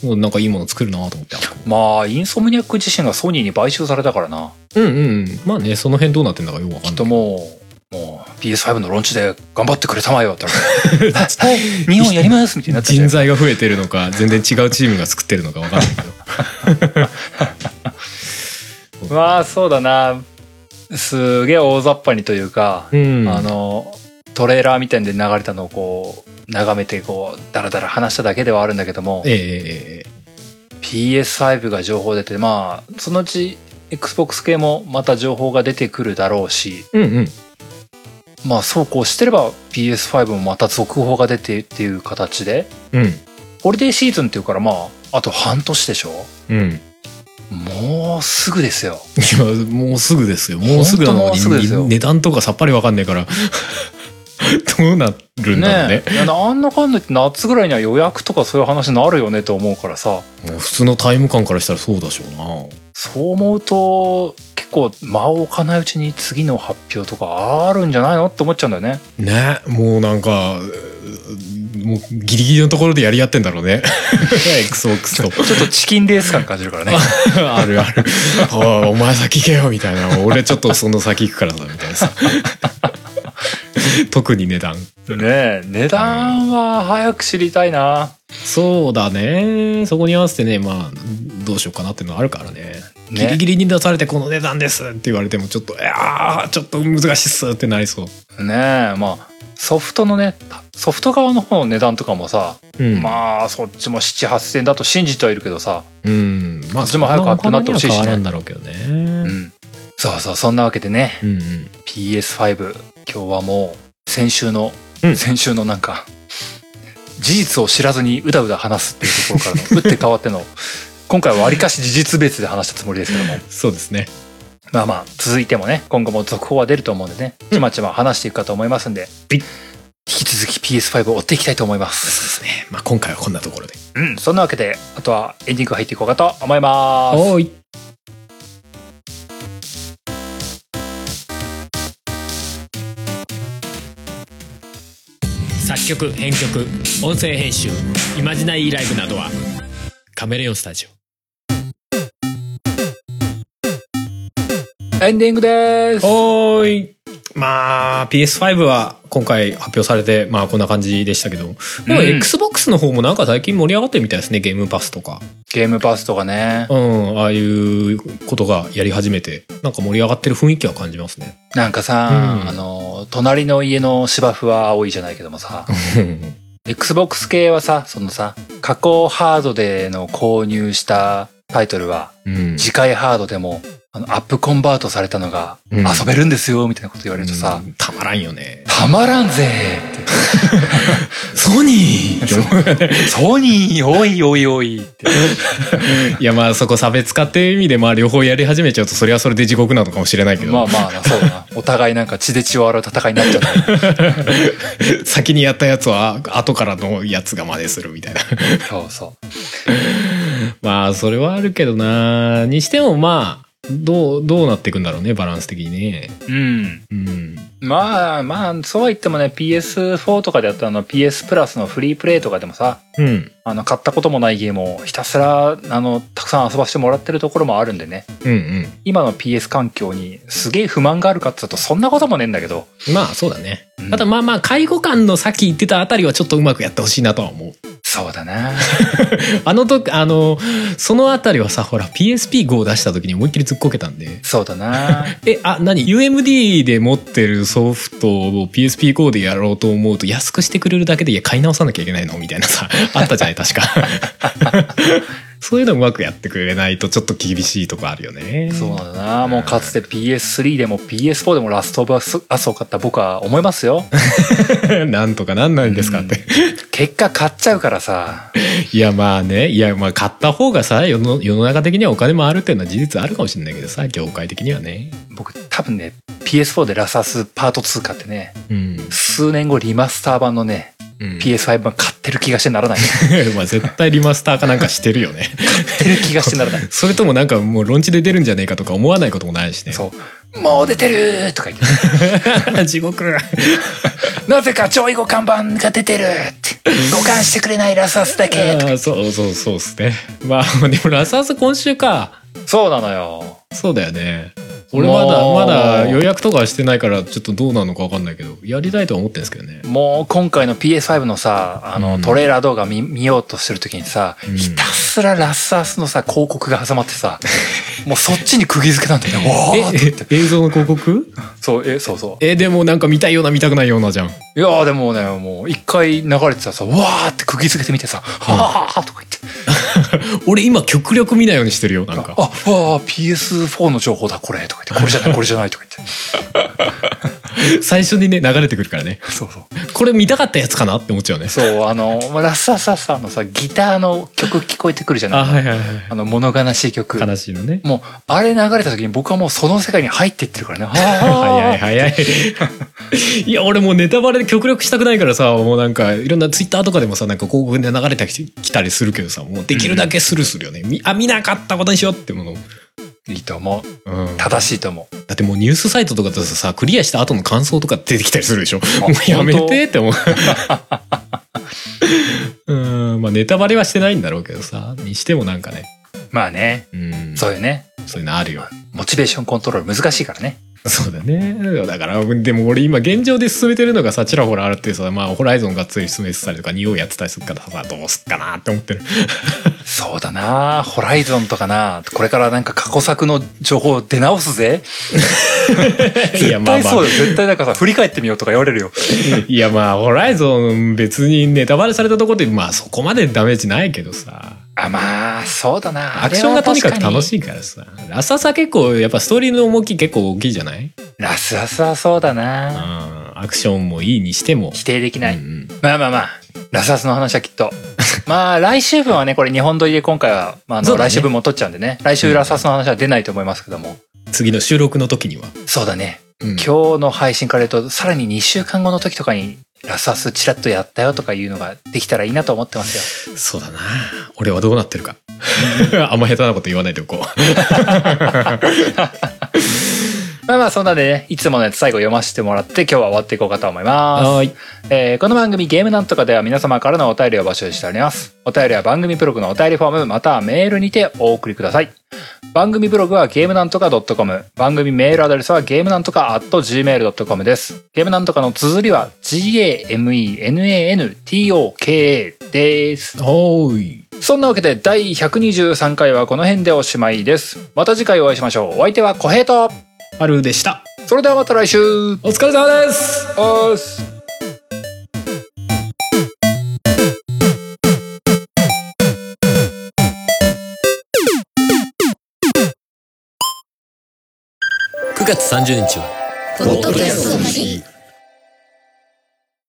[SPEAKER 2] もうなんかいいもの作るなと思って。
[SPEAKER 1] まあインソムニアック自身がソニーに買収されたからな
[SPEAKER 2] うんうんうん。まあね、その辺どうなってんだかよくわか
[SPEAKER 1] きっ
[SPEAKER 2] んな
[SPEAKER 1] と
[SPEAKER 2] い。
[SPEAKER 1] もうもう PS5 のローンチで頑張ってくれたまえよって 言われてはい日本やりますみたいになって
[SPEAKER 2] 人材が増えてるのか、全然違うチームが作ってるのかわかん ないけど。
[SPEAKER 1] まあそうだなすげえ大雑把にというか、
[SPEAKER 2] うん。
[SPEAKER 1] あのトレーラーみたいで流れたのをこう眺めてこうダラダラ話しただけではあるんだけども
[SPEAKER 2] ええええ
[SPEAKER 1] PS5 が情報出てまあそのうち XBOX 系もまた情報が出てくるだろうし
[SPEAKER 2] ええうんうん。
[SPEAKER 1] まあそうこうしてれば PS5 もまた続報が出てっていう形で
[SPEAKER 2] うん。
[SPEAKER 1] ホリデーシーズンっていうからまああと半年でしょ
[SPEAKER 2] うん。い
[SPEAKER 1] もうすぐですよ
[SPEAKER 2] や、もうすぐですよ。もうすぐな
[SPEAKER 1] ほんともうすぐ
[SPEAKER 2] の
[SPEAKER 1] ですよ
[SPEAKER 2] に、値段とかさっぱりわかんな いから、どうなるんだろうね
[SPEAKER 1] ねえいやなんだかんだ言って夏ぐらいには予約とかそういう話になるよねと思うからさ
[SPEAKER 2] もう普通のタイム感からしたらそうだしょうな。
[SPEAKER 1] そう思うと結構間を置かないうちに次の発表とかあるんじゃないのって思っちゃうんだよね
[SPEAKER 2] ねもうなんかうーもうギリギリのところでやり合ってんだろうね XOX
[SPEAKER 1] ち
[SPEAKER 2] と
[SPEAKER 1] ょっとチキンレース感感じるからね
[SPEAKER 2] あるあるおいお前先行けよみたいな俺ちょっとその先行くからさみたいなさ 特に値段
[SPEAKER 1] ねえ値段は早く知りたいな
[SPEAKER 2] そうだねそこに合わせてねまあどうしようかなっていうのはあるからねギリ
[SPEAKER 1] ね
[SPEAKER 2] ギリに出されてこの値段ですって言われてもちょっといやーちょっと難しいっすってなりそう
[SPEAKER 1] ねえまあソフトのねソフト側の方の値段とかもさ、
[SPEAKER 2] うん
[SPEAKER 1] まあそっちも78000円だと信じてはいるけどさ
[SPEAKER 2] うんまあ
[SPEAKER 1] そっちも早くアップになってほしいしね
[SPEAKER 2] そんなお金には変わらんだろうけどね
[SPEAKER 1] うんそうそうそんなわけでね
[SPEAKER 2] うんうん
[SPEAKER 1] PS5 今日はもう先週の、
[SPEAKER 2] うん
[SPEAKER 1] 先週のなんか事実を知らずにうだうだ話すっていうところ からの打って変わっての今回はわりかし事実別で話したつもりですけども
[SPEAKER 2] そうですね
[SPEAKER 1] まあまあ続いてもね今後も続報は出ると思うんでねちまちま話していくかと思いますんで、
[SPEAKER 2] はい
[SPEAKER 1] 引き続き PS5 を追っていきたいと思いま
[SPEAKER 2] そ
[SPEAKER 1] す、
[SPEAKER 2] うですね。まあ、今回はこんなところで。
[SPEAKER 1] うん、そんなわけであとはエンディング入っていこうかと思います
[SPEAKER 2] おーい。作曲、編曲、音声編集、イマジナイーライブなどは、カメレオンスタジオ。
[SPEAKER 1] エンディングです
[SPEAKER 2] おーい。まあ、PS5 は今回発表されてまあこんな感じでしたけど、でも
[SPEAKER 1] うん
[SPEAKER 2] XBOX の方もなんか最近盛り上がってるみたいですねゲームパスとか
[SPEAKER 1] ゲームパスとかね
[SPEAKER 2] うんああいうことがやり始めてなんか盛り上がってる雰囲気は感じますね
[SPEAKER 1] なんかさ、
[SPEAKER 2] うん
[SPEAKER 1] あの隣の家の芝生は青いじゃないけどもさ XBOX 系はさそのさ加工ハードでの購入したタイトルは
[SPEAKER 2] うん
[SPEAKER 1] 次回ハードでもあのアップコンバートされたのが
[SPEAKER 2] うん
[SPEAKER 1] 遊べるんですよみたいなこと言われるとさ、
[SPEAKER 2] うんたまらんよね
[SPEAKER 1] たまらんぜ
[SPEAKER 2] ソニー
[SPEAKER 1] ソニーおいおいおいって
[SPEAKER 2] いやまあそこ差別化っていう意味でまあ両方やり始めちゃうとそれはそれで地獄なのかもしれないけど、
[SPEAKER 1] まあまあなそうだなお互いなんか血で血を洗う戦いになっちゃった
[SPEAKER 2] 先にやったやつは後からのやつが真似するみたいな
[SPEAKER 1] そうそう
[SPEAKER 2] まあそれはあるけどなにしてもまあどうどうなっていくんだろうねバランス的にね
[SPEAKER 1] うん
[SPEAKER 2] うん
[SPEAKER 1] まあまあそうは言ってもね PS4 とかでやったあの PS プラスのフリープレイとかでもさ
[SPEAKER 2] うん
[SPEAKER 1] あの買ったこともないゲームをひたすらあのたくさん遊ばせてもらってるところもあるんでね
[SPEAKER 2] うんうん
[SPEAKER 1] 今の PS 環境にすげえ不満があるかって言うとそんなこともねえんだけど
[SPEAKER 2] まあそうだ
[SPEAKER 1] う
[SPEAKER 2] ね、
[SPEAKER 1] ん
[SPEAKER 2] ただまあまあ介護官のさっき言ってたあたりはちょっとうまくやってほしいなとは思う
[SPEAKER 1] そうだな
[SPEAKER 2] あのとあのそのあたりはさほら PSP5 を出した時に思いっきり突っこけたんで
[SPEAKER 1] そうだな
[SPEAKER 2] えあ何 UMD で持ってるソフトを PSP5 でやろうと思うと安くしてくれるだけでいや買い直さなきゃいけないのみたいな さあったじゃない確か そういうのうまくやってくれないとちょっと厳しいとこあるよね
[SPEAKER 1] そうなんだなもうかつて PS3 でも PS4 でもラストオブアスアスを買った僕は思いますよ
[SPEAKER 2] なんとかなんないんですかって、
[SPEAKER 1] 結果買っちゃうからさ
[SPEAKER 2] いやまあねいやまあ買った方がさ世の世の中的にはお金もあるっていうのは事実あるかもしれないけどさ業界的にはね
[SPEAKER 1] 僕多分ね PS4 でラスアスパート2買ってね
[SPEAKER 2] うん、
[SPEAKER 1] 数年後リマスター版のね
[SPEAKER 2] うん
[SPEAKER 1] PS5 版買ってる気がしてならない
[SPEAKER 2] まあ絶対リマスターかなんかしてるよね
[SPEAKER 1] 買ってる気がしてならない
[SPEAKER 2] それともなんかもうロンチで出るんじゃねえかとか思わないこともないしね
[SPEAKER 1] そう。もう出てるとか言って。
[SPEAKER 2] 地獄
[SPEAKER 1] なぜか上位互換版が出てるって。互換してくれないラスアスだけとか
[SPEAKER 2] あーそうそうそうですねまあ でもラスアス今週か
[SPEAKER 1] そうなのよ。
[SPEAKER 2] そうだよね俺まだ
[SPEAKER 1] もう
[SPEAKER 2] まだ予約とかはしてないからちょっとどうなのか分かんないけどやりたいとは思ってるんですけどね
[SPEAKER 1] もう今回の PS5 のさ、あの、
[SPEAKER 2] うん
[SPEAKER 1] トレーラー動画見見ようとしてるときにさ、
[SPEAKER 2] うん
[SPEAKER 1] ひたすらラスアスのさ、広告が挟まって さ、もうそっちに釘付けなんだよね。おーって
[SPEAKER 2] ええ 映像の広告
[SPEAKER 1] そう、え、そうそう。
[SPEAKER 2] えでもなんか見たいような見たくないようなじゃん
[SPEAKER 1] いやーでもね、もう一回流れてたらさ、わーって釘付けてみてさ、はーとか言って、
[SPEAKER 2] 俺今極力見ないようにしてるよなんか
[SPEAKER 1] あ、あー、PS4 の情報だ、これ、とか言って、これじゃない、 これじゃない、とか言って。
[SPEAKER 2] 最初にね流れてくるからね
[SPEAKER 1] そうそう。
[SPEAKER 2] これ見たかったやつかなって思っちゃうね
[SPEAKER 1] そう、あの、まあラッササさんのさ、ギターの曲聞こえてくるじゃない
[SPEAKER 2] あ
[SPEAKER 1] あ
[SPEAKER 2] はいはいはい
[SPEAKER 1] の、物悲しい曲。
[SPEAKER 2] 悲しいのね
[SPEAKER 1] もう、あれ流れた時に僕はもうその世界に入っていってるから ね。
[SPEAKER 2] 早
[SPEAKER 1] 早
[SPEAKER 2] い早い いや俺もうネタバレで極力したくないからさもうなんかいろんなツイッターとかでもさなんか広告で流れてきたりするけどさもうできるだけスルスルよね、みあ見なかったことにしようってもの、うん、
[SPEAKER 1] いいと思う。
[SPEAKER 2] だ
[SPEAKER 1] 正しいと思う。
[SPEAKER 2] ってもうニュースサイトとかだとさクリアした後の感想とか出てきたりするでしょ もうやめてって思う うんまあネタバレはしてないんだろうけどさにしてもなんかね
[SPEAKER 1] まあね、
[SPEAKER 2] うんそ
[SPEAKER 1] そうういうね、
[SPEAKER 2] いうのあるよ
[SPEAKER 1] モチベーションコントロール難しいからね。
[SPEAKER 2] そうだね。だから、でも俺今現状で進めてるのがさ、ちらほらあるってさ、まあ、ホライゾンがっつり進めてたりとか、匂いやってたりするからさ、どうすっかなって思 ってる。
[SPEAKER 1] そうだなホライゾンとかなこれからなんか過去作の情報を出直すぜ。
[SPEAKER 2] い
[SPEAKER 1] 絶
[SPEAKER 2] や、まあ
[SPEAKER 1] 対
[SPEAKER 2] ま
[SPEAKER 1] そう
[SPEAKER 2] あ
[SPEAKER 1] よ。、絶対なんかさ、振り返ってみようとか言われるよ。
[SPEAKER 2] いやまあ、ホライゾン別にネタバレされたところで、まあそこまでダメージないけどさ、
[SPEAKER 1] あ、まあ、そうだな
[SPEAKER 2] アクションがとにかく楽
[SPEAKER 1] い
[SPEAKER 2] しいからさ、ラササ結構、やっぱストーリーの重き結構大きいじゃないうん、
[SPEAKER 1] ラスアスはそうだな
[SPEAKER 2] アクションもいいにしても。
[SPEAKER 1] 否定できない。
[SPEAKER 2] うんうん
[SPEAKER 1] まあまあまあ、ラスアスの話はきっ と。まあ来週分はね、これ日本撮りで今回は、まあ、あ
[SPEAKER 2] そ
[SPEAKER 1] の
[SPEAKER 2] うだね
[SPEAKER 1] 来週分も撮っちゃうんでね、来週ラスアスの話は出ないと思いますけども。
[SPEAKER 2] 次の収録の時には。
[SPEAKER 1] そうだね。
[SPEAKER 2] うん
[SPEAKER 1] 今日の配信から言うと、さらに2週間後の時とかに、ラスアスチラッとやったよとかいうのができたらいいなと思ってますよ。
[SPEAKER 2] そうだな。俺はどうなってるか。 あんま下手なこと言わないでおこう。
[SPEAKER 1] まあまあそんなんでね、いつものやつ最後読ませてもらって今日は終わっていこうかと思います。
[SPEAKER 2] はーい。
[SPEAKER 1] えーこの番組ゲームなんとかでは皆様からのお便りを募集しております。お便りは番組ブログのお便りフォームまたはメールにてお送りください。番組ブログはゲームなんとか .com。番組メールアドレスはゲームなんとか .gmail.com です。ゲームなんとかの綴りは g-a-m-e-n-a-n-t-o-k-a です。
[SPEAKER 2] おーい
[SPEAKER 1] そんなわけで第123回はこの辺でおしまいです。また次回お会いしましょう。お相手は小平と。
[SPEAKER 2] ハルでした
[SPEAKER 1] それではまた来週。
[SPEAKER 2] お疲れ様です
[SPEAKER 1] おーす。
[SPEAKER 3] 9月30日は
[SPEAKER 4] ポッドキャストの日